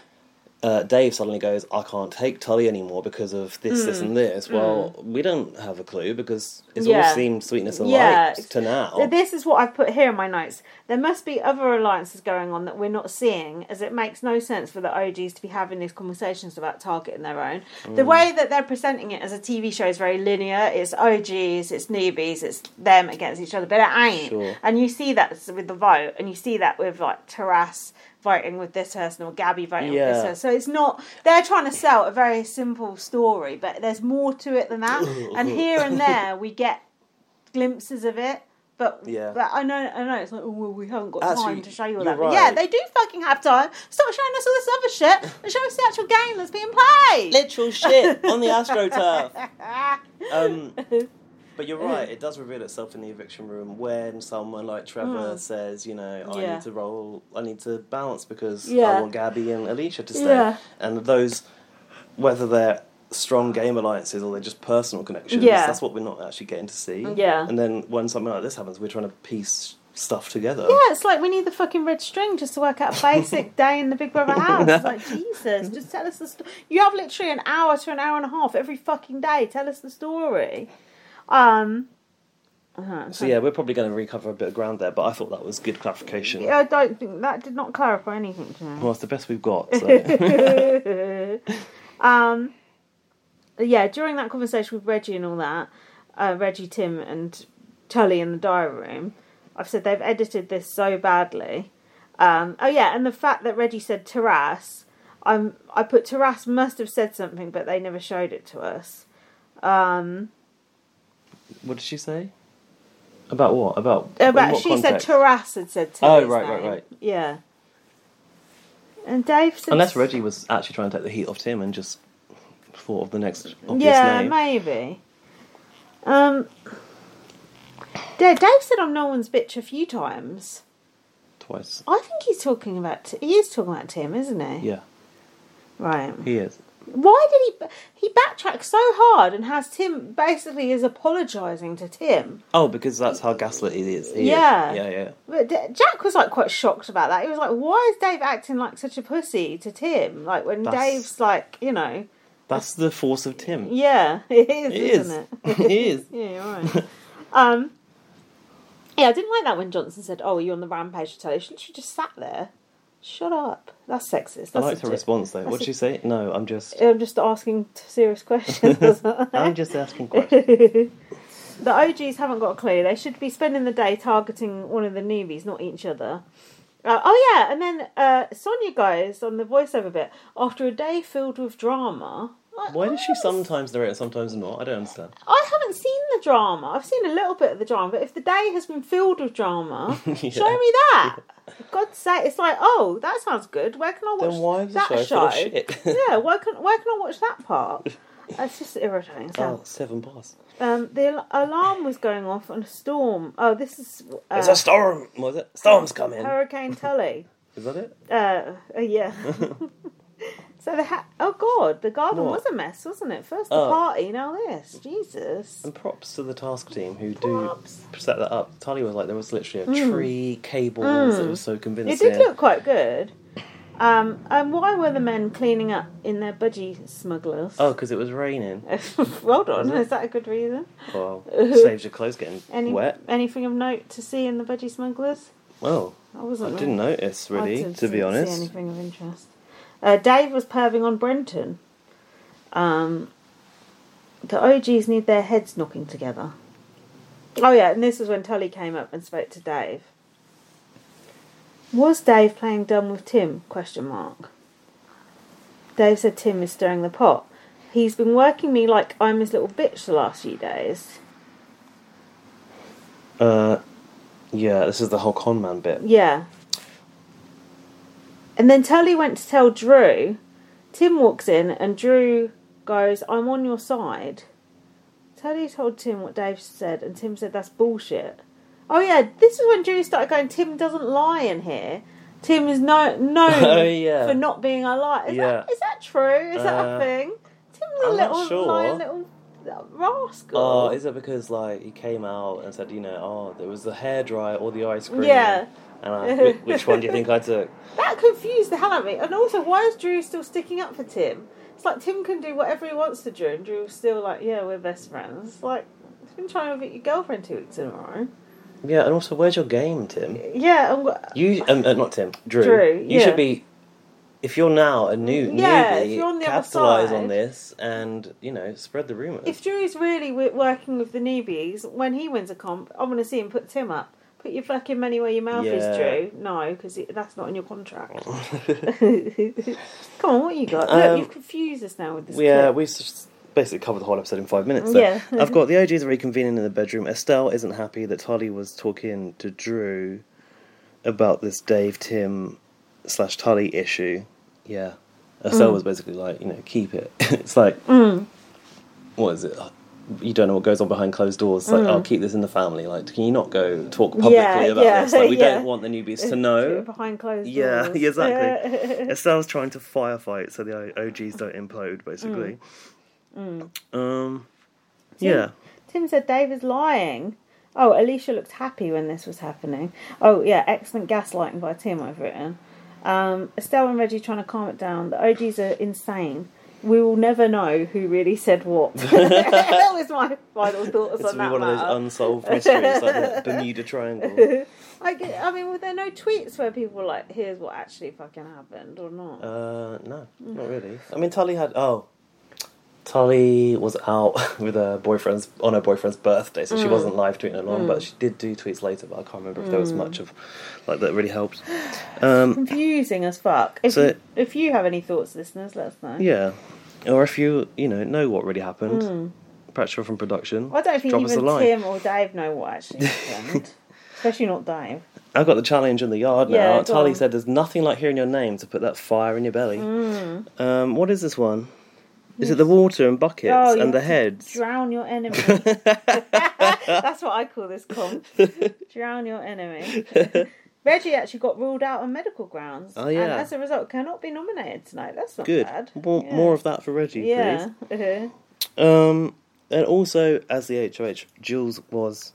S1: uh, Dave suddenly goes, I can't take Tully anymore because of this,
S2: Mm.
S1: this, and this. Well, we don't have a clue because it's
S2: Yeah.
S1: all seemed sweetness and
S2: Yeah.
S1: light to now.
S2: So This is what I've put here in my notes. There must be other alliances going on that we're not seeing, as it makes no sense for the OGs to be having these conversations about targeting their own. The
S1: Mm.
S2: way that they're presenting it as a TV show is very linear. It's OGs, it's newbies, it's them against each other, but it ain't.
S1: Sure.
S2: And you see that with the vote, and you see that with like Taras voting with this person or Gabby voting with this
S1: Yeah.
S2: person. So it's not they're trying to sell a very simple story, but there's more to it than that. and here and there we get glimpses of it. But
S1: Yeah.
S2: but I know I know it's like oh well, we haven't got
S1: Actually,
S2: time to show you all
S1: you're
S2: that. But Yeah,
S1: right.
S2: they do fucking have time. Stop showing us all this other shit and show us the actual game that's being played.
S1: Literal shit on the AstroTurf. Um, but you're right, it does reveal itself in the eviction room when someone like Trevor says, you know, I
S2: Hmm. Yeah.
S1: need to roll, I need to balance because
S2: Yeah.
S1: I want Gabby and Alicia to stay.
S2: Yeah.
S1: And those, whether they're strong game alliances or they're just personal connections,
S2: Yeah. Mm-hmm.
S1: that's what we're not actually getting to see.
S2: Yeah.
S1: And then when something like this happens, we're trying to piece stuff together.
S2: Yeah, it's like we need the fucking red string just to work out a basic day in the Big Brother house. It's like, Jesus, just tell us the story. You have literally an hour to an hour and a half every fucking day. Tell us the story. Um,
S1: So yeah, we're probably going to recover a bit of ground there, but I thought that was good clarification.
S2: I don't think that did not clarify anything to me.
S1: Well, it's the best we've got. So.
S2: um, yeah, during that conversation with Reggie and all that, uh, Reggie, Tim, and Tully in the diary room, I've said they've edited this so badly. Um, oh yeah, and the fact that Reggie said Taras, I'm I put Taras must have said something, but they never showed it to us. Um,
S1: What did she say? About what? About in
S2: about
S1: what
S2: Uh, she
S1: context?
S2: said Taras had said.
S1: Oh,
S2: Tully's
S1: right, right,
S2: name.
S1: right.
S2: Yeah. And Dave said
S1: Unless Reggie was actually trying to take the heat off Tim and just thought of the next obvious
S2: Yeah,
S1: name.
S2: maybe. Um, Da- Dave said I'm no one's bitch a few times.
S1: Twice.
S2: I think he's talking about T- he is talking about Tim, isn't he?
S1: Yeah,
S2: Right.
S1: he is.
S2: Why did he he backtracked so hard and has Tim basically is apologising to Tim?
S1: Oh, because that's how gaslit he is. He is.
S2: Yeah.
S1: Yeah, yeah.
S2: But D- Jack was like quite shocked about that. He was like, "Why is Dave acting like such a pussy to Tim? Like when
S1: That's-
S2: Dave's like, you know,
S1: That's the force of Tim.
S2: yeah, it is,
S1: He
S2: isn't
S1: is.
S2: it?"
S1: he is.
S2: Yeah, you're right. um, yeah, I didn't like that when Johnson said, "Oh, you're on the rampage to tell you." She literally just sat there. Shut up. That's sexist. That's
S1: I liked her
S2: a-
S1: response though.
S2: that's
S1: What did
S2: a-
S1: she say? No, I'm just.
S2: I'm just asking t- serious questions. or something.
S1: I'm just asking questions.
S2: the OGs haven't got a clue. They should be spending the day targeting one of the newbies, not each other. Uh, oh yeah, and then uh, Sonia goes on the voiceover bit after a day filled with drama. Like,
S1: Why does she
S2: oh,
S1: sometimes narrate and sometimes not? I don't understand.
S2: I haven't seen the drama. I've seen a little bit of the drama, but if the day has been filled with drama, show me that. God's sake, it's like, oh, that sounds good. Where can I watch
S1: Then why is the
S2: that
S1: show full of shit?
S2: yeah, where can where can I watch that part? It's just irritating.
S1: Oh,
S2: So,
S1: seven bars.
S2: um, the al- alarm was going off on a storm. Oh, this is uh,
S1: It's a storm. What Was it? Storm's coming.
S2: Hurricane Tully.
S1: Is that it?
S2: Uh, uh, yeah. so the ha- oh god, the garden
S1: What?
S2: was a mess, wasn't it? First the
S1: Oh.
S2: party, now this. Jesus.
S1: And props to the task team who do
S2: Props. Hmm.
S1: set that up. Tali was like, there was literally a tree, cables. It was so
S2: It
S1: convincing.
S2: did look quite good. Um, and why were the men cleaning up in their budgie smugglers?
S1: Oh, because it was raining.
S2: well done. Is that a good reason?
S1: Well, saves your clothes getting
S2: Any
S1: wet.
S2: anything of note to see in the budgie smugglers?
S1: Well,
S2: I wasn't.
S1: I didn't notice really,
S2: didn't
S1: to be
S2: See
S1: honest.
S2: anything of interest? Uh, Dave was perving on Brenton. Um, the OGs need their heads knocking together. Oh yeah, and this was when Tully came up and spoke to Dave. Was Dave playing dumb with Tim? Question mark. Dave said Tim is stirring the pot. He's been working me like I'm his little bitch the last few days.
S1: Uh, yeah, this is the whole con man bit.
S2: Yeah. And then Tully went to tell Drew. Tim walks in and Drew goes, I'm on your side. Tully told Tim what Dave said, and Tim said, That's bullshit. Oh, yeah, this is when Drew started going, Tim doesn't lie in here. Tim is no known
S1: Oh, yeah.
S2: for not being a liar. Is, that,
S1: Yeah.
S2: is that true? Is that a
S1: Uh,
S2: thing? Tim's a
S1: I'm not
S2: little
S1: sure.
S2: lying little rascal.
S1: Oh, is it because like he came out and said, you know, oh, there was the hairdryer or the ice cream?
S2: Yeah.
S1: And I, whi- which one do you think I took?
S2: That confused the hell out of me. And also, why is Drew still sticking up for Tim? It's like Tim can do whatever he wants to Drew, and Drew's still like, yeah, we're best friends. Like, he's been trying to beat your girlfriend two weeks in a row.
S1: Yeah, and also, where's your game, Tim?
S2: Yeah, and wh-
S1: You um, uh, not Tim, Drew.
S2: Drew,
S1: you
S2: yeah.
S1: should be. If you're now a new
S2: Yeah, if
S1: newbie,
S2: you're on the other
S1: capitalize
S2: side.
S1: on this and you know spread the rumors.
S2: if Drew's really w- working with the newbies, when he wins a comp, I'm going to see him put Tim up. Put your fucking money where your mouth is,
S1: Yeah.
S2: Drew. No, because that's not in your contract. Come on, what you got? Look,
S1: Um,
S2: you've confused us now with this.
S1: Yeah,
S2: clip.
S1: we s- basically covered the whole episode in five minutes. So.
S2: Yeah.
S1: I've got the OGs reconvening in the bedroom. Estelle isn't happy that Tully was talking to Drew about this Dave Tim slash Tully issue. Yeah.
S2: Mm.
S1: Estelle was basically like, you know, keep it. it's like, what is it? You don't know what goes on behind closed doors. It's like, I'll keep this in the family. Like, can you not go talk publicly
S2: Mm. Yeah,
S1: about
S2: yeah,
S1: this? Like, we
S2: yeah.
S1: don't want the newbies to
S2: Do
S1: know.
S2: it behind closed
S1: Yeah,
S2: doors.
S1: exactly. Estelle's trying to firefight so the O- OGs don't implode, basically.
S2: Mm.
S1: Um, yeah.
S2: Tim said Dave is lying. Oh, Alicia looked happy when this was happening. Oh, yeah, excellent gaslighting by Tim, I've written. Um, Estelle and Reggie trying to calm it down. The OGs are insane. We will never know who really said what. that was my final thoughts
S1: It's
S2: on
S1: to be
S2: that
S1: one of
S2: matter.
S1: those unsolved mysteries, like the Bermuda Triangle.
S2: Like, I mean, were there no tweets where people were like, here's what actually fucking happened or not?
S1: Uh, no,
S2: Mm.
S1: not really. I mean, Tully had. Oh. Tully was out with her boyfriend's on her boyfriend's birthday, so
S2: Mm.
S1: she wasn't live tweeting along. But she did do tweets later. But I can't remember if there was
S2: Mm.
S1: much of like that really helped.
S2: Confusing as fuck. If,
S1: So-
S2: you, if you have any thoughts, listeners, let us know.
S1: Yeah, or if you you know know what really happened, perhaps you're from production.
S2: Mm. I don't think
S1: drop us a
S2: even
S1: line.
S2: Tim or Dave know what actually happened. Especially not Dave.
S1: I got the challenge in the yard
S2: Yeah,
S1: now.
S2: go
S1: Tully
S2: on.
S1: said there's nothing like hearing your name to put that fire in your belly.
S2: Hmm.
S1: Um, what is this one? Is it the water and buckets
S2: Oh, you
S1: and the
S2: have to
S1: heads?
S2: Drown your enemy. That's what I call this con. Drown your enemy. Reggie actually got ruled out on medical grounds.
S1: Oh, yeah.
S2: And as a result, cannot be nominated tonight. That's not
S1: Good.
S2: bad.
S1: More,
S2: yeah.
S1: more of that for Reggie,
S2: Yeah. Uh-huh.
S1: please. Um, and also, as the HOH, Jules was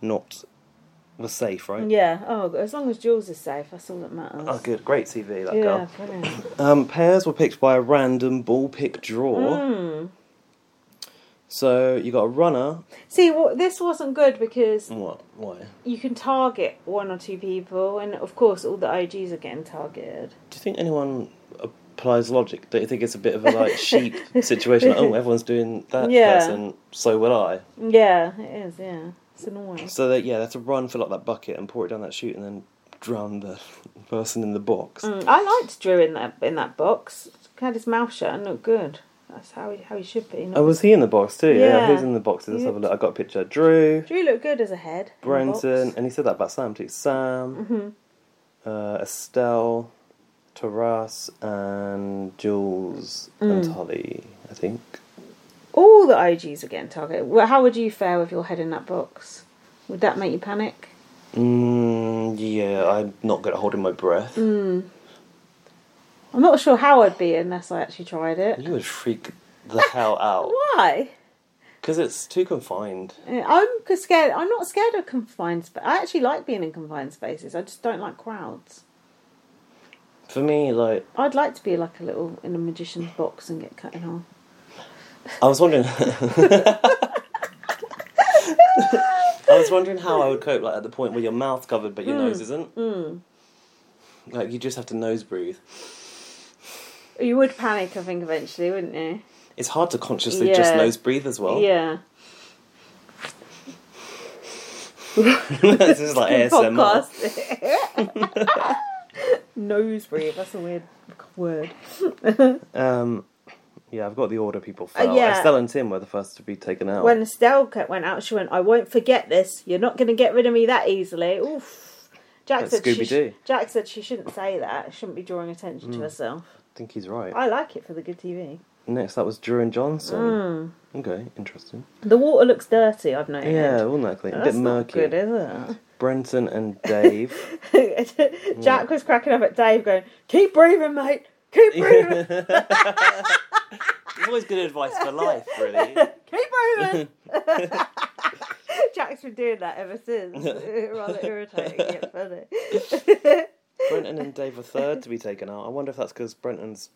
S1: not was safe, right?
S2: Yeah. Oh, as long as Jules is safe, that's all that matters.
S1: Oh, good. Great CV, that
S2: Yeah,
S1: girl.
S2: brilliant.
S1: Um, pairs were picked by a random ball pick draw.
S2: Hmm.
S1: So you got a runner.
S2: See, what this wasn't good because
S1: What? Why?
S2: you can target one or two people, and of course, all the OGs are getting targeted.
S1: Do you think anyone applies logic? Don't you think it's a bit of a like sheep situation? Like, oh, everyone's doing that
S2: Yeah.
S1: person, so will I.
S2: Yeah, it is. Yeah, it's annoying.
S1: So that yeah, they have to run, fill up that bucket, and pour it down that chute, and then drown the person in the box.
S2: I liked Drew in that in that box. He had his mouth shut and looked good. That's how he how he should be. not-
S1: Oh, was he in the box too?
S2: Yeah.
S1: who's in the box? Let's have a look. I got a picture. Drew,
S2: Drew looked good as a head. in the
S1: Brenton,
S2: box.
S1: and he said that about Sam too. Sam,
S2: Mm-hmm.
S1: uh, Estelle, Taras, and Jules
S2: Mm.
S1: and Holly. I think.
S2: All the OGs were getting targeted. Well, how would you fare with your head in that box? Would that make you panic?
S1: Mm, yeah, I'm not good at holding my breath.
S2: I'm not sure how I'd be unless I actually tried it.
S1: You would freak the hell out
S2: Why?
S1: because it's too confined.
S2: Uh, I'm c- scared. I'm not scared of confined space. I actually like being in confined spaces. I just don't like crowds.
S1: For me, like
S2: I'd like to be like a little in a magician's box and get cut in half.
S1: I was wondering. I was wondering how I would cope, like at the point where your mouth's covered but
S2: Hmm.
S1: your nose isn't. Like you just have to nose breathe.
S2: You would panic, I think, eventually, wouldn't you?
S1: It's hard to consciously just
S2: Yeah.
S1: nose breathe as well.
S2: Yeah.
S1: this is like ASMR.
S2: Podcast. Nose breathe. That's a weird word.
S1: Um, yeah, I've got the order people fell.
S2: Uh, yeah.
S1: Estelle and Tim were the first to be taken out.
S2: When Estelle kept- went out, she went, "I won't forget this. You're not going to get rid of me that easily." Oof. Jack
S1: That's
S2: said she.
S1: Scooby-Doo. Mm.
S2: sh- Jack said she shouldn't say that. Shouldn't be drawing attention to herself.
S1: I think he's right.
S2: I like it for the good TV.
S1: Next, that was Drew and Johnson.
S2: Hmm.
S1: Okay, interesting.
S2: The water looks dirty. I've noticed.
S1: Yeah, all likely. A bit
S2: That's not
S1: murky.
S2: good, is it?
S1: Brenton and Dave. Mm.
S2: Jack was cracking up at Dave, going, "Keep breathing, mate. Keep breathing.
S1: it's always good advice for life, really.
S2: Keep breathing." Jack's been doing that ever since. Rather irritating yet funny.
S1: Brenton and Dave were third to be taken out. I wonder if that's because Brenton's,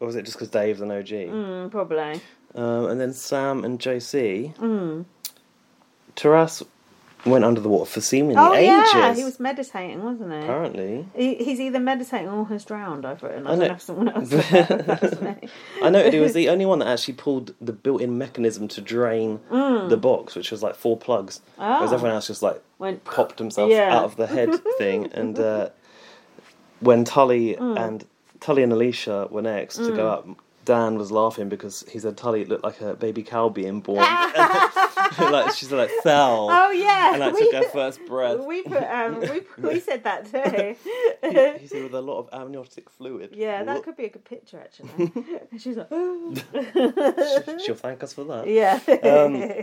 S1: or was it just because Dave's an OG?
S2: Mm, probably.
S1: Um, and then Sam and JC. Mm. Taras went under the water for seemingly
S2: Oh
S1: ages.
S2: yeah, he was meditating, wasn't he?
S1: Apparently,
S2: He, he's either meditating or has drowned. I've written. I,
S1: know.
S2: don't know if someone else. wrote that, but that's me.
S1: I noted he was the only one that actually pulled the built-in mechanism to drain the box, which was like four plugs. Whereas
S2: Oh.
S1: everyone else just like
S2: Went-
S1: popped himself
S2: Yeah.
S1: out of the head thing. And uh, when Tully
S2: Mm.
S1: and Tully and Alicia were next to go up, Dan was laughing because he said Tully looked like a baby cow being born. like she's like fell
S2: Oh yeah,
S1: and like took her first breath.
S2: we put um we we said that too.
S1: He said with a lot of amniotic fluid.
S2: yeah, that
S1: Whoop.
S2: could be a good picture actually. And She's like, "Ooh."
S1: She'll thank us for that.
S2: yeah.
S1: Um,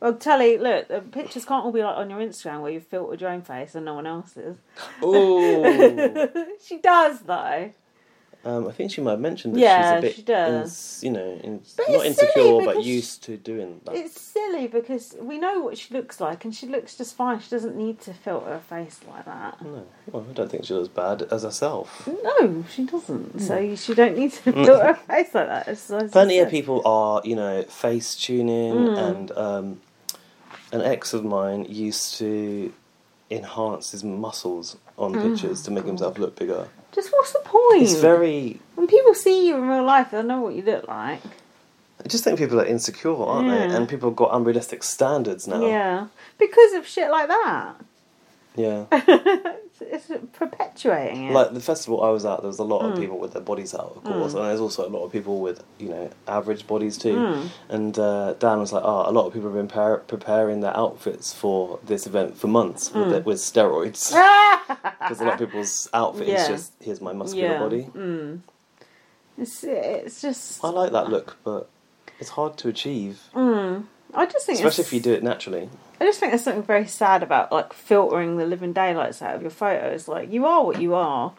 S2: well, Tully, look, the pictures can't all be like on your Instagram where you filtered your own face and no one else's.
S1: Ooh.
S2: She does though.
S1: Um, I think she might have mentioned that she's
S2: Yeah,
S1: a bit,
S2: she does.
S1: ins- you know, in,
S2: But
S1: not
S2: it's silly
S1: insecure, but
S2: because
S1: used to doing that.
S2: It's silly because we know what she looks like and she looks just fine. She doesn't need to filter her face like that.
S1: No, well, I don't think she was bad as herself.
S2: No, she doesn't. So you- she don't need to filter her face like that. It's, it's,
S1: Mm. Plenty
S2: it's-
S1: of people are, you know, face tuning, and um, an ex of mine used to enhance his muscles on pictures to make himself look bigger. Hmm.
S2: Just what's the point?
S1: It's very.
S2: When people see you in real life, they'll know what you look like.
S1: I just think people are insecure, aren't
S2: Yeah.
S1: they? And people have got unrealistic standards now.
S2: Yeah, because of shit like that.
S1: Yeah.
S2: It's perpetuating it.
S1: Like the festival I was at, there was a lot of people with their bodies out, of course, and there's also a lot of people with you know average bodies too. And uh, Dan was like, "Oh, a lot of people have been par- preparing their outfits for this event for months with, it, with steroids, because a lot of people's outfit is
S2: Yeah.
S1: just here's my muscular
S2: Yeah. Mm.
S1: body.
S2: it's, it's just.
S1: I like that look, but it's hard to achieve,
S2: I just
S1: especially
S2: think, Mm, it's-
S1: if you do it naturally.
S2: I just think there's something very sad about like filtering the living daylights out of your photos. Like you are what you are.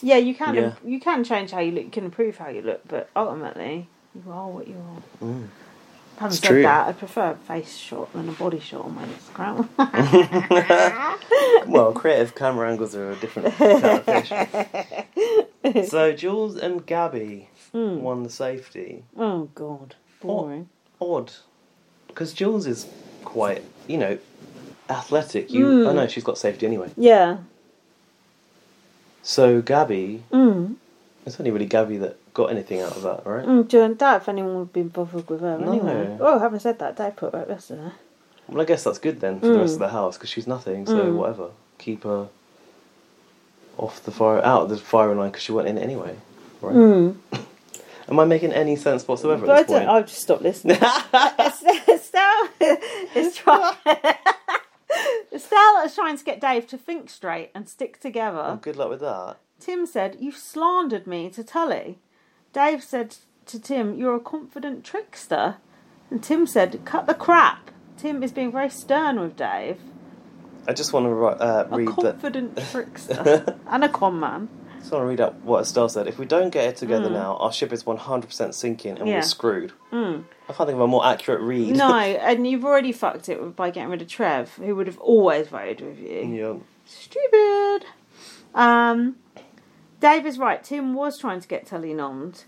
S2: Yeah, you can
S1: Yeah.
S2: you can change how you look. You can improve how you look, but ultimately, you are what you are. Having said
S1: Mm. true.
S2: that, I prefer a face shot than a body shot on my Instagram.
S1: Well, creative camera angles are a different kind of fish. so Jules and Gabby
S2: Hmm.
S1: won the safety.
S2: oh god, boring.
S1: odd because Jules is quite, you know, athletic. You,
S2: Hmm.
S1: oh no, she's got safety anyway.
S2: Yeah,
S1: So Gabby, it's only really Gabby that got anything out of that, right?
S2: Mm, do you want that if anyone would be bothered with her
S1: No.
S2: anyway? Oh, having said that, Dave put her at rest of her.
S1: Well, I guess that's good then for the
S2: Mm.
S1: rest of the house because she's nothing. So whatever, keep her off the fire, out of the firing line because she went in anyway, right? Am I making any sense whatsoever
S2: Mm. But I
S1: at this
S2: don't.
S1: point?
S2: I've just stopped listening. Estelle is trying. Estelle is trying to get Dave to think straight and stick together.
S1: Good luck with that.
S2: Tim said, "You slandered me to Tully." Dave said to Tim, "You're a confident trickster," and Tim said, "Cut the crap." Tim is being very stern with Dave.
S1: I just want to uh,
S2: A
S1: read that.
S2: confident trickster and a con man.
S1: just want to read out what Estelle said. If we don't get it together now, our ship is 100% sinking and
S2: Mm. Yeah. Mm.
S1: we're screwed. I can't think of a more accurate read.
S2: No, and you've already fucked it by getting rid of Trev, who would have always voted with you.
S1: yeah.
S2: stupid. Um, Dave is right. Tim was trying to get Tully nommed.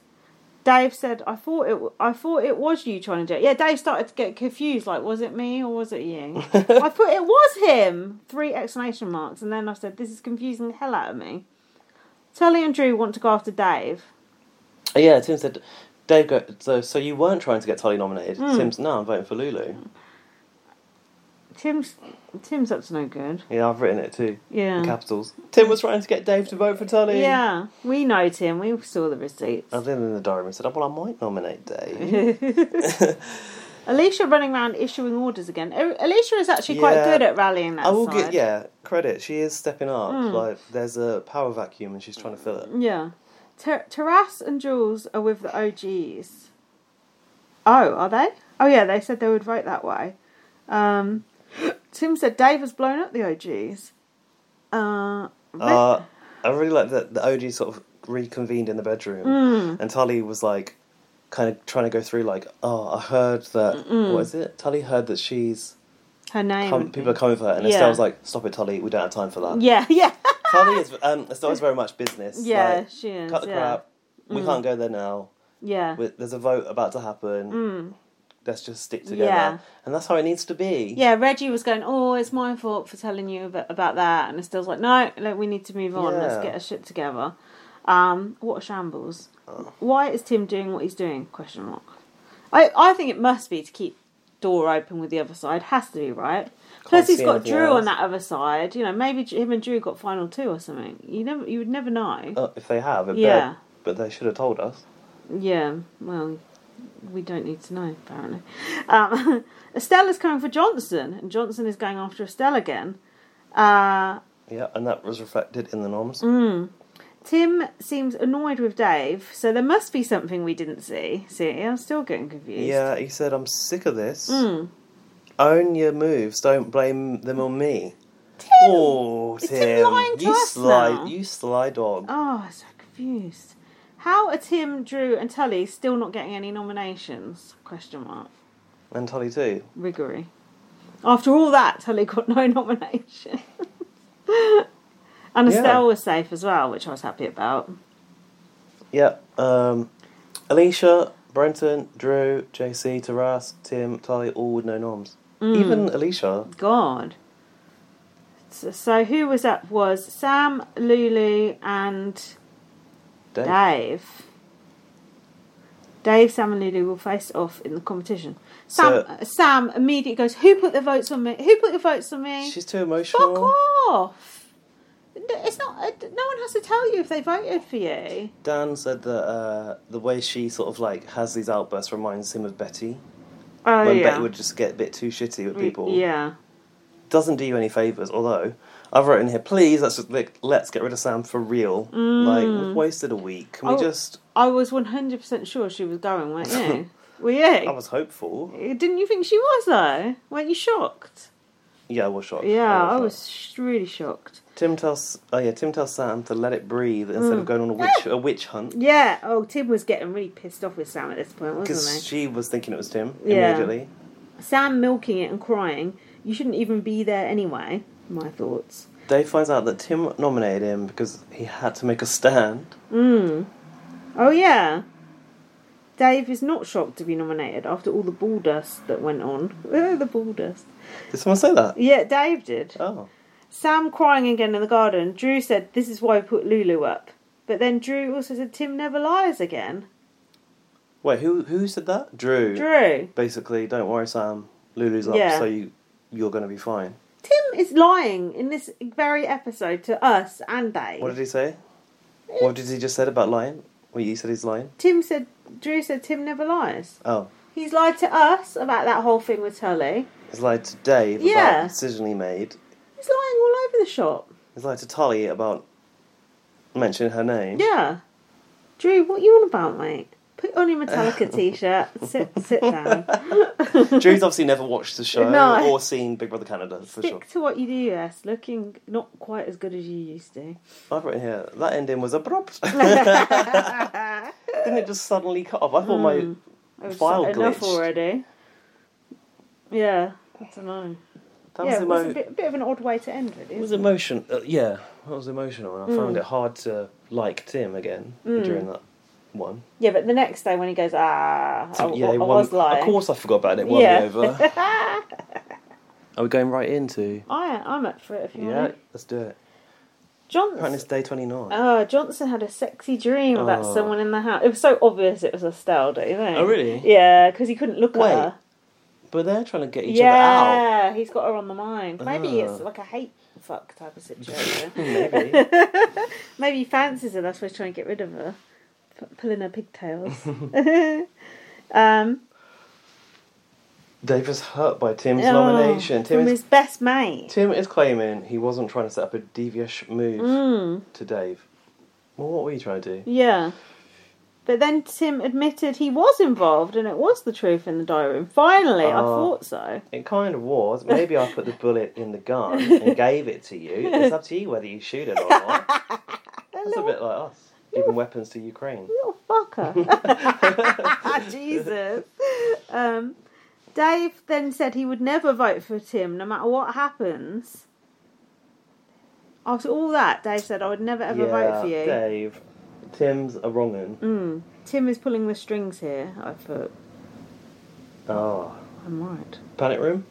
S2: Dave said, "I thought it. w- I thought it was you trying to do it." Yeah, Dave started to get confused. Like, was it me or was it you? I thought it was him. Three exclamation marks, and then I said, "This is confusing the hell out of me." Tully and Drew want to go after Dave.
S1: Oh, yeah, Tim said, Dave, go, so, so you weren't trying to get Tully nominated.
S2: Mm.
S1: Tim's, no, I'm voting for Lulu.
S2: Tim's Tim's up to no good.
S1: Yeah, I've written it too.
S2: Yeah.
S1: In capitals. Tim was trying to get Dave to vote for Tully.
S2: Yeah, we know Tim. We saw the receipts.
S1: And then in the diary room said, oh, well, I might nominate Dave.
S2: Alicia running around issuing orders again. A- Alicia is actually quite
S1: Yeah.
S2: good at rallying that
S1: I will
S2: side.
S1: get, yeah, credit. She is stepping up.
S2: Mm.
S1: Like, there's a power vacuum and she's trying to fill it.
S2: Yeah. Ter- Taras and Jules are with the OGs. Oh, are they? Oh, yeah, they said they would vote that way. Um, Tim said Dave has blown up the OGs. Uh,
S1: Uh, I really like that the OG sort of reconvened in the bedroom,
S2: Mm.
S1: and Tully was like, kind of trying to go through like, oh, I heard that. What is it? Tully heard that she's
S2: her name.
S1: come, people are coming for her, and
S2: Yeah.
S1: Estelle was like, stop it, Tully, we don't have time for that.
S2: yeah, yeah.
S1: Tully is um, Estelle is very much business.
S2: Yeah,
S1: like,
S2: she is,
S1: Cut the
S2: yeah. Mm.
S1: crap. We can't go there now.
S2: yeah.
S1: We- There's a vote about to happen. Let's just stick together,
S2: Hmm. Yeah.
S1: and that's how it needs to be.
S2: yeah, Reggie was going, Oh, it's my fault for telling you about, about that. And Estelle's like, No, look, we need to move on. Let's
S1: Yeah.
S2: get our shit together. Um, what a shambles. Why is Tim doing what he's doing? Question mark. I, I think it must be to keep door open with the other side. Has to be, right? Plus, he's
S1: see
S2: got
S1: anything
S2: Drew on
S1: else.
S2: that other side. You know, maybe him and Drew got final two or something. You never, you would never know.
S1: Uh, if they have, it
S2: Yeah.
S1: yeah. But they should have told us.
S2: Yeah, well, we don't need to know, apparently. Um, Estella's coming for Johnson, and Johnson is going after Estelle again. Uh,
S1: Yeah, and that was reflected in the norms.
S2: Hmm. Tim seems annoyed with Dave, so there must be something we didn't see. See, I'm still getting confused.
S1: Yeah, he said, I'm sick of this.
S2: Hmm.
S1: Own your moves. Don't blame them on me. Tim! Oh,
S2: Is
S1: Tim.
S2: Tim lying to
S1: you
S2: us
S1: sly,
S2: now?
S1: You sly dog.
S2: Oh, so confused. How are Tim, Drew, and Tully still not getting any nominations? Question mark.
S1: And Tully too.
S2: Riggory. After all that, Tully got no nomination. and Estelle
S1: Yeah.
S2: was safe as well, which I was happy about.
S1: Yeah. Um, Alicia, Brenton, Drew, JC, Taras, Tim, Tully, all with no norms.
S2: Hmm.
S1: Even Alicia.
S2: God. So, so who was up? Was Sam, Lulu, and
S1: Dave.
S2: Dave. Dave, Sam, and Lulu will face off in the competition. Sam, uh,
S1: So-
S2: Sam immediately goes, "Who put the votes on me? Who put the votes on me?
S1: She's too emotional.
S2: Fuck off! No, It's not. uh, No one has to tell you if they voted for you.
S1: Dan said that uh, the way she sort of like has these outbursts reminds him of Betty.
S2: Oh
S1: When
S2: yeah, Mm,
S1: Betty would just get a bit too shitty with people.
S2: yeah,
S1: doesn't do you any favors. Although I've written here, please let's just like, let's get rid of Sam for real. Like we've wasted a week. Can
S2: Mm. Oh.
S1: we just?
S2: I was one hundred percent sure she was going, weren't you? Were you?
S1: I was hopeful.
S2: Didn't you think she was though? Weren't you shocked?
S1: Yeah, I was shocked.
S2: Yeah, I
S1: shocked.
S2: was sh- really shocked.
S1: Tim tells. Oh yeah, Tim tells Sam to let it breathe instead of going on a witch a witch hunt
S2: Mm. Yeah. Oh, Tim was getting really pissed off with Sam at this point, wasn't he?
S1: because she was thinking it was Tim
S2: Yeah.
S1: immediately.
S2: Sam milking it and crying. You shouldn't even be there anyway. My thoughts.
S1: Dave finds out that Tim nominated him because he had to make a stand.
S2: Oh yeah. Dave is not shocked to be nominated after all the ball dust that went on. the ball dust.
S1: Did someone say that?
S2: Yeah, Dave did.
S1: Oh,
S2: Sam crying again in the garden. Drew said, This is why we put Lulu up. But then Drew also said, Tim never lies again.
S1: wait, who who said that? Drew.
S2: Drew.
S1: Basically, don't worry, Sam. Lulu's up,
S2: Yeah.
S1: so you you're going to be fine.
S2: Tim is lying in this very episode to us and Dave.
S1: What did he say? What did he just said about lying? Well, you said he's lying.
S2: Tim said, Drew said, Tim never lies.
S1: Oh,
S2: He's lied to us about that whole thing with Tully.
S1: he's lied to Dave
S2: Yeah.
S1: about the decision he made.
S2: He's lying all over the shop.
S1: He's lied to Tully about mentioning her name.
S2: Yeah. Drew, what you on about, mate? Put on your Metallica t-shirt. sit, sit down.
S1: Drew's obviously never watched the show
S2: No.
S1: or seen Big Brother Canada for sure.
S2: Stick to what you do, yes. Looking not quite as good as you used to.
S1: I've written here that ending was abrupt. Didn't it just suddenly cut off? I thought
S2: Hmm.
S1: my file
S2: Enough
S1: glitched.
S2: already. Yeah, I don't know.
S1: That
S2: yeah,
S1: was,
S2: it
S1: emo-
S2: was a bit, bit of an odd way to end it.
S1: it was
S2: Isn't it?
S1: emotion. Uh, yeah, that was emotional, and I found
S2: Mm.
S1: it hard to like Tim again during that one.
S2: Yeah, but the next day when he goes, ah, I,
S1: yeah,
S2: I- I
S1: it won-
S2: was lying.
S1: Of course, I forgot about it. it won
S2: Yeah.
S1: me over. Are we going right into?
S2: I, I'm up for it if you
S1: Yeah,
S2: want.
S1: let's do it. Apparently,
S2: Johnson.
S1: it's day twenty nine.
S2: Oh, Johnson had a sexy dream about
S1: Oh.
S2: someone in the house. It was so obvious it was Estelle, don't you think?
S1: Oh, really?
S2: Yeah, because he couldn't look
S1: Wait,
S2: at her.
S1: but they're trying to get each other out.
S2: Yeah, he's got her on the mind. Maybe
S1: Ah.
S2: it's like a hate fuck type of situation.
S1: Maybe.
S2: Maybe he fancies her. That's why he's trying to get rid of her, P- pulling her pigtails. um,
S1: Dave is hurt by Tim's
S2: oh,
S1: nomination. Tim
S2: from
S1: is
S2: his best mate.
S1: Tim is claiming he wasn't trying to set up a devious move
S2: Mm.
S1: to Dave. Well, what were you trying to do?
S2: Yeah. But then Tim admitted he was involved and it was the truth in the diary room. Finally, I
S1: Oh.
S2: thought so.
S1: It kind of was. Maybe I put the bullet in the gun and gave it to you. It's up to you whether you shoot it or not. That's a bit like us, giving weapons to Ukraine.
S2: Little fucker. Jesus. Um, Dave then said he would never vote for Tim no matter what happens. After all that, Dave said, I would never ever vote for you. Mm.
S1: Dave. Tim's a wrong'un.
S2: Tim is pulling the strings here. I thought,
S1: Oh.
S2: I'm right.
S1: Panic room?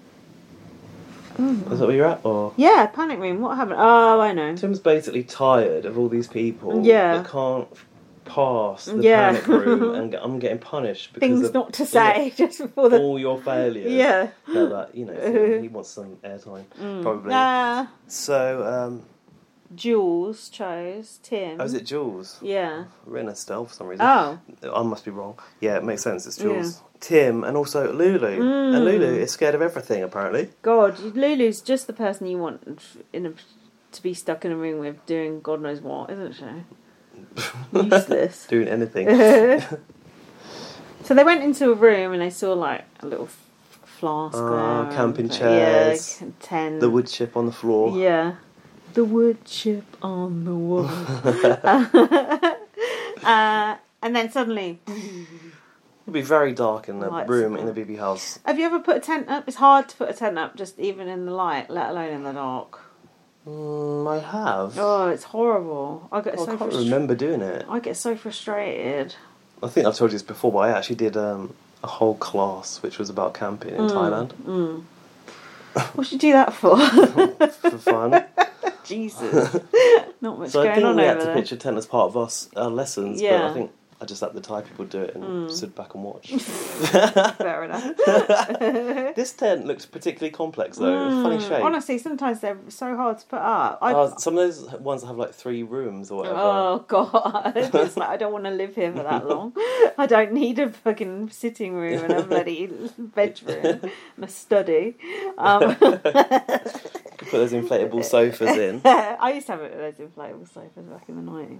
S2: Mm.
S1: Is that where you're at? Or
S2: Yeah, panic room. What happened? Oh, I know.
S1: Tim's basically tired of all these people
S2: Yeah.
S1: that can't f- pass the
S2: Yeah.
S1: panic room and I'm getting punished because
S2: Things
S1: of
S2: not to
S1: you know,
S2: say just before the
S1: all your failures.
S2: Yeah.
S1: They're like, you know, he wants some airtime, probably.
S2: Uh,
S1: So, um,
S2: Jules chose Tim.
S1: oh, is it Jules?
S2: Yeah.
S1: I've written Estelle for some reason.
S2: Oh.
S1: I must be wrong. Yeah, it makes sense. It's Jules. Tim and also Lulu.
S2: Hmm.
S1: And Lulu is scared of everything, apparently.
S2: God, Lulu's just the person you want in a, to be stuck in a room with doing God knows what, isn't she? Useless.
S1: Doing anything.
S2: So they went into a room and they saw like a little f- flask.
S1: Ah,
S2: there
S1: camping
S2: and-
S1: chairs.
S2: Yeah, c- tent.
S1: the wood chip on the floor.
S2: Yeah. The wood chip on the wall. uh, and then suddenly,
S1: It'd be very dark in the
S2: Lights
S1: room
S2: are
S1: in the BB house.
S2: have you ever put a tent up? It's hard to put a tent up just even in the light, let alone in the dark.
S1: Mm, I have.
S2: Oh, it's horrible. I get
S1: I
S2: so
S1: can't
S2: frust-
S1: remember doing it.
S2: I get so frustrated.
S1: I think I've told you this before, but I actually did um, a whole class which was about camping
S2: Hmm.
S1: in Thailand
S2: What should you do that for?
S1: for fun.
S2: Jesus. Not much
S1: so
S2: going
S1: I think
S2: on
S1: we
S2: over
S1: had to
S2: there.
S1: pitch a tent as part of us our lessons, but
S2: Yeah. Hmm.
S1: I think I just let the Thai people do it and stood back and watched.
S2: Fair enough.
S1: this tent looks particularly complex though, funny shape.
S2: Hmm. Honestly, sometimes they're so hard to put up. I,
S1: Oh, some of those ones that have like three rooms or whatever.
S2: Oh god! It's like I don't want to live here for that long. I don't need a fucking sitting room and a bloody bedroom and a study. Um,
S1: Put those inflatable sofas in.
S2: I used to have those inflatable sofas back in the nineties.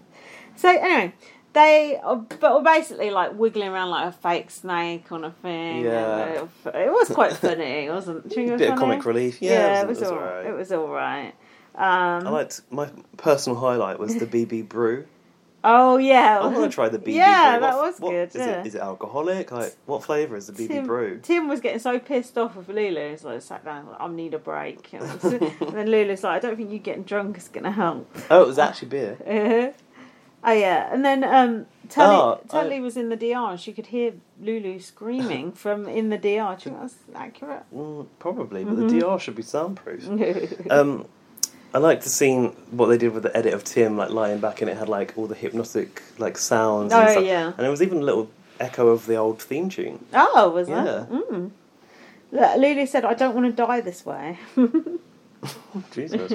S2: So anyway, they are, but were basically like wiggling around like a fake snake on a thing. and
S1: Yeah.
S2: it- it was quite funny, wasn't? Do you think it? was
S1: Bit of
S2: funny?
S1: comic relief. Yeah,
S2: Yeah, it was, all
S1: alright.
S2: right. It was all right. Um.
S1: I liked my personal highlight was the BB brew.
S2: Oh yeah,
S1: I want to try the BB
S2: Yeah,
S1: brew.
S2: that
S1: What-
S2: was
S1: what-
S2: good,
S1: Is,
S2: yeah.
S1: it, is it alcoholic? Like, what flavour is the BB
S2: Tim,
S1: brew?
S2: Tim was getting so pissed off with Lulu. He's like, sat down, like, I need a break. And then Lulu's like, I don't think you getting drunk is going to help.
S1: Oh, it was actually beer.
S2: oh, yeah. And then um, Tully,
S1: Oh,
S2: Tully
S1: I-
S2: was in the DR and she could hear Lulu screaming from in the DR. Do you think that's
S1: Mm, probably, but
S2: Mm-hmm.
S1: the DR should be soundproof.
S2: Mm. accurate?
S1: Um, I liked the scene what they did with the edit of Tim like lying back, and it had like all the hypnotic like sounds. and
S2: Oh,
S1: stuff.
S2: yeah.
S1: and it was even a little echo of the old theme tune.
S2: oh, was that?
S1: Yeah,
S2: Look, Lulu said, I don't want to die this way. Mm.
S1: Jesus.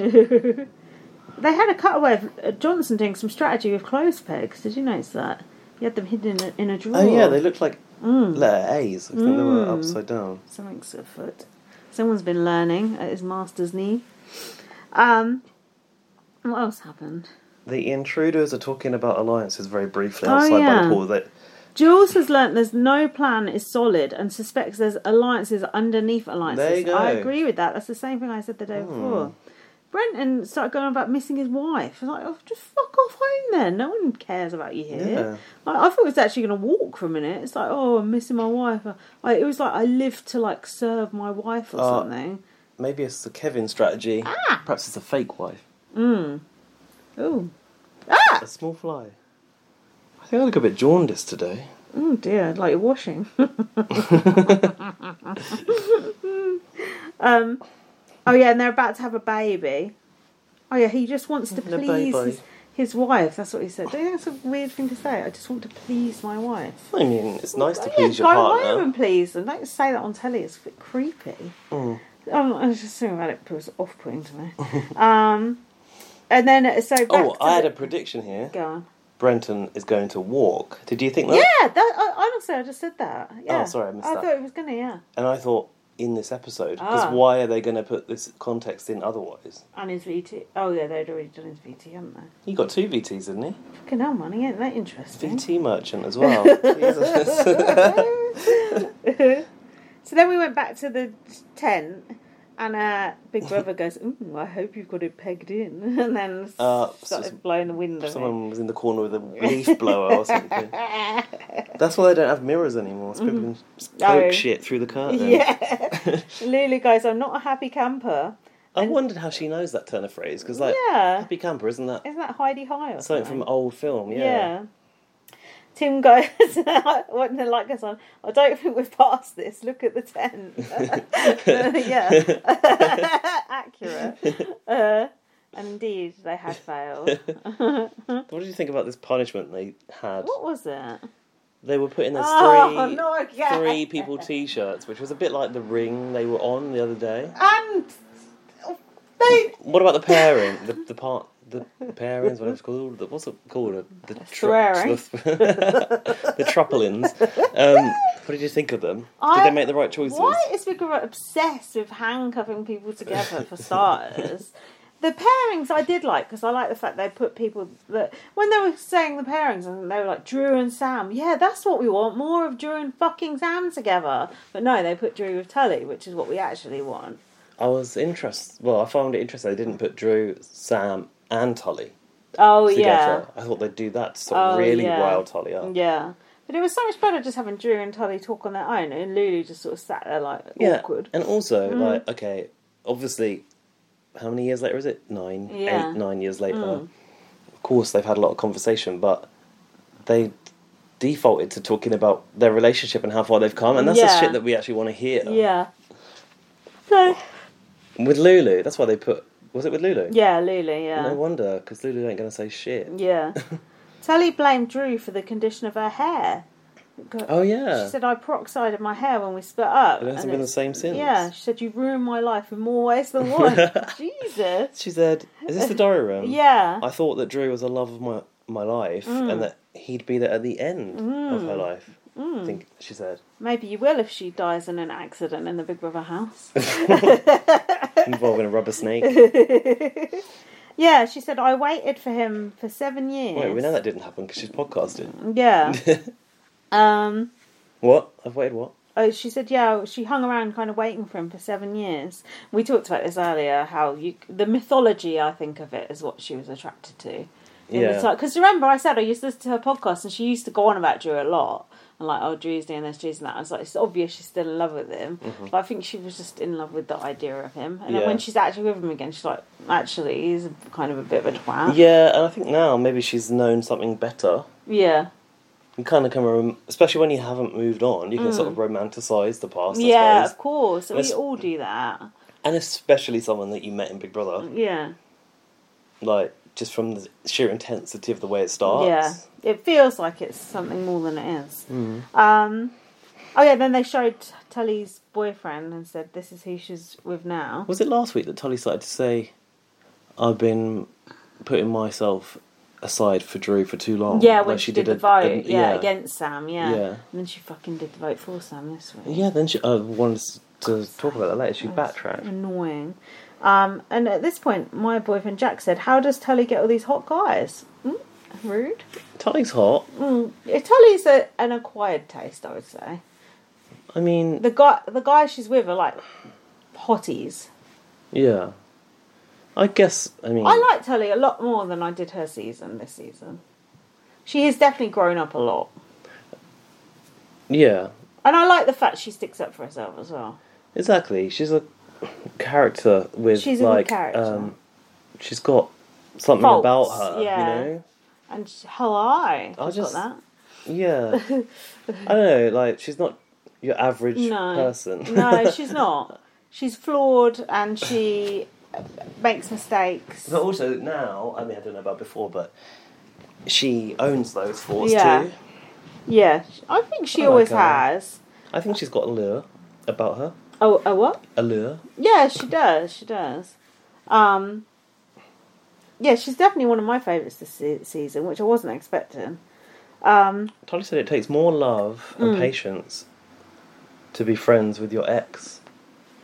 S2: They had a cutaway of uh, Johnson doing some strategy with clothes pegs. Did you notice that? He had them hidden in a, in a drawer.
S1: oh yeah, they looked like
S2: Mm.
S1: letter A's. I think they were upside down.
S2: Something's afoot. Someone's been learning at his master's knee. Um, what else happened?
S1: The intruders are talking about alliances very briefly
S2: Oh,
S1: outside by
S2: yeah.
S1: the pool. That
S2: Jules has learnt there's no plan is solid and suspects there's alliances underneath alliances.
S1: There you go. Hmm.
S2: I agree with that. That's the same thing I said the day before. Brenton started going on about missing his wife. I was like, oh, just fuck off home then. No one cares about you here. Like, I thought it was actually going to walk for a minute. It's like, oh, I'm missing my wife. Like, it was like I live to like serve my wife or
S1: Uh,
S2: something. Ah.
S1: maybe it's the Kevin strategy. Perhaps it's a fake wife.
S2: Oh,
S1: A small fly. I think I look a bit jaundiced today.
S2: oh dear, like you're washing. um, oh yeah, and they're about to have a baby. Oh yeah, he just wants to
S1: Having a
S2: please
S1: baby.
S2: his, his wife. That's what he said. Don't you think that's a weird thing to say? I just want to please my wife.
S1: I mean, it's nice to
S2: Oh,
S1: please
S2: yeah,
S1: your
S2: go home
S1: partner.
S2: and please them. Don't say that on telly. It's a bit creepy.
S1: Mm.
S2: Um, I was just thinking about it. It was off-putting to me. um, and then uh, so back
S1: Oh,
S2: to
S1: I had
S2: the-
S1: a prediction here.
S2: Go on.
S1: Brenton is going to walk. Did you think that?
S2: Yeah, that, I, honestly, I just said that. Yeah.
S1: Oh, sorry, I missed
S2: I
S1: that.
S2: thought it was gonna. Yeah,
S1: And I thought in this episode because
S2: Ah.
S1: why are they going to put this context in otherwise?
S2: and his VT. Oh yeah, they'd already done his VT, hadn't they?
S1: He got two VTs, didn't he?
S2: Fucking hell, money, ain't that interesting?
S1: VT merchant as well. Jesus.
S2: So then we went back to the tent. And uh, Big Brother goes, Ooh, I hope you've got it pegged in. And then
S1: Uh,
S2: started
S1: s-
S2: blowing the wind of it.
S1: Someone was in the corner with a leaf blower or something. That's why they don't have mirrors anymore. It's people can just poke
S2: Oh.
S1: shit through the curtain.
S2: Yeah. Lulu goes, I'm not a happy camper.
S1: I wondered how she knows that turn of phrase because, like,
S2: Yeah.
S1: Happy Camper isn't that
S2: Isn't that Heidi High or
S1: something
S2: something?
S1: from an old film? Yeah.
S2: yeah. Tim goes, when the light goes on, I don't think we've passed this. Look at the tent. yeah. Accurate. Uh, and indeed, they had failed.
S1: What did you think about this punishment they had?
S2: What was it?
S1: They were putting those three
S2: Oh, no, again.
S1: three people T-shirts, which was a bit like the ring they were on the other day.
S2: And they.
S1: What about the pairing? the the part the pairings, whatever it's called. The, what's it called? Uh, The tru-
S2: Swearing.
S1: the, the truplins. Um, what did you think of them? Did
S2: I-
S1: they make the right choices?
S2: Why is Big Brother obsessed with handcuffing people together for starters? the pairings I did like because I like the fact they put people that when they were saying the pairings and they were like Drew and Sam. Yeah, that's what we want more of Drew and fucking Sam together. But no, they put Drew with Tully, which is what we actually want.
S1: I was interested. Well, I found it interesting. They didn't put Drew, Sam, and Tolly
S2: Oh
S1: together. I thought they'd do that to sort of
S2: Oh,
S1: really
S2: yeah.
S1: wild Tolly up.
S2: yeah, yeah. But it was so much better just having Drew and Tully talk on their own, and Lulu just sort of sat there like
S1: Yeah,
S2: awkward. Mm.
S1: And also, like, okay, obviously, how many years later is it? Nine, eight, nine
S2: Yeah. Mm.
S1: years later. Of course, they've had a lot of conversation, but they defaulted to talking about their relationship and how far they've come, and that's
S2: Yeah.
S1: the shit that we actually want to hear.
S2: Yeah. So
S1: With Lulu, that's why they put. Was it with Lulu?
S2: yeah, Lulu. Yeah.
S1: No wonder, because Lulu ain't gonna say shit.
S2: Yeah. Sally blamed Drew for the condition of her hair.
S1: Oh yeah.
S2: She said, I peroxided my hair when we split up.
S1: it hasn't
S2: and
S1: been the
S2: it's-
S1: same since.
S2: Yeah, she said, You ruined my life in more ways than one. Jesus.
S1: She said, "Is this the diary room?"
S2: Yeah. Mm.
S1: I thought that Drew was the love of my my life, and that he'd be there at the end of her life.
S2: Mm.
S1: I think she said.
S2: Maybe you will if she dies in an accident in the Big Brother house.
S1: involving a rubber snake. Wait,
S2: yeah, she said, I waited for him for seven years.
S1: we know that didn't happen because she's podcasting.
S2: Yeah. um.
S1: What? I've waited what?
S2: Oh, she said, yeah, she hung around kind of waiting for him for seven years. We talked about this earlier, how you, the mythology, I think, of it is what she was attracted to.
S1: Yeah.
S2: Because remember, I said I used to listen to her podcast and she used to go on about Drew a lot. And like, oh, Drew's doing this, Drew's doing that. I was like, it's obvious she's still in love with him. But I think she was just in love with the idea of him. And
S1: Mm-hmm.
S2: then
S1: Yeah.
S2: when she's actually with him again, she's like, actually, he's kind of a bit of a twat.
S1: Yeah, and I think now maybe she's known something better.
S2: Yeah.
S1: You kind of can, rem- especially when you haven't moved on, you can sort of romanticize the past. I
S2: Mm. Yeah, of
S1: suppose.
S2: course. We
S1: Let's-
S2: all do that.
S1: and especially someone that you met in Big Brother,
S2: Yeah.
S1: like just from the sheer intensity of the way it starts.
S2: Yeah, it feels like it's something more than it is.
S1: Mm.
S2: Um, oh yeah, then they showed Tully's boyfriend and said, "This is who she's with now."
S1: Was it last week that Tolly started to say, "I've been putting myself aside for Drew for too long"?
S2: Yeah,
S1: Like
S2: when she, did, the
S1: a-
S2: vote,
S1: an-
S2: yeah, against Sam, yeah.
S1: Yeah.
S2: and then she fucking did the vote for Sam this week.
S1: Yeah, then she uh, wanted s- to talk about that later. She backtracked.
S2: Annoying. Um, and at this point, my boyfriend Jack said, "How does Tully get all these hot guys?" Mm, rude.
S1: Tully's hot.
S2: Yeah, Tully's a, an acquired taste, I would say.
S1: I mean,
S2: The guy, the guys she's with are like hotties.
S1: yeah. I guess. I mean,
S2: I liked Tully a lot more than I did her season this season. She has definitely grown up a lot.
S1: yeah,
S2: And I like the fact she sticks up for herself as well.
S1: exactly. She's a character with
S2: She's a good
S1: like,
S2: character.
S1: um, she's got something
S2: Faults,
S1: about her,
S2: yeah.
S1: you know?
S2: And sh- her eye.
S1: I'll
S2: I've
S1: just-
S2: got
S1: Yeah. I don't know, like, she's not your average
S2: No.
S1: person.
S2: that. No, she's not. She's flawed and she makes mistakes.
S1: But also now, I mean, I don't know about before, but she owns those thoughts
S2: Yeah.
S1: too.
S2: Yeah, I think she
S1: I like
S2: always
S1: her.
S2: has.
S1: I think she's got allure about her.
S2: Oh, a what?
S1: Allure.
S2: Yeah, she does. She does. Um, yeah, she's definitely one of my favourites this se- season, which I wasn't expecting. Um,
S1: Tolly said it takes more love
S2: Hmm.
S1: and patience to be friends with your ex.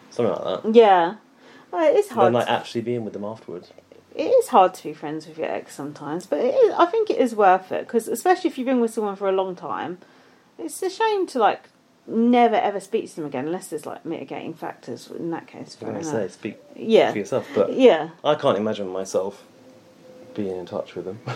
S1: Something like that.
S2: yeah, Uh, it is hard.
S1: Than like actually being with them afterwards.
S2: it is hard to be friends with your ex sometimes, but it is, I think it is worth it because especially if you've been with someone for a long time, it's a shame to like never ever speak to them again unless there's like mitigating factors. In that case, fair
S1: I'm gonna
S2: enough.
S1: say, speak
S2: yeah,
S1: for yourself. But
S2: yeah.
S1: I can't imagine myself being in touch with them.
S2: But to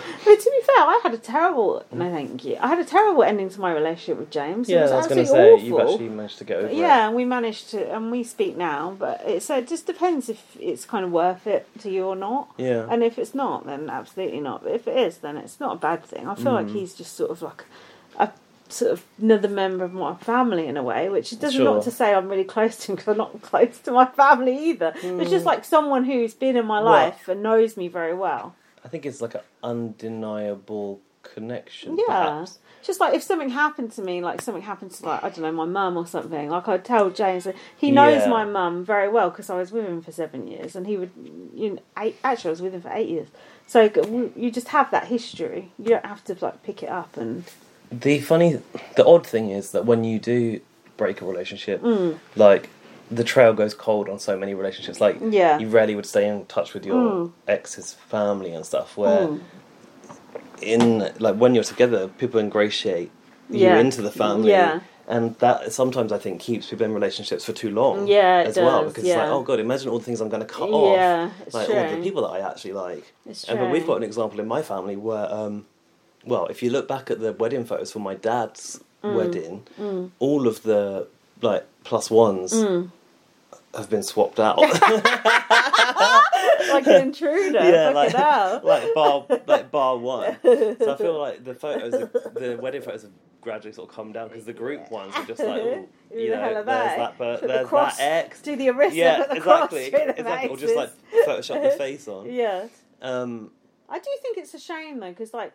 S2: be fair, I had a terrible. No, thank you. I had a terrible ending to my relationship with James. it
S1: yeah,
S2: was
S1: I was gonna
S2: absolutely
S1: say
S2: awful.
S1: you've actually managed to get over
S2: yeah,
S1: it.
S2: and we managed to, and we speak now. But it, so it just depends if it's kind of worth it to you or not.
S1: Yeah.
S2: And if it's not, then absolutely not. But if it is, then it's not a bad thing. I feel
S1: Mm.
S2: like he's just sort of like a sort of another member of my family in a way, which it doesn't
S1: Sure.
S2: not to say I'm really close to him because I'm not close to my family either. It's
S1: Mm.
S2: just like someone who's been in my life and knows me very well.
S1: I think it's like an undeniable connection.
S2: Yeah.
S1: perhaps.
S2: It's Just like if something happened to me, like something happened to like I don't know my mum or something, like I'd tell James. like, He knows
S1: Yeah.
S2: my mum very well because I was with him for seven years, and he would, you know, eight, actually I was with him for eight years. So like, w- you just have that history. You don't have to like pick it up and
S1: the funny the odd thing is that when you do break a relationship
S2: Mm.
S1: like the trail goes cold on so many relationships like
S2: Yeah. Mm.
S1: you rarely would stay in touch with your ex's family and stuff where in like when you're together people ingratiate
S2: Yeah.
S1: you into the family
S2: Yeah.
S1: and that sometimes i think keeps people in relationships for too long
S2: Yeah, it
S1: as well
S2: does,
S1: because it's like
S2: yeah.
S1: oh god imagine all the things i'm going to cut
S2: Yeah,
S1: off
S2: it's
S1: like all the
S2: true.
S1: people that i actually like
S2: It's
S1: and but we've
S2: true.
S1: got an example in my family where um well, if you look back at the wedding photos for my dad's
S2: Mm.
S1: wedding, all of the like plus ones
S2: Mm.
S1: have been swapped out.
S2: like an intruder. yeah,
S1: like,
S2: like, hell.
S1: like bar like bar one. So I feel like the photos, of, the wedding photos have gradually sort of come down because the group ones are just like, ooh,
S2: Who
S1: you
S2: the
S1: know,
S2: hell are
S1: there's
S2: they?
S1: that, per-
S2: Put the
S1: there's
S2: cross-
S1: that X.
S2: Do the arrest
S1: Yeah,
S2: at the
S1: exactly,
S2: cross through the
S1: exactly. Or just
S2: faces.
S1: like Photoshop the face on.
S2: yeah.
S1: Um,
S2: I do think it's a shame though, because like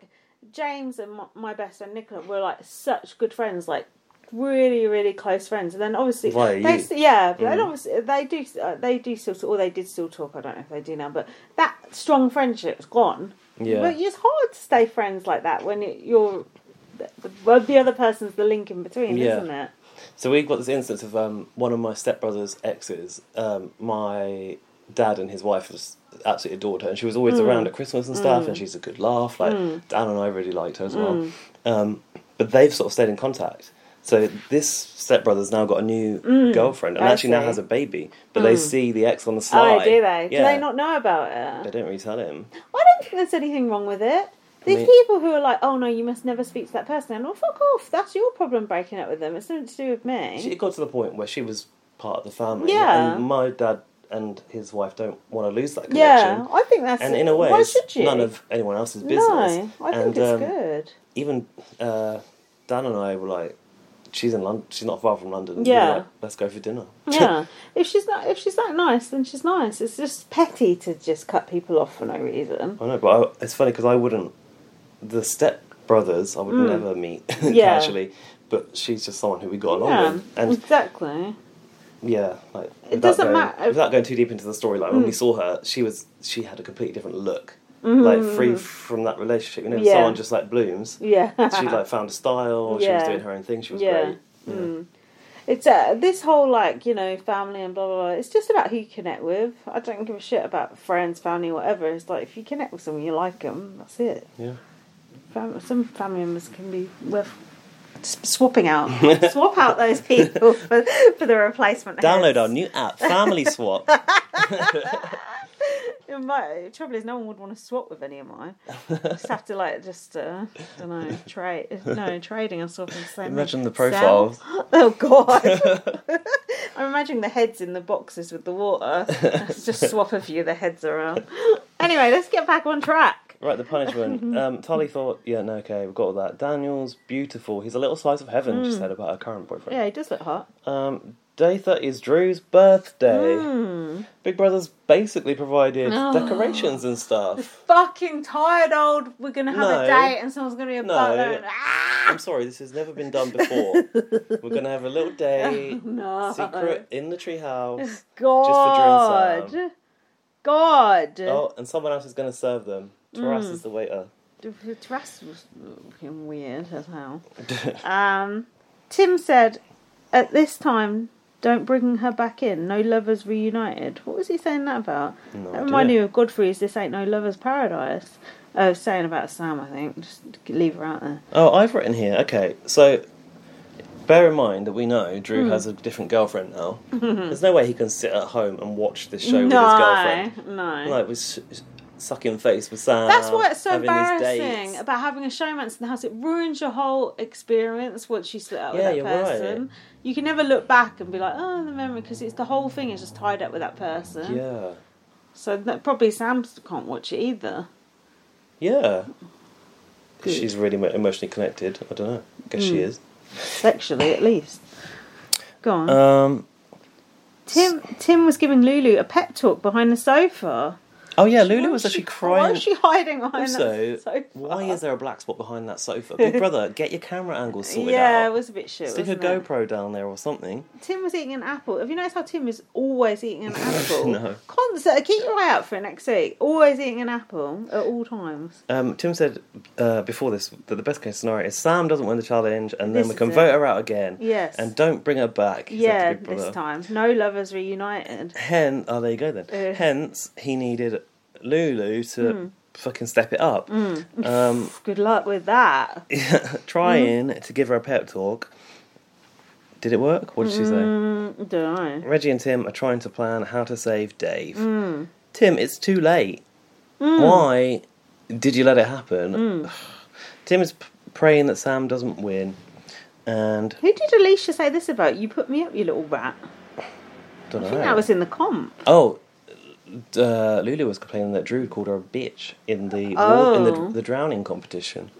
S2: James and my, my best friend Nicola were like such good friends, like really, really close friends. And then obviously,
S1: Via
S2: they,
S1: you. Mm.
S2: s- yeah, but then obviously they do, uh, they do still, or they did still talk. I don't know if they do now, but that strong friendship's gone.
S1: Yeah.
S2: but it's hard to stay friends like that when it, you're the, the, well, the other person's the link in between,
S1: Yeah.
S2: isn't it?
S1: So we got this instance of um, one of my stepbrother's exes. Um, my dad and his wife just absolutely adored her, and she was
S2: Hmm.
S1: always around at Christmas and stuff. And she's a good laugh. Like Dan and I really liked her as
S2: Hmm.
S1: well. Um, but they've sort of stayed in contact. So this stepbrother's now got a new girlfriend, and
S2: Hmm. I
S1: actually now
S2: see. Hmm.
S1: has a baby. But they see the ex on the sly.
S2: Oh, do they?
S1: Yeah.
S2: Do they not know about it?
S1: They don't really tell him.
S2: I don't think there's anything wrong with it. These
S1: mean-
S2: people who are like, oh no, you must never speak to that person, and well, fuck off. That's your problem breaking up with them. It's nothing to do with me.
S1: She- It got to the point where she was part of the family.
S2: Yeah.
S1: And my dad and his wife don't want to lose that connection.
S2: yeah, I think that's.
S1: and in a way,
S2: why
S1: it's
S2: should you?
S1: none of anyone else's business.
S2: No, I think
S1: and,
S2: it's
S1: um,
S2: good.
S1: Even uh, Dan and I were like, "She's in London. She's not far from London." We were
S2: Yeah.
S1: like, let's go for dinner.
S2: Yeah, if she's not, if she's that nice, then she's nice. It's just petty to just cut people off for no reason.
S1: I know, but I, it's funny because I wouldn't. The step brothers, I would never meet
S2: Mm. Yeah.
S1: casually. But she's just someone who we got along
S2: Yeah,
S1: with, and
S2: exactly.
S1: yeah, like without
S2: doesn't
S1: going,
S2: matter- Mm.
S1: Without going too deep into the storyline, when we saw her, she was she had a completely different look, like free from that relationship. You know,
S2: Mm. Yeah.
S1: someone just like blooms.
S2: Yeah,
S1: she like found a style. She was
S2: Yeah.
S1: doing her own thing. She was
S2: Yeah.
S1: great. Yeah.
S2: It's uh, this whole like you know family and blah blah blah. It's just about who you connect with. I don't give a shit about friends, family, whatever. It's like if you connect with someone, you like them. That's it.
S1: Yeah.
S2: Fam- some family members can be worth s- swapping out, swap out those people for, for the replacement.
S1: Download
S2: heads.
S1: our new app, Family Swap.
S2: It might- the trouble is, no one would want to swap with any of mine. just have to like just uh, don't know trade. No trading and swapping. the same
S1: Imagine the
S2: Sell?
S1: profiles.
S2: Oh god. I'm imagining the heads in the boxes with the water. Let's just swap a few the heads around. Anyway, let's get back on track.
S1: Right, the punishment. um, Tully thought, yeah, no, okay, we've got all that. Daniel's beautiful. He's a little slice of heaven, she said about her current boyfriend.
S2: Mm. Yeah, he does look hot.
S1: Um, day 30 is Drew's birthday.
S2: Mm.
S1: Big Brother's basically provided
S2: Oh.
S1: decorations and stuff.
S2: Fucking tired old. We're gonna have
S1: No.
S2: a date, and someone's gonna be a
S1: No.
S2: butler. And, ah,
S1: I'm sorry, this has never been done before. We're going to have a little day,
S2: Oh, no.
S1: secret in the treehouse.
S2: God.
S1: Drew
S2: God.
S1: Oh, and someone else is going to serve them.
S2: Mm.
S1: Taras is the waiter.
S2: The dress was looking weird as hell. um, Tim said, "At this time, don't bring her back in. No lovers reunited." What was he saying that about? that reminded
S1: idea.
S2: me of Godfrey's "This Ain't No Lovers Paradise." Uh, saying about Sam, I think. Just leave her out there.
S1: Oh, I've written here. Okay, so bear in mind that we know
S2: Hmm.
S1: Drew has a different girlfriend now. There's no way he can sit at home and watch this show with his
S2: no,
S1: girlfriend.
S2: no.
S1: Like with s- s- sucking face with Sam.
S2: That's why it's so
S1: having these dates.
S2: embarrassing about having a showman's in the house. It ruins your whole experience once you split up
S1: Yeah,
S2: with
S1: you're
S2: that person.
S1: right.
S2: You can never look back and be like, oh, the memory, because it's the whole thing is just tied up with that person.
S1: Yeah,
S2: So that, probably Sam can't watch it either.
S1: yeah. 'Cause she's really mo- emotionally connected. I don't know. I guess she
S2: Hmm.
S1: is.
S2: Sexually, at least. Go on.
S1: Um.
S2: Tim Tim was giving Lulu a pet talk behind the sofa.
S1: Oh yeah, Lulu
S2: Why
S1: was
S2: is
S1: actually
S2: she- Why
S1: crying.
S2: is she hiding behind
S1: Also,
S2: that sofa?
S1: why is there a black spot behind that sofa? Big brother, get your camera angle sorted
S2: Yeah,
S1: out.
S2: it was a bit shit.
S1: Stick a
S2: wasn't it?
S1: GoPro down there or something.
S2: Tim was eating an apple. Have you noticed how Tim is always eating an apple?
S1: No.
S2: Concert. Keep your eye out for it next week. Always eating an apple at all times.
S1: Um, Tim said uh, before this that the best case scenario is Sam doesn't win the challenge, and then
S2: This
S1: we
S2: is
S1: can
S2: it.
S1: vote her out again.
S2: Yes.
S1: And don't bring her back. he said to
S2: yeah,
S1: Big Brother.
S2: this time. No lovers reunited.
S1: Hen, oh, there you go then.
S2: Uh.
S1: Hence, he needed Lulu to
S2: Hmm.
S1: fucking step it up. Um,
S2: Good luck with that. Hmm.
S1: trying to give her a pep talk. Did it work? What did she say?
S2: Don't know.
S1: Reggie and Tim are trying to plan how to save Dave. Tim, it's too late. Why did you let it happen? Tim is p- praying that Sam doesn't win. And
S2: Who did Alicia say this about? You put me up, you little rat.
S1: don't
S2: I
S1: know.
S2: think that was in the comp.
S1: Oh, uh, Lulu was complaining that Drew called her a bitch in the wa- in
S2: Oh.
S1: the, the drowning competition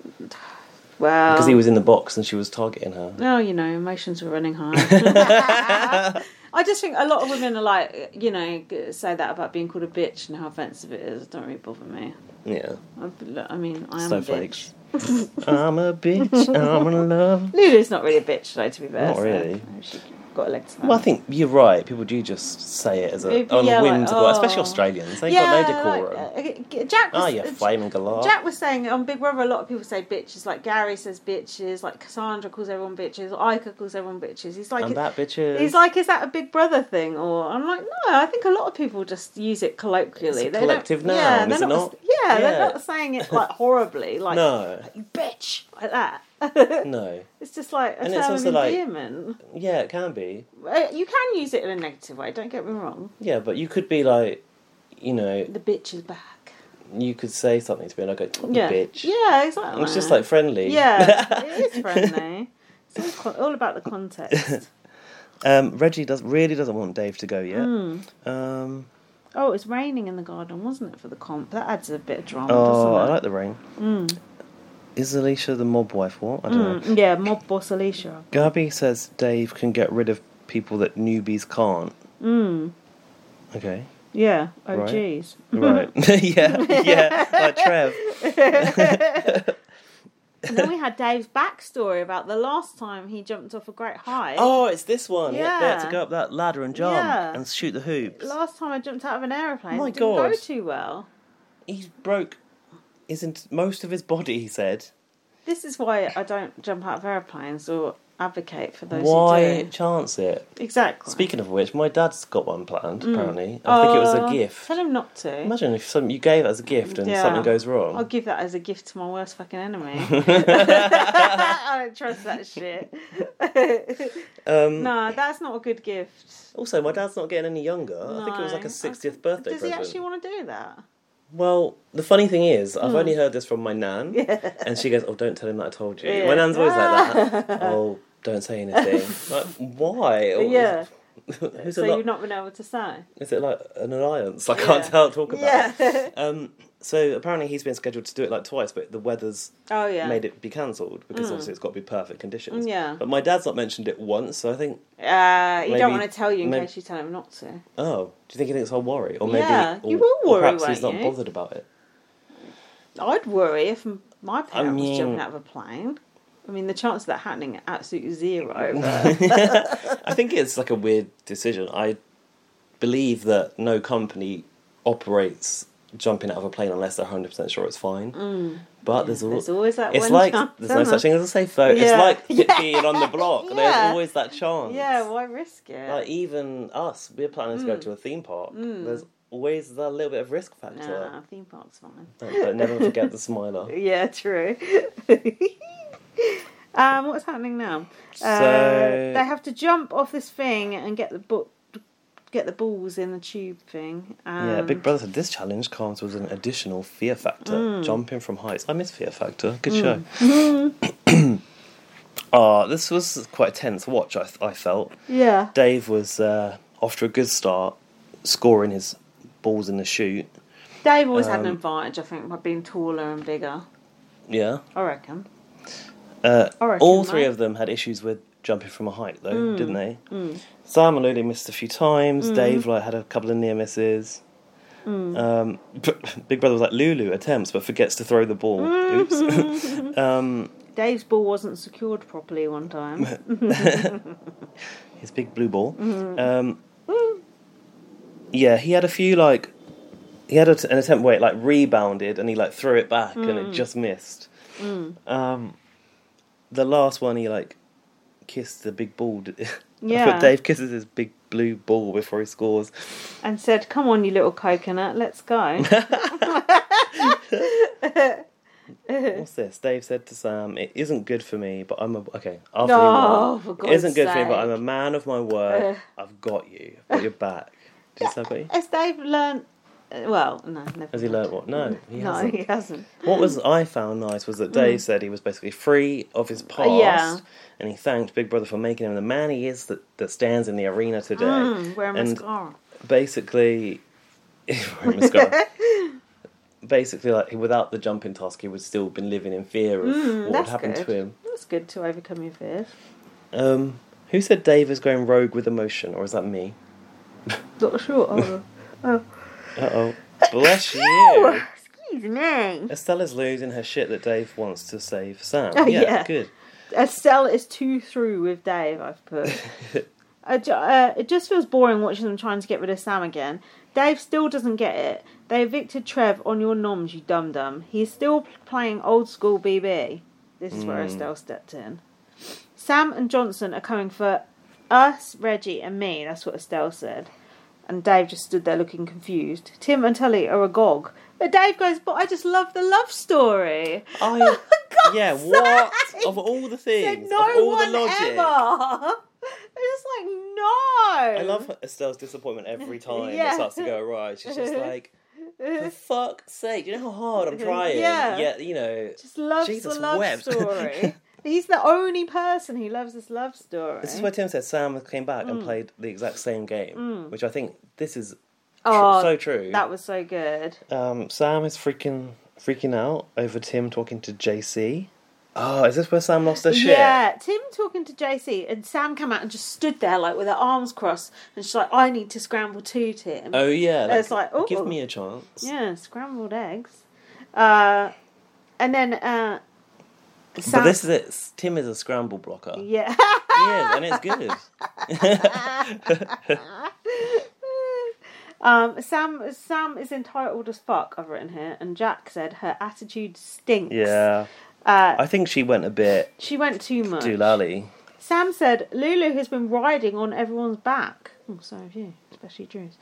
S2: Well,
S1: because he was in the box and she was targeting her.
S2: Oh, you know, emotions were running high. I just think a lot of women are like, you know, say that about being called a bitch and how offensive it is. It don't really bother me.
S1: Yeah,
S2: I've- look, I mean, I am a bitch.
S1: snowflakes. I'm a bitch. I'm in love.
S2: Lulu's not really a bitch, though, to be fair.
S1: Not
S2: so
S1: really.
S2: She's got a leg to stand
S1: Well, I think you're right. People do just say it as a
S2: Maybe,
S1: on
S2: yeah,
S1: a whim
S2: like,
S1: to go out,
S2: oh.
S1: especially Australians. They've got no decorum.
S2: like, uh, Jack was,
S1: oh, you flaming galah.
S2: Jack was saying on Big Brother, a lot of people say bitches. Like Gary says bitches. Like Cassandra calls everyone bitches. Ica calls everyone bitches. He's like,
S1: and that bitches.
S2: He's like, is that a Big Brother thing? Or I'm like, no, I think a lot of people just use it colloquially.
S1: It's a
S2: They
S1: collective
S2: don't,
S1: noun,
S2: they're
S1: is it
S2: not,
S1: not?
S2: Yeah, they're
S1: Yeah.
S2: not saying it like horribly, like
S1: no,
S2: you bitch, like that.
S1: no.
S2: it's just like a
S1: And it's
S2: term of
S1: also like-
S2: endearment.
S1: Yeah, it can be.
S2: Uh, You can use it in a negative way. Don't get me wrong.
S1: Yeah, but you could be like, you know,
S2: The bitch is back.
S1: you could say something to me and I go, "You
S2: Yeah,
S1: bitch.
S2: Yeah, exactly.
S1: It's just like friendly.
S2: yeah, it is friendly. It's all, co- all about the context.
S1: Um, Reggie does really doesn't want Dave to go yet.
S2: Hmm.
S1: Um,
S2: Oh, it was raining in the garden, wasn't it, for the comp? That adds a bit of
S1: oh,
S2: drama,
S1: I
S2: doesn't Hmm. it?
S1: like the rain. Is Alicia the mob wife? What I don't know.
S2: Mm, Yeah, mob boss Alicia.
S1: Gabby says Dave can get rid of people that newbies can't.
S2: Hmm.
S1: Okay.
S2: Yeah. Oh,
S1: Right.
S2: jeez.
S1: Right. yeah. Yeah. Like Trev.
S2: And then we had Dave's backstory about the last time he jumped off a great height.
S1: Oh, it's this one. Yeah. They had
S2: Yeah.
S1: to go up that ladder and jump
S2: Yeah.
S1: and shoot the hoops.
S2: Last time I jumped out of an aeroplane,
S1: My
S2: it didn't go
S1: God.
S2: too well.
S1: He broke. Isn't most of his body? He said.
S2: This is why I don't jump out of airplanes or advocate for those who
S1: Why
S2: do.
S1: chance it?
S2: Exactly.
S1: Speaking of which, my dad's got one planned. Apparently, I think it was
S2: Mm. Oh,
S1: a gift.
S2: Tell him not to.
S1: Imagine if something you gave as a gift and
S2: Yeah.
S1: something goes wrong.
S2: I'll give that as a gift to my worst fucking enemy. I don't trust that shit.
S1: Um,
S2: No, that's not a good gift.
S1: Also, my dad's not getting any younger. I think it was like
S2: No.
S1: a 60th birthday
S2: Does he
S1: present.
S2: actually Hmm. want to do that?
S1: Well, the funny thing is, I've only heard this from my nan, and she goes, "Oh, don't tell him that I told you."
S2: Yeah.
S1: My nan's always like that. oh, don't say anything. like, why? Or-
S2: Yeah.
S1: Who's
S2: so
S1: a lot?
S2: you've not been able to say.
S1: Is it like an alliance? I can't
S2: Yeah.
S1: tell talk about. it.
S2: Yeah.
S1: Um, so apparently he's been scheduled to do it like twice, but the weather's
S2: oh yeah. Mm.
S1: made it be cancelled because obviously it's got to be perfect conditions.
S2: Yeah.
S1: But my dad's not mentioned it once, so I think,
S2: Uh, you
S1: Maybe-
S2: don't want to tell you in
S1: maybe-
S2: case you tell him not to.
S1: oh, do you think he thinks I'll worry, or maybe,
S2: Yeah,
S1: or,
S2: you will
S1: or
S2: worry,
S1: perhaps he's not
S2: won't you?
S1: bothered about it.
S2: I'd worry if m- my parent was
S1: mean-
S2: jumping out of a plane. I mean, the chance of that happening are absolutely zero. but-
S1: I think it's like a weird decision. I believe that no company operates jumping out of a plane unless they're hundred percent sure it's fine. But there's, al-
S2: Mm. there's always that
S1: It's
S2: one
S1: like
S2: chance,
S1: there's no
S2: isn't
S1: such thing as a safe vote. It's
S2: Yeah.
S1: like it being on the block.
S2: Yeah.
S1: There's always that chance.
S2: yeah, why risk it?
S1: Like even us, we're planning to go to a theme park. There's always that little bit of risk factor.
S2: nah, Uh, theme park's fine.
S1: But, but never forget the smiler.
S2: Yeah, true. um, what's happening now? Uh,
S1: So-
S2: they have to jump off this thing and get the book, get the balls in the tube thing. Um,
S1: yeah, Big Brother said this challenge comes with an additional fear factor. Jumping from heights. I miss Fear Factor. Good show. Ah, this was quite a tense watch. I, I felt
S2: yeah.
S1: Dave was uh, after a good start, scoring his balls in the shoot.
S2: Dave always had an
S1: Um,
S2: advantage, I think, by being taller and bigger.
S1: Yeah,
S2: I reckon.
S1: Uh,
S2: I reckon,
S1: all three
S2: mate.
S1: of them had issues with jumping from a height, though, didn't they? Sam and Lulu missed a few times. Dave like had a couple of near misses. Um, Big Brother was like Lulu attempts but forgets to throw the ball. Oops.
S2: Dave's ball wasn't secured properly one time.
S1: His big blue ball.
S2: Mm-hmm.
S1: Um, yeah, he had a few like he had a t an attempt where it like rebounded and he like threw it back and
S2: Mm.
S1: it just missed. Um, the last one he like kissed the big ball. d-
S2: Yeah.
S1: but Dave kisses his big blue ball before he scores.
S2: and said, "Come on, you little coconut, let's go."
S1: What's this? Dave said to Sam, "It isn't good for me, but I'm a okay." After
S2: Oh,
S1: he won,
S2: for
S1: it isn't
S2: God's
S1: good for me, but I'm a
S2: sake.
S1: man of my word. I've got you. I've got your back. Did you say I've got you?
S2: Has Dave learnt? uh, Well, no, never.
S1: Has he
S2: mind.
S1: learnt what? No, he
S2: no,
S1: hasn't.
S2: he hasn't.
S1: What was I found nice was that Dave said he was basically free of his past,
S2: Hmm. Uh, yeah.
S1: and he thanked Big Brother for making him the man he is that, that stands in the arena today.
S2: Mm, wearing
S1: and
S2: mascara.
S1: basically, wearing mascara. basically, like he- without the jumping task, he would still been living in fear of what would
S2: Hmm, That's
S1: happen
S2: good.
S1: to him.
S2: That's good to overcome your fears.
S1: Um, who said Dave is going rogue with emotion, or is that me?
S2: Not sure. Oh,
S1: Uh oh, bless you.
S2: excuse me.
S1: Estella's losing her shit that Dave wants to save Sam.
S2: Oh,
S1: yeah,
S2: yeah.
S1: good.
S2: Estelle is two through with Dave. I've put. I ju- uh, it just feels boring watching them trying to get rid of Sam again. Dave still doesn't get it. They evicted Trev on your noms, you dum dum. He's still p- playing old school BB. This is where Estelle stepped in. Sam and Johnson are coming for us, Reggie, and me. That's what Estelle said. And Dave just stood there looking confused. Tim and Tully are agog. But Dave goes, But I just love the love story.
S1: I
S2: God's
S1: yeah, what
S2: sake.
S1: of all the
S2: Said
S1: things,
S2: no
S1: of all
S2: one
S1: the logic.
S2: ever. It's just like no.
S1: I love Estelle's disappointment every time
S2: Yeah.
S1: it starts to go right. She's just like, for fuck's sake, you know how hard I'm trying.
S2: Yeah.
S1: Yet, you know,
S2: Just loves
S1: Jesus
S2: the love
S1: wept.
S2: story. He's the only person who loves this love story.
S1: this is where Tim said Sam came back
S2: Mm.
S1: and played the exact same game, which I think this is tr- so true.
S2: Oh, That was so good.
S1: um, Sam is freaking freaking out over Tim talking to JC. Oh, is this where Sam lost her shit?
S2: Yeah, Tim talking to JC and Sam came out and just stood there like with her arms crossed and she's like, I need to scramble too, Tim.
S1: Oh yeah,
S2: It's like,
S1: give
S2: ooh.
S1: me a chance.
S2: Yeah, scrambled eggs. Uh, and then uh, Sam
S1: But this is it. Tim is a scramble blocker.
S2: Yeah.
S1: He is, and it's good.
S2: Um, Sam Sam is entitled as fuck. I've written here, and Jack said her attitude stinks.
S1: Yeah.
S2: Uh,
S1: I think she went a bit
S2: she went too much.
S1: too lally.
S2: Sam said Lulu has been riding on everyone's back. Oh, so have you, especially Drew's.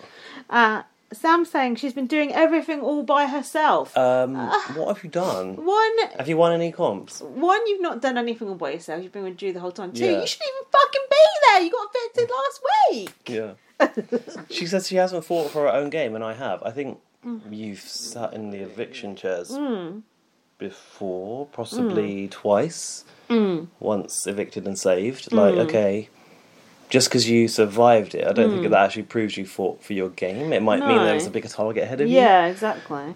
S2: Uh, Sam saying she's been doing everything all by herself.
S1: Um,
S2: Uh.
S1: what have you done?
S2: one,
S1: Have you won any comps?
S2: one, you've not done anything all by yourself. You've been with Drew the whole time. Two,
S1: Yeah.
S2: you shouldn't even fucking be there. You got evicted last week.
S1: Yeah. she says she hasn't fought for her own game, and I have. I think
S2: Mm.
S1: you've sat in the eviction chairs before,
S2: Mm. Mm.
S1: possibly twice. Once evicted and saved. Like, okay, just because you survived it, I don't think that actually proves you fought for your game. It might mean there was
S2: Mm. No.
S1: a bigger target ahead of you.
S2: Yeah, exactly.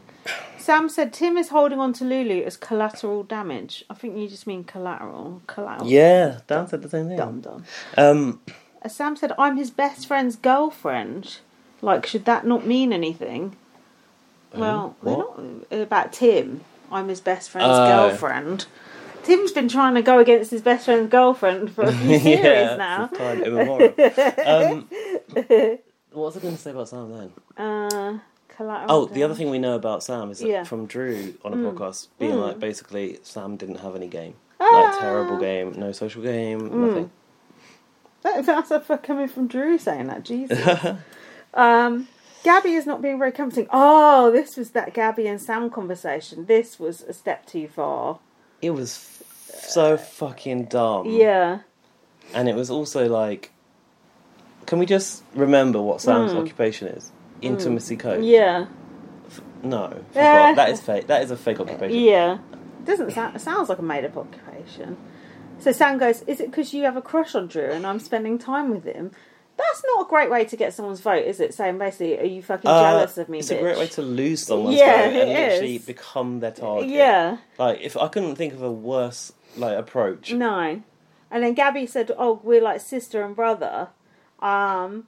S2: Sam said Tim is holding on to Lulu as collateral damage. I think you just mean collateral. Collateral.
S1: Yeah, Dan said the same thing.
S2: Dum dum.
S1: Um,
S2: As Sam said, I'm his best friend's girlfriend. Like, should that not mean anything? Well, they're
S1: what?
S2: not uh, about Tim. I'm his best friend's
S1: Oh.
S2: girlfriend. Tim's been trying to go against his best friend's girlfriend for a few series
S1: yeah,
S2: now.
S1: for time immemorial. um, what was I going to say about Sam then?
S2: Uh, collateral.
S1: Oh, the other
S2: damage.
S1: thing we know about Sam is that
S2: Yeah. Hmm.
S1: from Drew on a podcast being like basically Sam didn't have any game,
S2: Ah.
S1: like terrible game, no social game,
S2: Hmm.
S1: nothing.
S2: That, that's a fuck coming from Drew saying that. Jesus. um, Gabby is not being very comforting. Oh, this was that Gabby and Sam conversation. This was a step too far.
S1: It was f- so fucking dumb.
S2: Yeah.
S1: and it was also like, can we just remember what Sam's occupation is? Intimacy coach.
S2: Hmm. Yeah.
S1: No, forgot.
S2: Yeah.
S1: that is fake. That is a fake occupation.
S2: Yeah. Doesn't sound, sounds like a made up occupation. So Sam goes, Is it because you have a crush on Drew and I'm spending time with him? That's not a great way to get someone's vote, is it? Saying basically, Are you fucking
S1: Uh,
S2: jealous of me,
S1: It's
S2: bitch?
S1: a great way to lose someone's
S2: Yeah,
S1: vote and
S2: it
S1: literally
S2: is.
S1: become their target.
S2: Yeah.
S1: Like if I couldn't think of a worse like approach.
S2: No. And then Gabby said, Oh, we're like sister and brother. Um,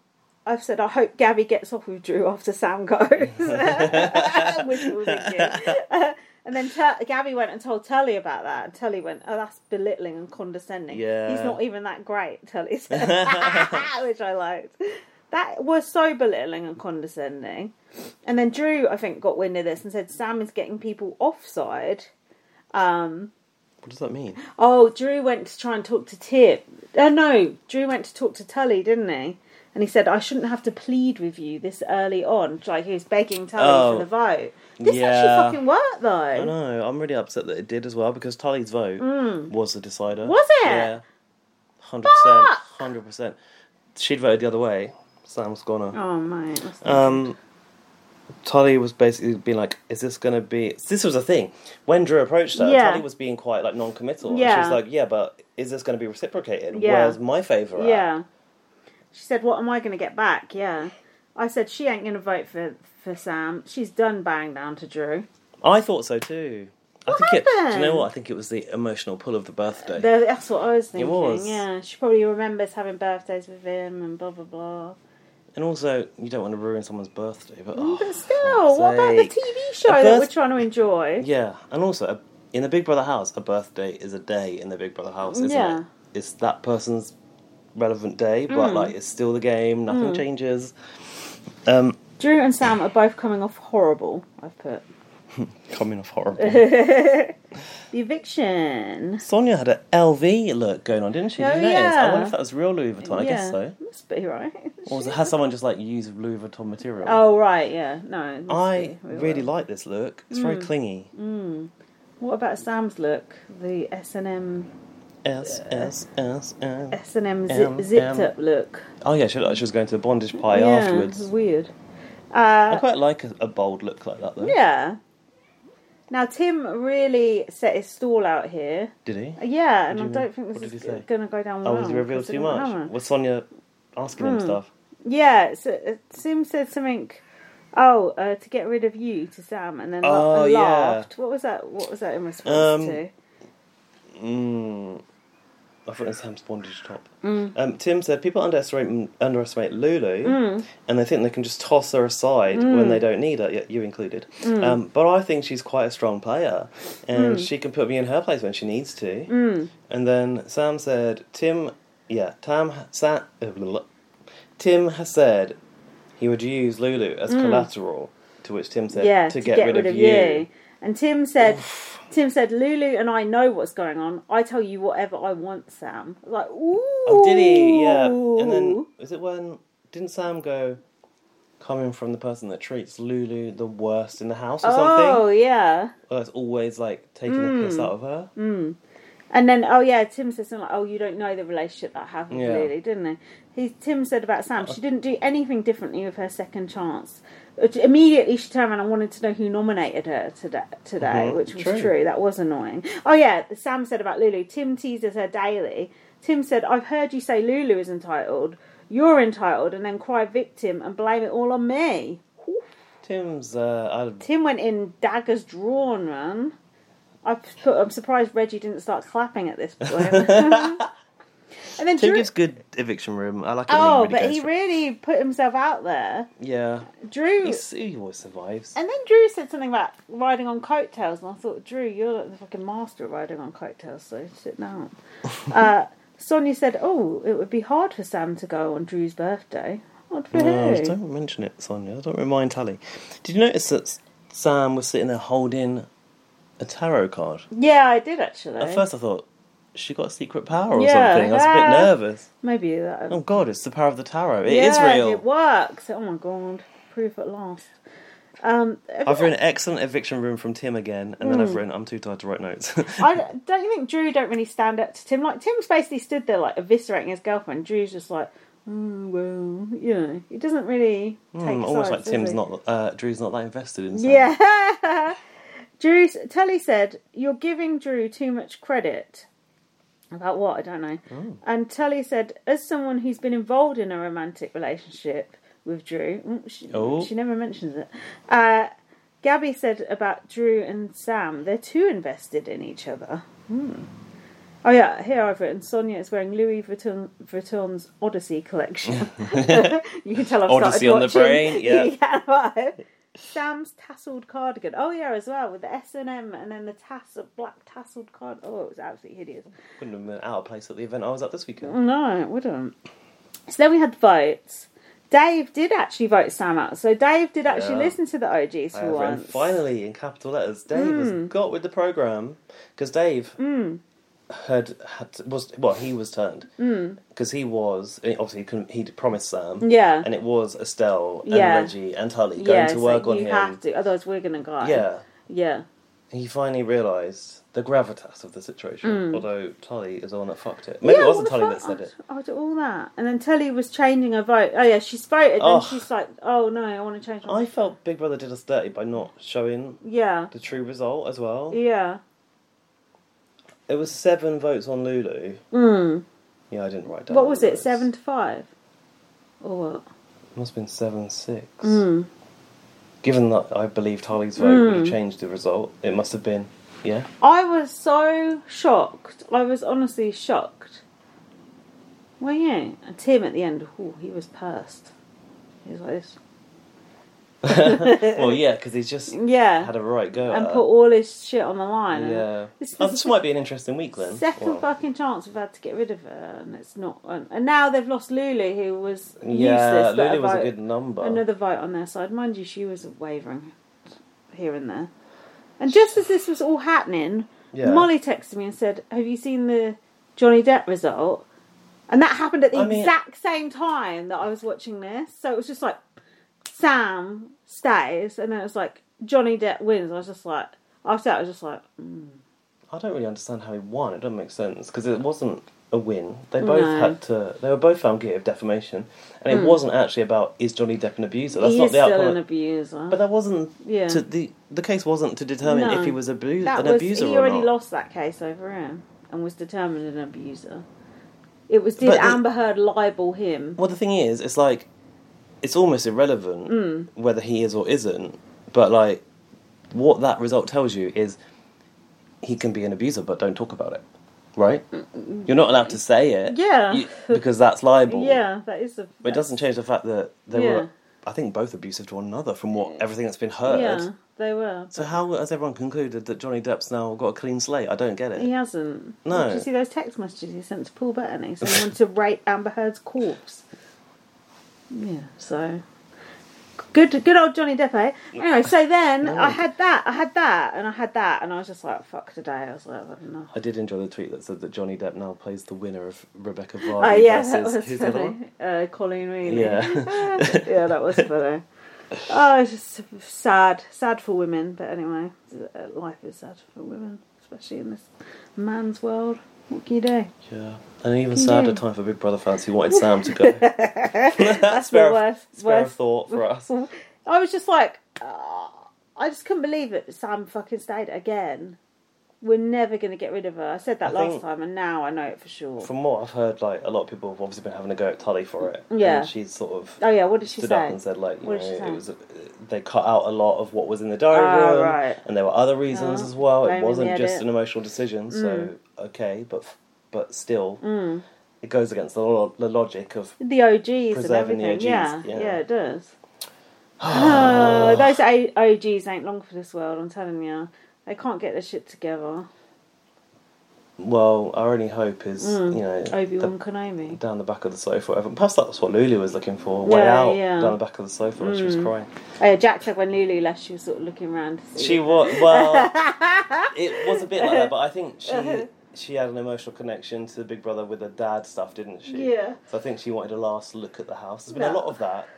S2: I've said, I hope Gabby gets off with Drew after Sam goes. Wishful thinking. and then Tur- Gabby went and told Tully about that. And Tully went, Oh, that's belittling and condescending.
S1: Yeah.
S2: He's not even that great, Tully said, which I liked. That was so belittling and condescending. And then Drew, I think, got wind of this and said, Sam is getting people offside. Um,
S1: What does that mean?
S2: Oh, Drew went to try and talk to Tip. Oh no, Drew went to talk to Tully, didn't he? And he said, "I shouldn't have to plead with you this early on." Like he was begging Tully
S1: Oh.
S2: for the vote. This
S1: Yeah.
S2: actually fucking worked though.
S1: I know. I'm really upset that it did as well because Tully's vote was the decider.
S2: Mm. Was it?
S1: Yeah. Hundred percent. Hundred percent. She'd voted the other way. Sam's gonna.
S2: Oh mate, that's-
S1: Um, Tully was basically being like, "Is this gonna be?" This was a thing when Drew approached her.
S2: Yeah.
S1: Tully was being quite like non-committal. and she
S2: Yeah.
S1: was like, "Yeah, but is this gonna be reciprocated?
S2: Yeah.
S1: Where's my favor?" at?"
S2: yeah. She said, "What am I going to get back?" Yeah. I said, "She ain't going to vote for for Sam. She's done banging down to Drew."
S1: I thought so too. I think it. Do you know
S2: happened?
S1: what? I think it was the emotional pull of the birthday.
S2: There- That's what I was thinking.
S1: was.
S2: Yeah, she probably remembers having birthdays with him and blah blah blah.
S1: And also, you don't want to ruin someone's birthday, but, oh,
S2: But still,
S1: fuck's
S2: what about the
S1: sake.
S2: TV show
S1: A
S2: that we're
S1: birth-
S2: trying to enjoy?
S1: Yeah, and also a- in the Big Brother house, a birthday is a day in the Big Brother house, isn't
S2: Yeah. Mm.
S1: it? It's that person's relevant day, but like it's still the game. Nothing changes. Um,
S2: Drew and Sam are both coming off horrible, I've put.
S1: coming off horrible.
S2: The eviction.
S1: Sonia had a LV look going on, didn't she? Did
S2: Oh,
S1: you notice? I
S2: yeah.
S1: wonder if that was real Louis Vuitton. I guess
S2: Yeah,
S1: so.
S2: Must be, right?
S1: Or was it, has someone just like used Louis Vuitton material?
S2: Oh, right, yeah. No. it must
S1: I
S2: be. We
S1: really
S2: were- Mm.
S1: like this look. It's very clingy.
S2: What about Sam's look? The S&M,
S1: S S S S.
S2: S&M
S1: M,
S2: zip, zipped
S1: M.
S2: up look.
S1: Oh yeah, she looked like she was going to the bondage pie
S2: yeah,
S1: afterwards.
S2: weird. Uh,
S1: I quite like a, a bold look like that though.
S2: Yeah. Now, Tim really set his stall out here.
S1: Did he?
S2: Yeah, and
S1: do
S2: I
S1: you
S2: don't
S1: mean?
S2: think
S1: What
S2: this
S1: did
S2: is
S1: he say?
S2: going to go down well.
S1: Oh, was he revealed too
S2: considering
S1: much?
S2: what happened.
S1: Was Sonia asking
S2: Hmm.
S1: him stuff?
S2: Yeah, so uh, Sim said something. Oh, uh, to get rid of you to Sam, and then la-
S1: Oh,
S2: and
S1: yeah.
S2: laughed. What was that? What was that in response
S1: Um,
S2: to?
S1: Mm. I thought it was Sam's bondage top. Um, Tim said people underestimate underestimate Lulu, and they think they can just toss her aside when they don't need her. y- You included, um, but I think she's quite a strong player, and she can put me in her place when she needs to. And then Sam said, "Tim, yeah, Tam, Sam, uh, blah, blah. Tim has said he would use Lulu as collateral." To which Tim said,
S2: Yeah,
S1: Mm. to, get, rid, of, you.
S2: And Tim said, Tim said, Lulu and I know what's going on. I tell you whatever I want, Sam. Like, ooh,
S1: Oh, did he? Yeah. And then, is it when, didn't Sam go, coming from the person that treats Lulu the worst in the house or
S2: oh Hmm.
S1: something?
S2: yeah.
S1: Well, it's always like taking the piss out of her.
S2: And then, oh yeah, Tim said something like, "Oh, you don't know the relationship that I have with
S1: Yeah.
S2: Lily, didn't he?" he?" Tim said about Sam, she didn't do anything differently with her second chance. Immediately, she turned around and wanted to know who nominated her today, today which was
S1: Mhm. true.
S2: true. That was annoying. Oh, yeah, Sam said about Lulu. Tim teases her daily. Tim said, I've heard you say Lulu is entitled. You're entitled, and then cry victim and blame it all on me.
S1: Tim's. Uh, I,
S2: Tim went in daggers drawn, man. I put, I'm surprised Reggie didn't start clapping at this point. and
S1: Tim
S2: then Drew,
S1: gives good eviction room. I like it. when
S2: oh,
S1: he really
S2: but
S1: goes
S2: he
S1: for-
S2: really put himself out there.
S1: Yeah,
S2: Drew,
S1: He's, he always survives.
S2: and then Drew said something about riding on coattails, and I thought, Drew, you're like the fucking master at riding on coattails, so sit down. uh, Sonia said, "Oh, it would be hard for Sam to go on Drew's birthday. Odd for
S1: Oh,
S2: who?
S1: don't mention it, Sonia. Don't remind Tally. Did you notice that S- Sam was sitting there holding a tarot card?
S2: Yeah, I did actually.
S1: At first, I thought she got a secret power or
S2: Yeah,
S1: something. I was a bit
S2: yeah.
S1: nervous.
S2: Maybe that.
S1: Oh God, it's the power of the tarot. It is
S2: Yeah,
S1: real.
S2: It works. Oh my god, proof at last. Um,
S1: I've written excellent eviction room from Tim again, and then
S2: Hmm.
S1: I've written I'm too tired to write notes.
S2: I don't you think Drew don't really stand up to Tim. Like Tim's basically stood there like eviscerating his girlfriend. Drew's just like, oh, well, you know, he doesn't really. Take
S1: I'm Mm, almost
S2: sides,
S1: like
S2: does
S1: Tim's
S2: he?
S1: not, uh, Drew's not that invested in. Sam.
S2: Yeah. Drew Telly said, You're giving Drew too much credit. About what? I don't know.
S1: Oh.
S2: And Tully said, As someone who's been involved in a romantic relationship with Drew, Mm, she,
S1: Oh.
S2: she never mentions it. Uh, Gabby said about Drew and Sam, they're too invested in each other. Hmm. Oh, yeah, here I've written Sonia is wearing Louis Vuitton, Vuitton's Odyssey collection. you can tell I've
S1: Odyssey
S2: started
S1: on the
S2: watching.
S1: brain, yeah.
S2: yeah right. Sam's tasselled cardigan. Oh yeah, as well with the S and M, and then the tassel, black tasselled card. Oh, it was absolutely hideous.
S1: Wouldn't have been out of place at the event I was at this weekend.
S2: No, it wouldn't. So then we had votes. Dave did actually vote Sam out. So Dave did actually
S1: Yeah.
S2: listen to the OGs
S1: I
S2: for
S1: have written
S2: once. Hmm.
S1: finally in capital letters. Dave has got with the program because Dave had had was well he was turned
S2: Hmm.
S1: because he was and obviously he couldn't he promised Sam
S2: Yeah.
S1: and it was Estelle and
S2: Yeah.
S1: Reggie and Tully going
S2: yeah,
S1: to
S2: so
S1: work on
S2: you
S1: him.
S2: have to, otherwise we're gonna go.
S1: Yeah,
S2: yeah.
S1: he finally realised the gravitas of the situation. Although Tully is the one that fucked it. Maybe
S2: Hmm. yeah,
S1: it wasn't
S2: what
S1: Tully
S2: the
S1: that
S2: fuck? Oh,
S1: said it.
S2: I did all that, and then Telly was changing her vote. Oh yeah, she's voted.
S1: Oh.
S2: Then she's like, "Oh no, I want to change." My...
S1: I felt Big Brother did us dirty by not showing
S2: Yeah,
S1: the true result as well.
S2: yeah.
S1: It was seven votes on Lulu. Yeah, I didn't write down.
S2: Hmm. What
S1: all
S2: was
S1: the
S2: it?
S1: votes.
S2: Seven to five, or what?
S1: Must have been seven six.
S2: Hmm.
S1: Given that I believe Tully's vote would have changed the result, it must have been yeah.
S2: I was so shocked. I was honestly shocked. Well, yeah. And Tim at the end, ooh, he was pursed. He was like this.
S1: Well, yeah, because he's just
S2: Yeah.
S1: had a right go.
S2: and
S1: at
S2: put
S1: her.
S2: all his shit on the line. And
S1: yeah.
S2: This, this
S1: oh,
S2: is
S1: this
S2: the
S1: might be an interesting week then.
S2: second
S1: Well,
S2: fucking chance we've had to get rid of her, and it's not. And, and now they've lost Lulu, who was
S1: yeah,
S2: useless. but
S1: Lulu was a
S2: vote-
S1: good number.
S2: another vote on their side. Mind you, she was wavering here and there. And just as this was all happening,
S1: Yeah.
S2: Molly texted me and said, Have you seen the Johnny Depp result? And that happened at the
S1: I mean-
S2: exact same time that I was watching this. So it was just like Sam stays, and then it was like Johnny Depp wins. I was just like, after that, I was just like,
S1: I don't really understand how he won. It doesn't make sense because it wasn't a win. They both
S2: No. Hmm.
S1: had to. They were both found guilty of defamation, and it wasn't actually about is Johnny Depp an abuser. That's
S2: He
S1: not
S2: is
S1: the
S2: still
S1: outcome.
S2: an
S1: of-
S2: abuser.
S1: But that wasn't
S2: Yeah.
S1: to the the case wasn't to determine
S2: No.
S1: if he was abu-
S2: that
S1: an
S2: was,
S1: abuser
S2: he
S1: or
S2: already
S1: not.
S2: lost that case over him and was determined an abuser. It was did
S1: But the-
S2: Amber Heard libel him?
S1: Well, the thing is, it's like it's almost irrelevant
S2: Hmm.
S1: whether he is or isn't. But like, what that result tells you is he can be an abuser, but don't talk about it. Right? You're not allowed to say it.
S2: Mm, Yeah.
S1: you- because that's libel.
S2: Yeah, that is a.
S1: But it doesn't change the fact that they
S2: Yeah.
S1: were, I think, both abusive to one another from what everything that's been heard.
S2: Yeah, they were.
S1: So how has everyone concluded that Johnny Depp's now got a clean slate? I don't get it.
S2: He hasn't.
S1: No.
S2: Did you see those text messages he sent to Paul Bettany? So he wanted to rape Amber Heard's corpse. Yeah. So. Good, good old Johnny Depp. Eh? Anyway, so then I had that, I had that, and I had that, and I was just like, "Fuck today." I was like, "I don't know."
S1: I did enjoy the tweet that said that Johnny Depp now plays the winner of Rebecca
S2: Oh
S1: Vardy
S2: yeah, that
S1: versus
S2: was
S1: who's the other one?
S2: funny. Uh, Colleen Wheeler.
S1: Yeah.
S2: yeah, that was funny. Oh, it's just sad. Sad for women, but anyway, uh, life is sad for women, especially in this man's world. What can you do?
S1: yeah. And an even sadder time for Big Brother fans who wanted Sam to go.
S2: That's
S1: Spare
S2: the
S1: a-
S2: worst.
S1: Spare a
S2: worst.
S1: thought for us.
S2: I was just like, ah, I just couldn't believe it. Sam fucking stayed again. We're never going to get rid of her. I said that
S1: I
S2: last
S1: think-
S2: time, and now I know it for sure.
S1: From what I've heard, like a lot of people have obviously been having a go at Tully for it.
S2: Yeah.
S1: and she's sort of
S2: oh yeah, what did she
S1: stood
S2: say?
S1: up and said like you
S2: What did she
S1: know
S2: say?
S1: it was they cut out a lot of what was in the diary
S2: Ah,
S1: room
S2: right. Oh,
S1: and there were other reasons as well
S2: blame
S1: it
S2: in the
S1: wasn't just
S2: edit.
S1: an emotional decision so
S2: Mm.
S1: okay but but still it goes against the, lo- the logic of
S2: the OGs and
S1: Preserving
S2: everything.
S1: the OGs,
S2: yeah, yeah,
S1: yeah.
S2: it does. oh, those A- OGs ain't long for this world. I'm telling you, they can't get their shit together.
S1: well our only hope is
S2: Mm.
S1: you know
S2: Obi Wan
S1: the-
S2: Kanomi.
S1: down the back of the sofa whatever. perhaps that was what Lulu was looking for way
S2: Yeah,
S1: out
S2: yeah.
S1: down the back of the sofa when she was crying
S2: Oh, yeah, Jack said when Lulu left, she was sort of looking around. To see
S1: She was well. it was a bit like that, but I think
S2: Uh-huh.
S1: she she had an emotional connection to the Big Brother with the dad stuff, didn't she?
S2: Yeah.
S1: So I think she wanted a last look at the house. There's been
S2: No.
S1: a lot of that.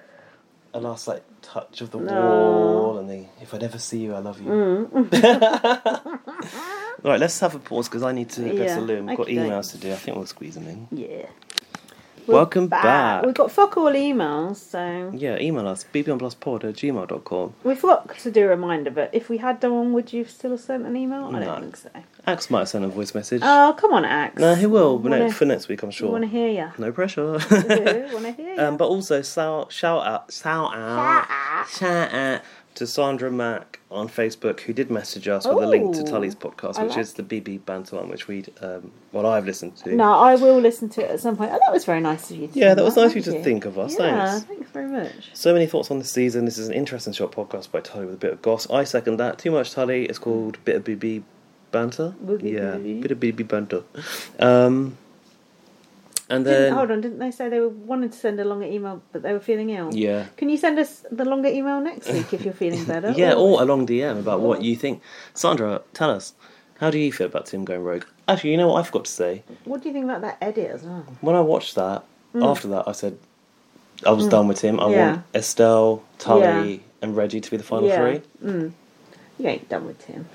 S1: A last like touch of the wall and the if I never see you, I love you. right, let's have a pause because I need to go
S2: Mm. Yeah,
S1: to the loo. We've got
S2: okey-doke.
S1: emails to do. I think we'll squeeze them in.
S2: yeah.
S1: Welcome back.
S2: We've uh, got fuck all emails, so
S1: Yeah, email us bbonpluspod at gmail.com.
S2: we forgot to do a reminder. But if we had done one, would you have still have sent an email? I don't
S1: No.
S2: think so.
S1: Ax might send a voice message.
S2: Oh, come on, Axe.
S1: no, he will
S2: Wanna-
S1: no, for next week, I'm sure.
S2: Want to hear ya?
S1: No pressure.
S2: Want to hear ya?
S1: Um, but also shout, shout out, shout out, shout out to Sandra Mack on Facebook who did message us with a link to
S2: Ooh,
S1: Tully's podcast,
S2: I
S1: which
S2: like
S1: is the BB Banter one, which we, um, well, I've listened to.
S2: No, I will listen to it at some point. Oh, that was very nice of you. To
S1: Yeah,
S2: do
S1: that was nice of you
S2: thank
S1: to think of us.
S2: Yeah,
S1: Thanks.
S2: thanks very much.
S1: So many thoughts on this season. This is an interesting short podcast by Tully with a bit of goss. I second that. Too much Tully. It's called Bit of BB Banter.
S2: Booby
S1: yeah,
S2: booby.
S1: Bit of BB Banter. Um, and then
S2: Didn't, hold on, didn't they say they were wanted to send a longer email, but they were feeling ill?
S1: Yeah.
S2: Can you send us the longer email next week if you're feeling better?
S1: Yeah, or a long DM about what you think. Sandra, tell us, how do you feel about Tim going rogue? Actually, you know what I forgot to say?
S2: what do you think about that edit as well?
S1: When I watched that, after that, I said, I was done with Tim. I
S2: Mm. Yeah.
S1: want Estelle, Tully,
S2: Yeah.
S1: and Reggie to be the final
S2: Yeah.
S1: three.
S2: You ain't done with Tim.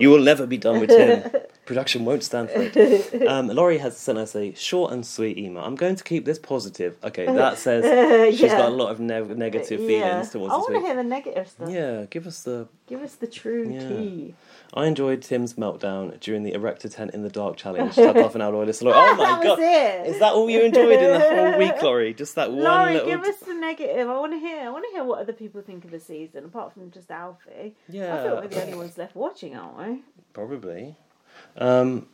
S1: You will never be done with Tim. Production won't stand for it. Um, Laurie has sent us a short and sweet email. I'm going to keep this positive. Okay, that says she's
S2: Yeah.
S1: got a lot of ne- negative feelings
S2: yeah.
S1: towards
S2: I
S1: this
S2: want to
S1: week.
S2: hear the negative stuff.
S1: Yeah, give us the
S2: Give us the true
S1: Yeah.
S2: tea.
S1: I enjoyed Tim's meltdown during the erector tent in the dark challenge. Shut off and our loyalist. Laurie. Oh my
S2: That was
S1: god!
S2: it.
S1: Is that all you enjoyed in the whole week, Laurie? Just that one
S2: Laurie,
S1: little.
S2: give us the negative. I want to hear. I want to hear what other people think of the season, apart from just Alfie. I
S1: Yeah.
S2: thought we're the only ones left watching, aren't we?
S1: Probably. Um,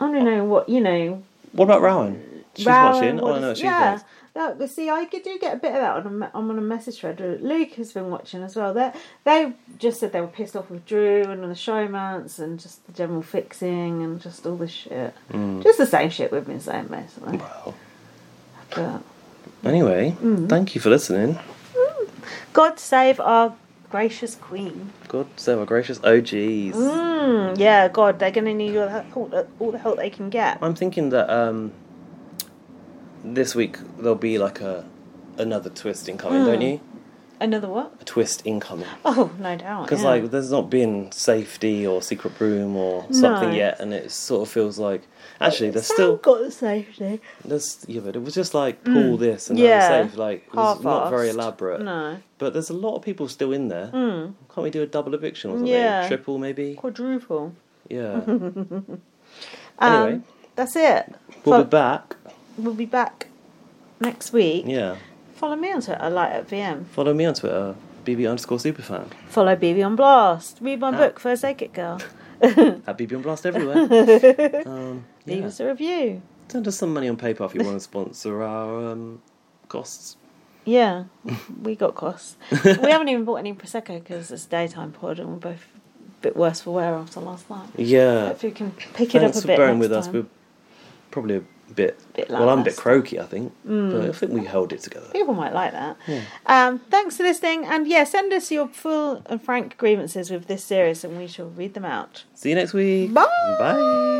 S2: I want to know what you know.
S1: what about Rowan? She's
S2: Rowan,
S1: watching.
S2: what
S1: Oh, I know
S2: does-
S1: what she
S2: yeah.
S1: thinks.
S2: That- but see, I could- do get a bit of that on a, me- I'm on a message thread. Luke has been watching as well. They they just said they were pissed off with Drew and the showmance and just the general fixing and just all this shit.
S1: Mm.
S2: Just the same shit we've been saying basically.
S1: Wow.
S2: But
S1: Anyway,
S2: Mm.
S1: thank you for listening.
S2: God save our gracious queen.
S1: God save our gracious OGs.
S2: Mm, yeah, God, they're gonna need all the, help, all, the, all the help they can get.
S1: I'm thinking that um, this week there'll be like a another twist incoming, don't
S2: Mm.
S1: you?
S2: Another what?
S1: A twist incoming.
S2: Oh, no doubt.
S1: Because
S2: yeah.
S1: like, there's not been safety or secret room or something
S2: No.
S1: yet, and it sort of feels like actually there's
S2: Sam
S1: still
S2: got the safety.
S1: there's yeah, but it was just like pull this and
S2: Mm. Yeah.
S1: yeah. safe, like it was not very
S2: Half-assed.
S1: elaborate.
S2: No. Mm.
S1: But there's a lot of people still in there. Can't we do a double eviction or something?
S2: Yeah.
S1: Triple maybe.
S2: Quadruple.
S1: Yeah.
S2: Um,
S1: Anyway.
S2: that's it.
S1: We'll
S2: Fo-
S1: be back.
S2: we'll be back next week.
S1: Yeah.
S2: Follow me on Twitter, light at VM.
S1: Follow me on Twitter, bb underscore superfan.
S2: Follow BB on Blast. Read
S1: Ah.
S2: my book, First Aid Kit Girl.
S1: At bb on blast everywhere. um,
S2: Leave
S1: yeah.
S2: us a review.
S1: Send us some money on PayPal if you want to sponsor our um, costs.
S2: Yeah, we got costs. we haven't even bought any Prosecco because it's daytime pod and we're both a bit worse for wear after last night.
S1: Yeah.
S2: If we can pick it up
S1: Thanks
S2: a
S1: for
S2: bit.
S1: bearing with us.
S2: next time.
S1: We're probably a bit.
S2: Bit Mm.
S1: well, I'm a bit
S2: lackluster.
S1: croaky, I think. But I think we held it together.
S2: People might like that. Um, thanks for listening. And yeah, send us your full and frank grievances with this series and we shall read them out.
S1: See you next week.
S2: Bye.
S1: Bye.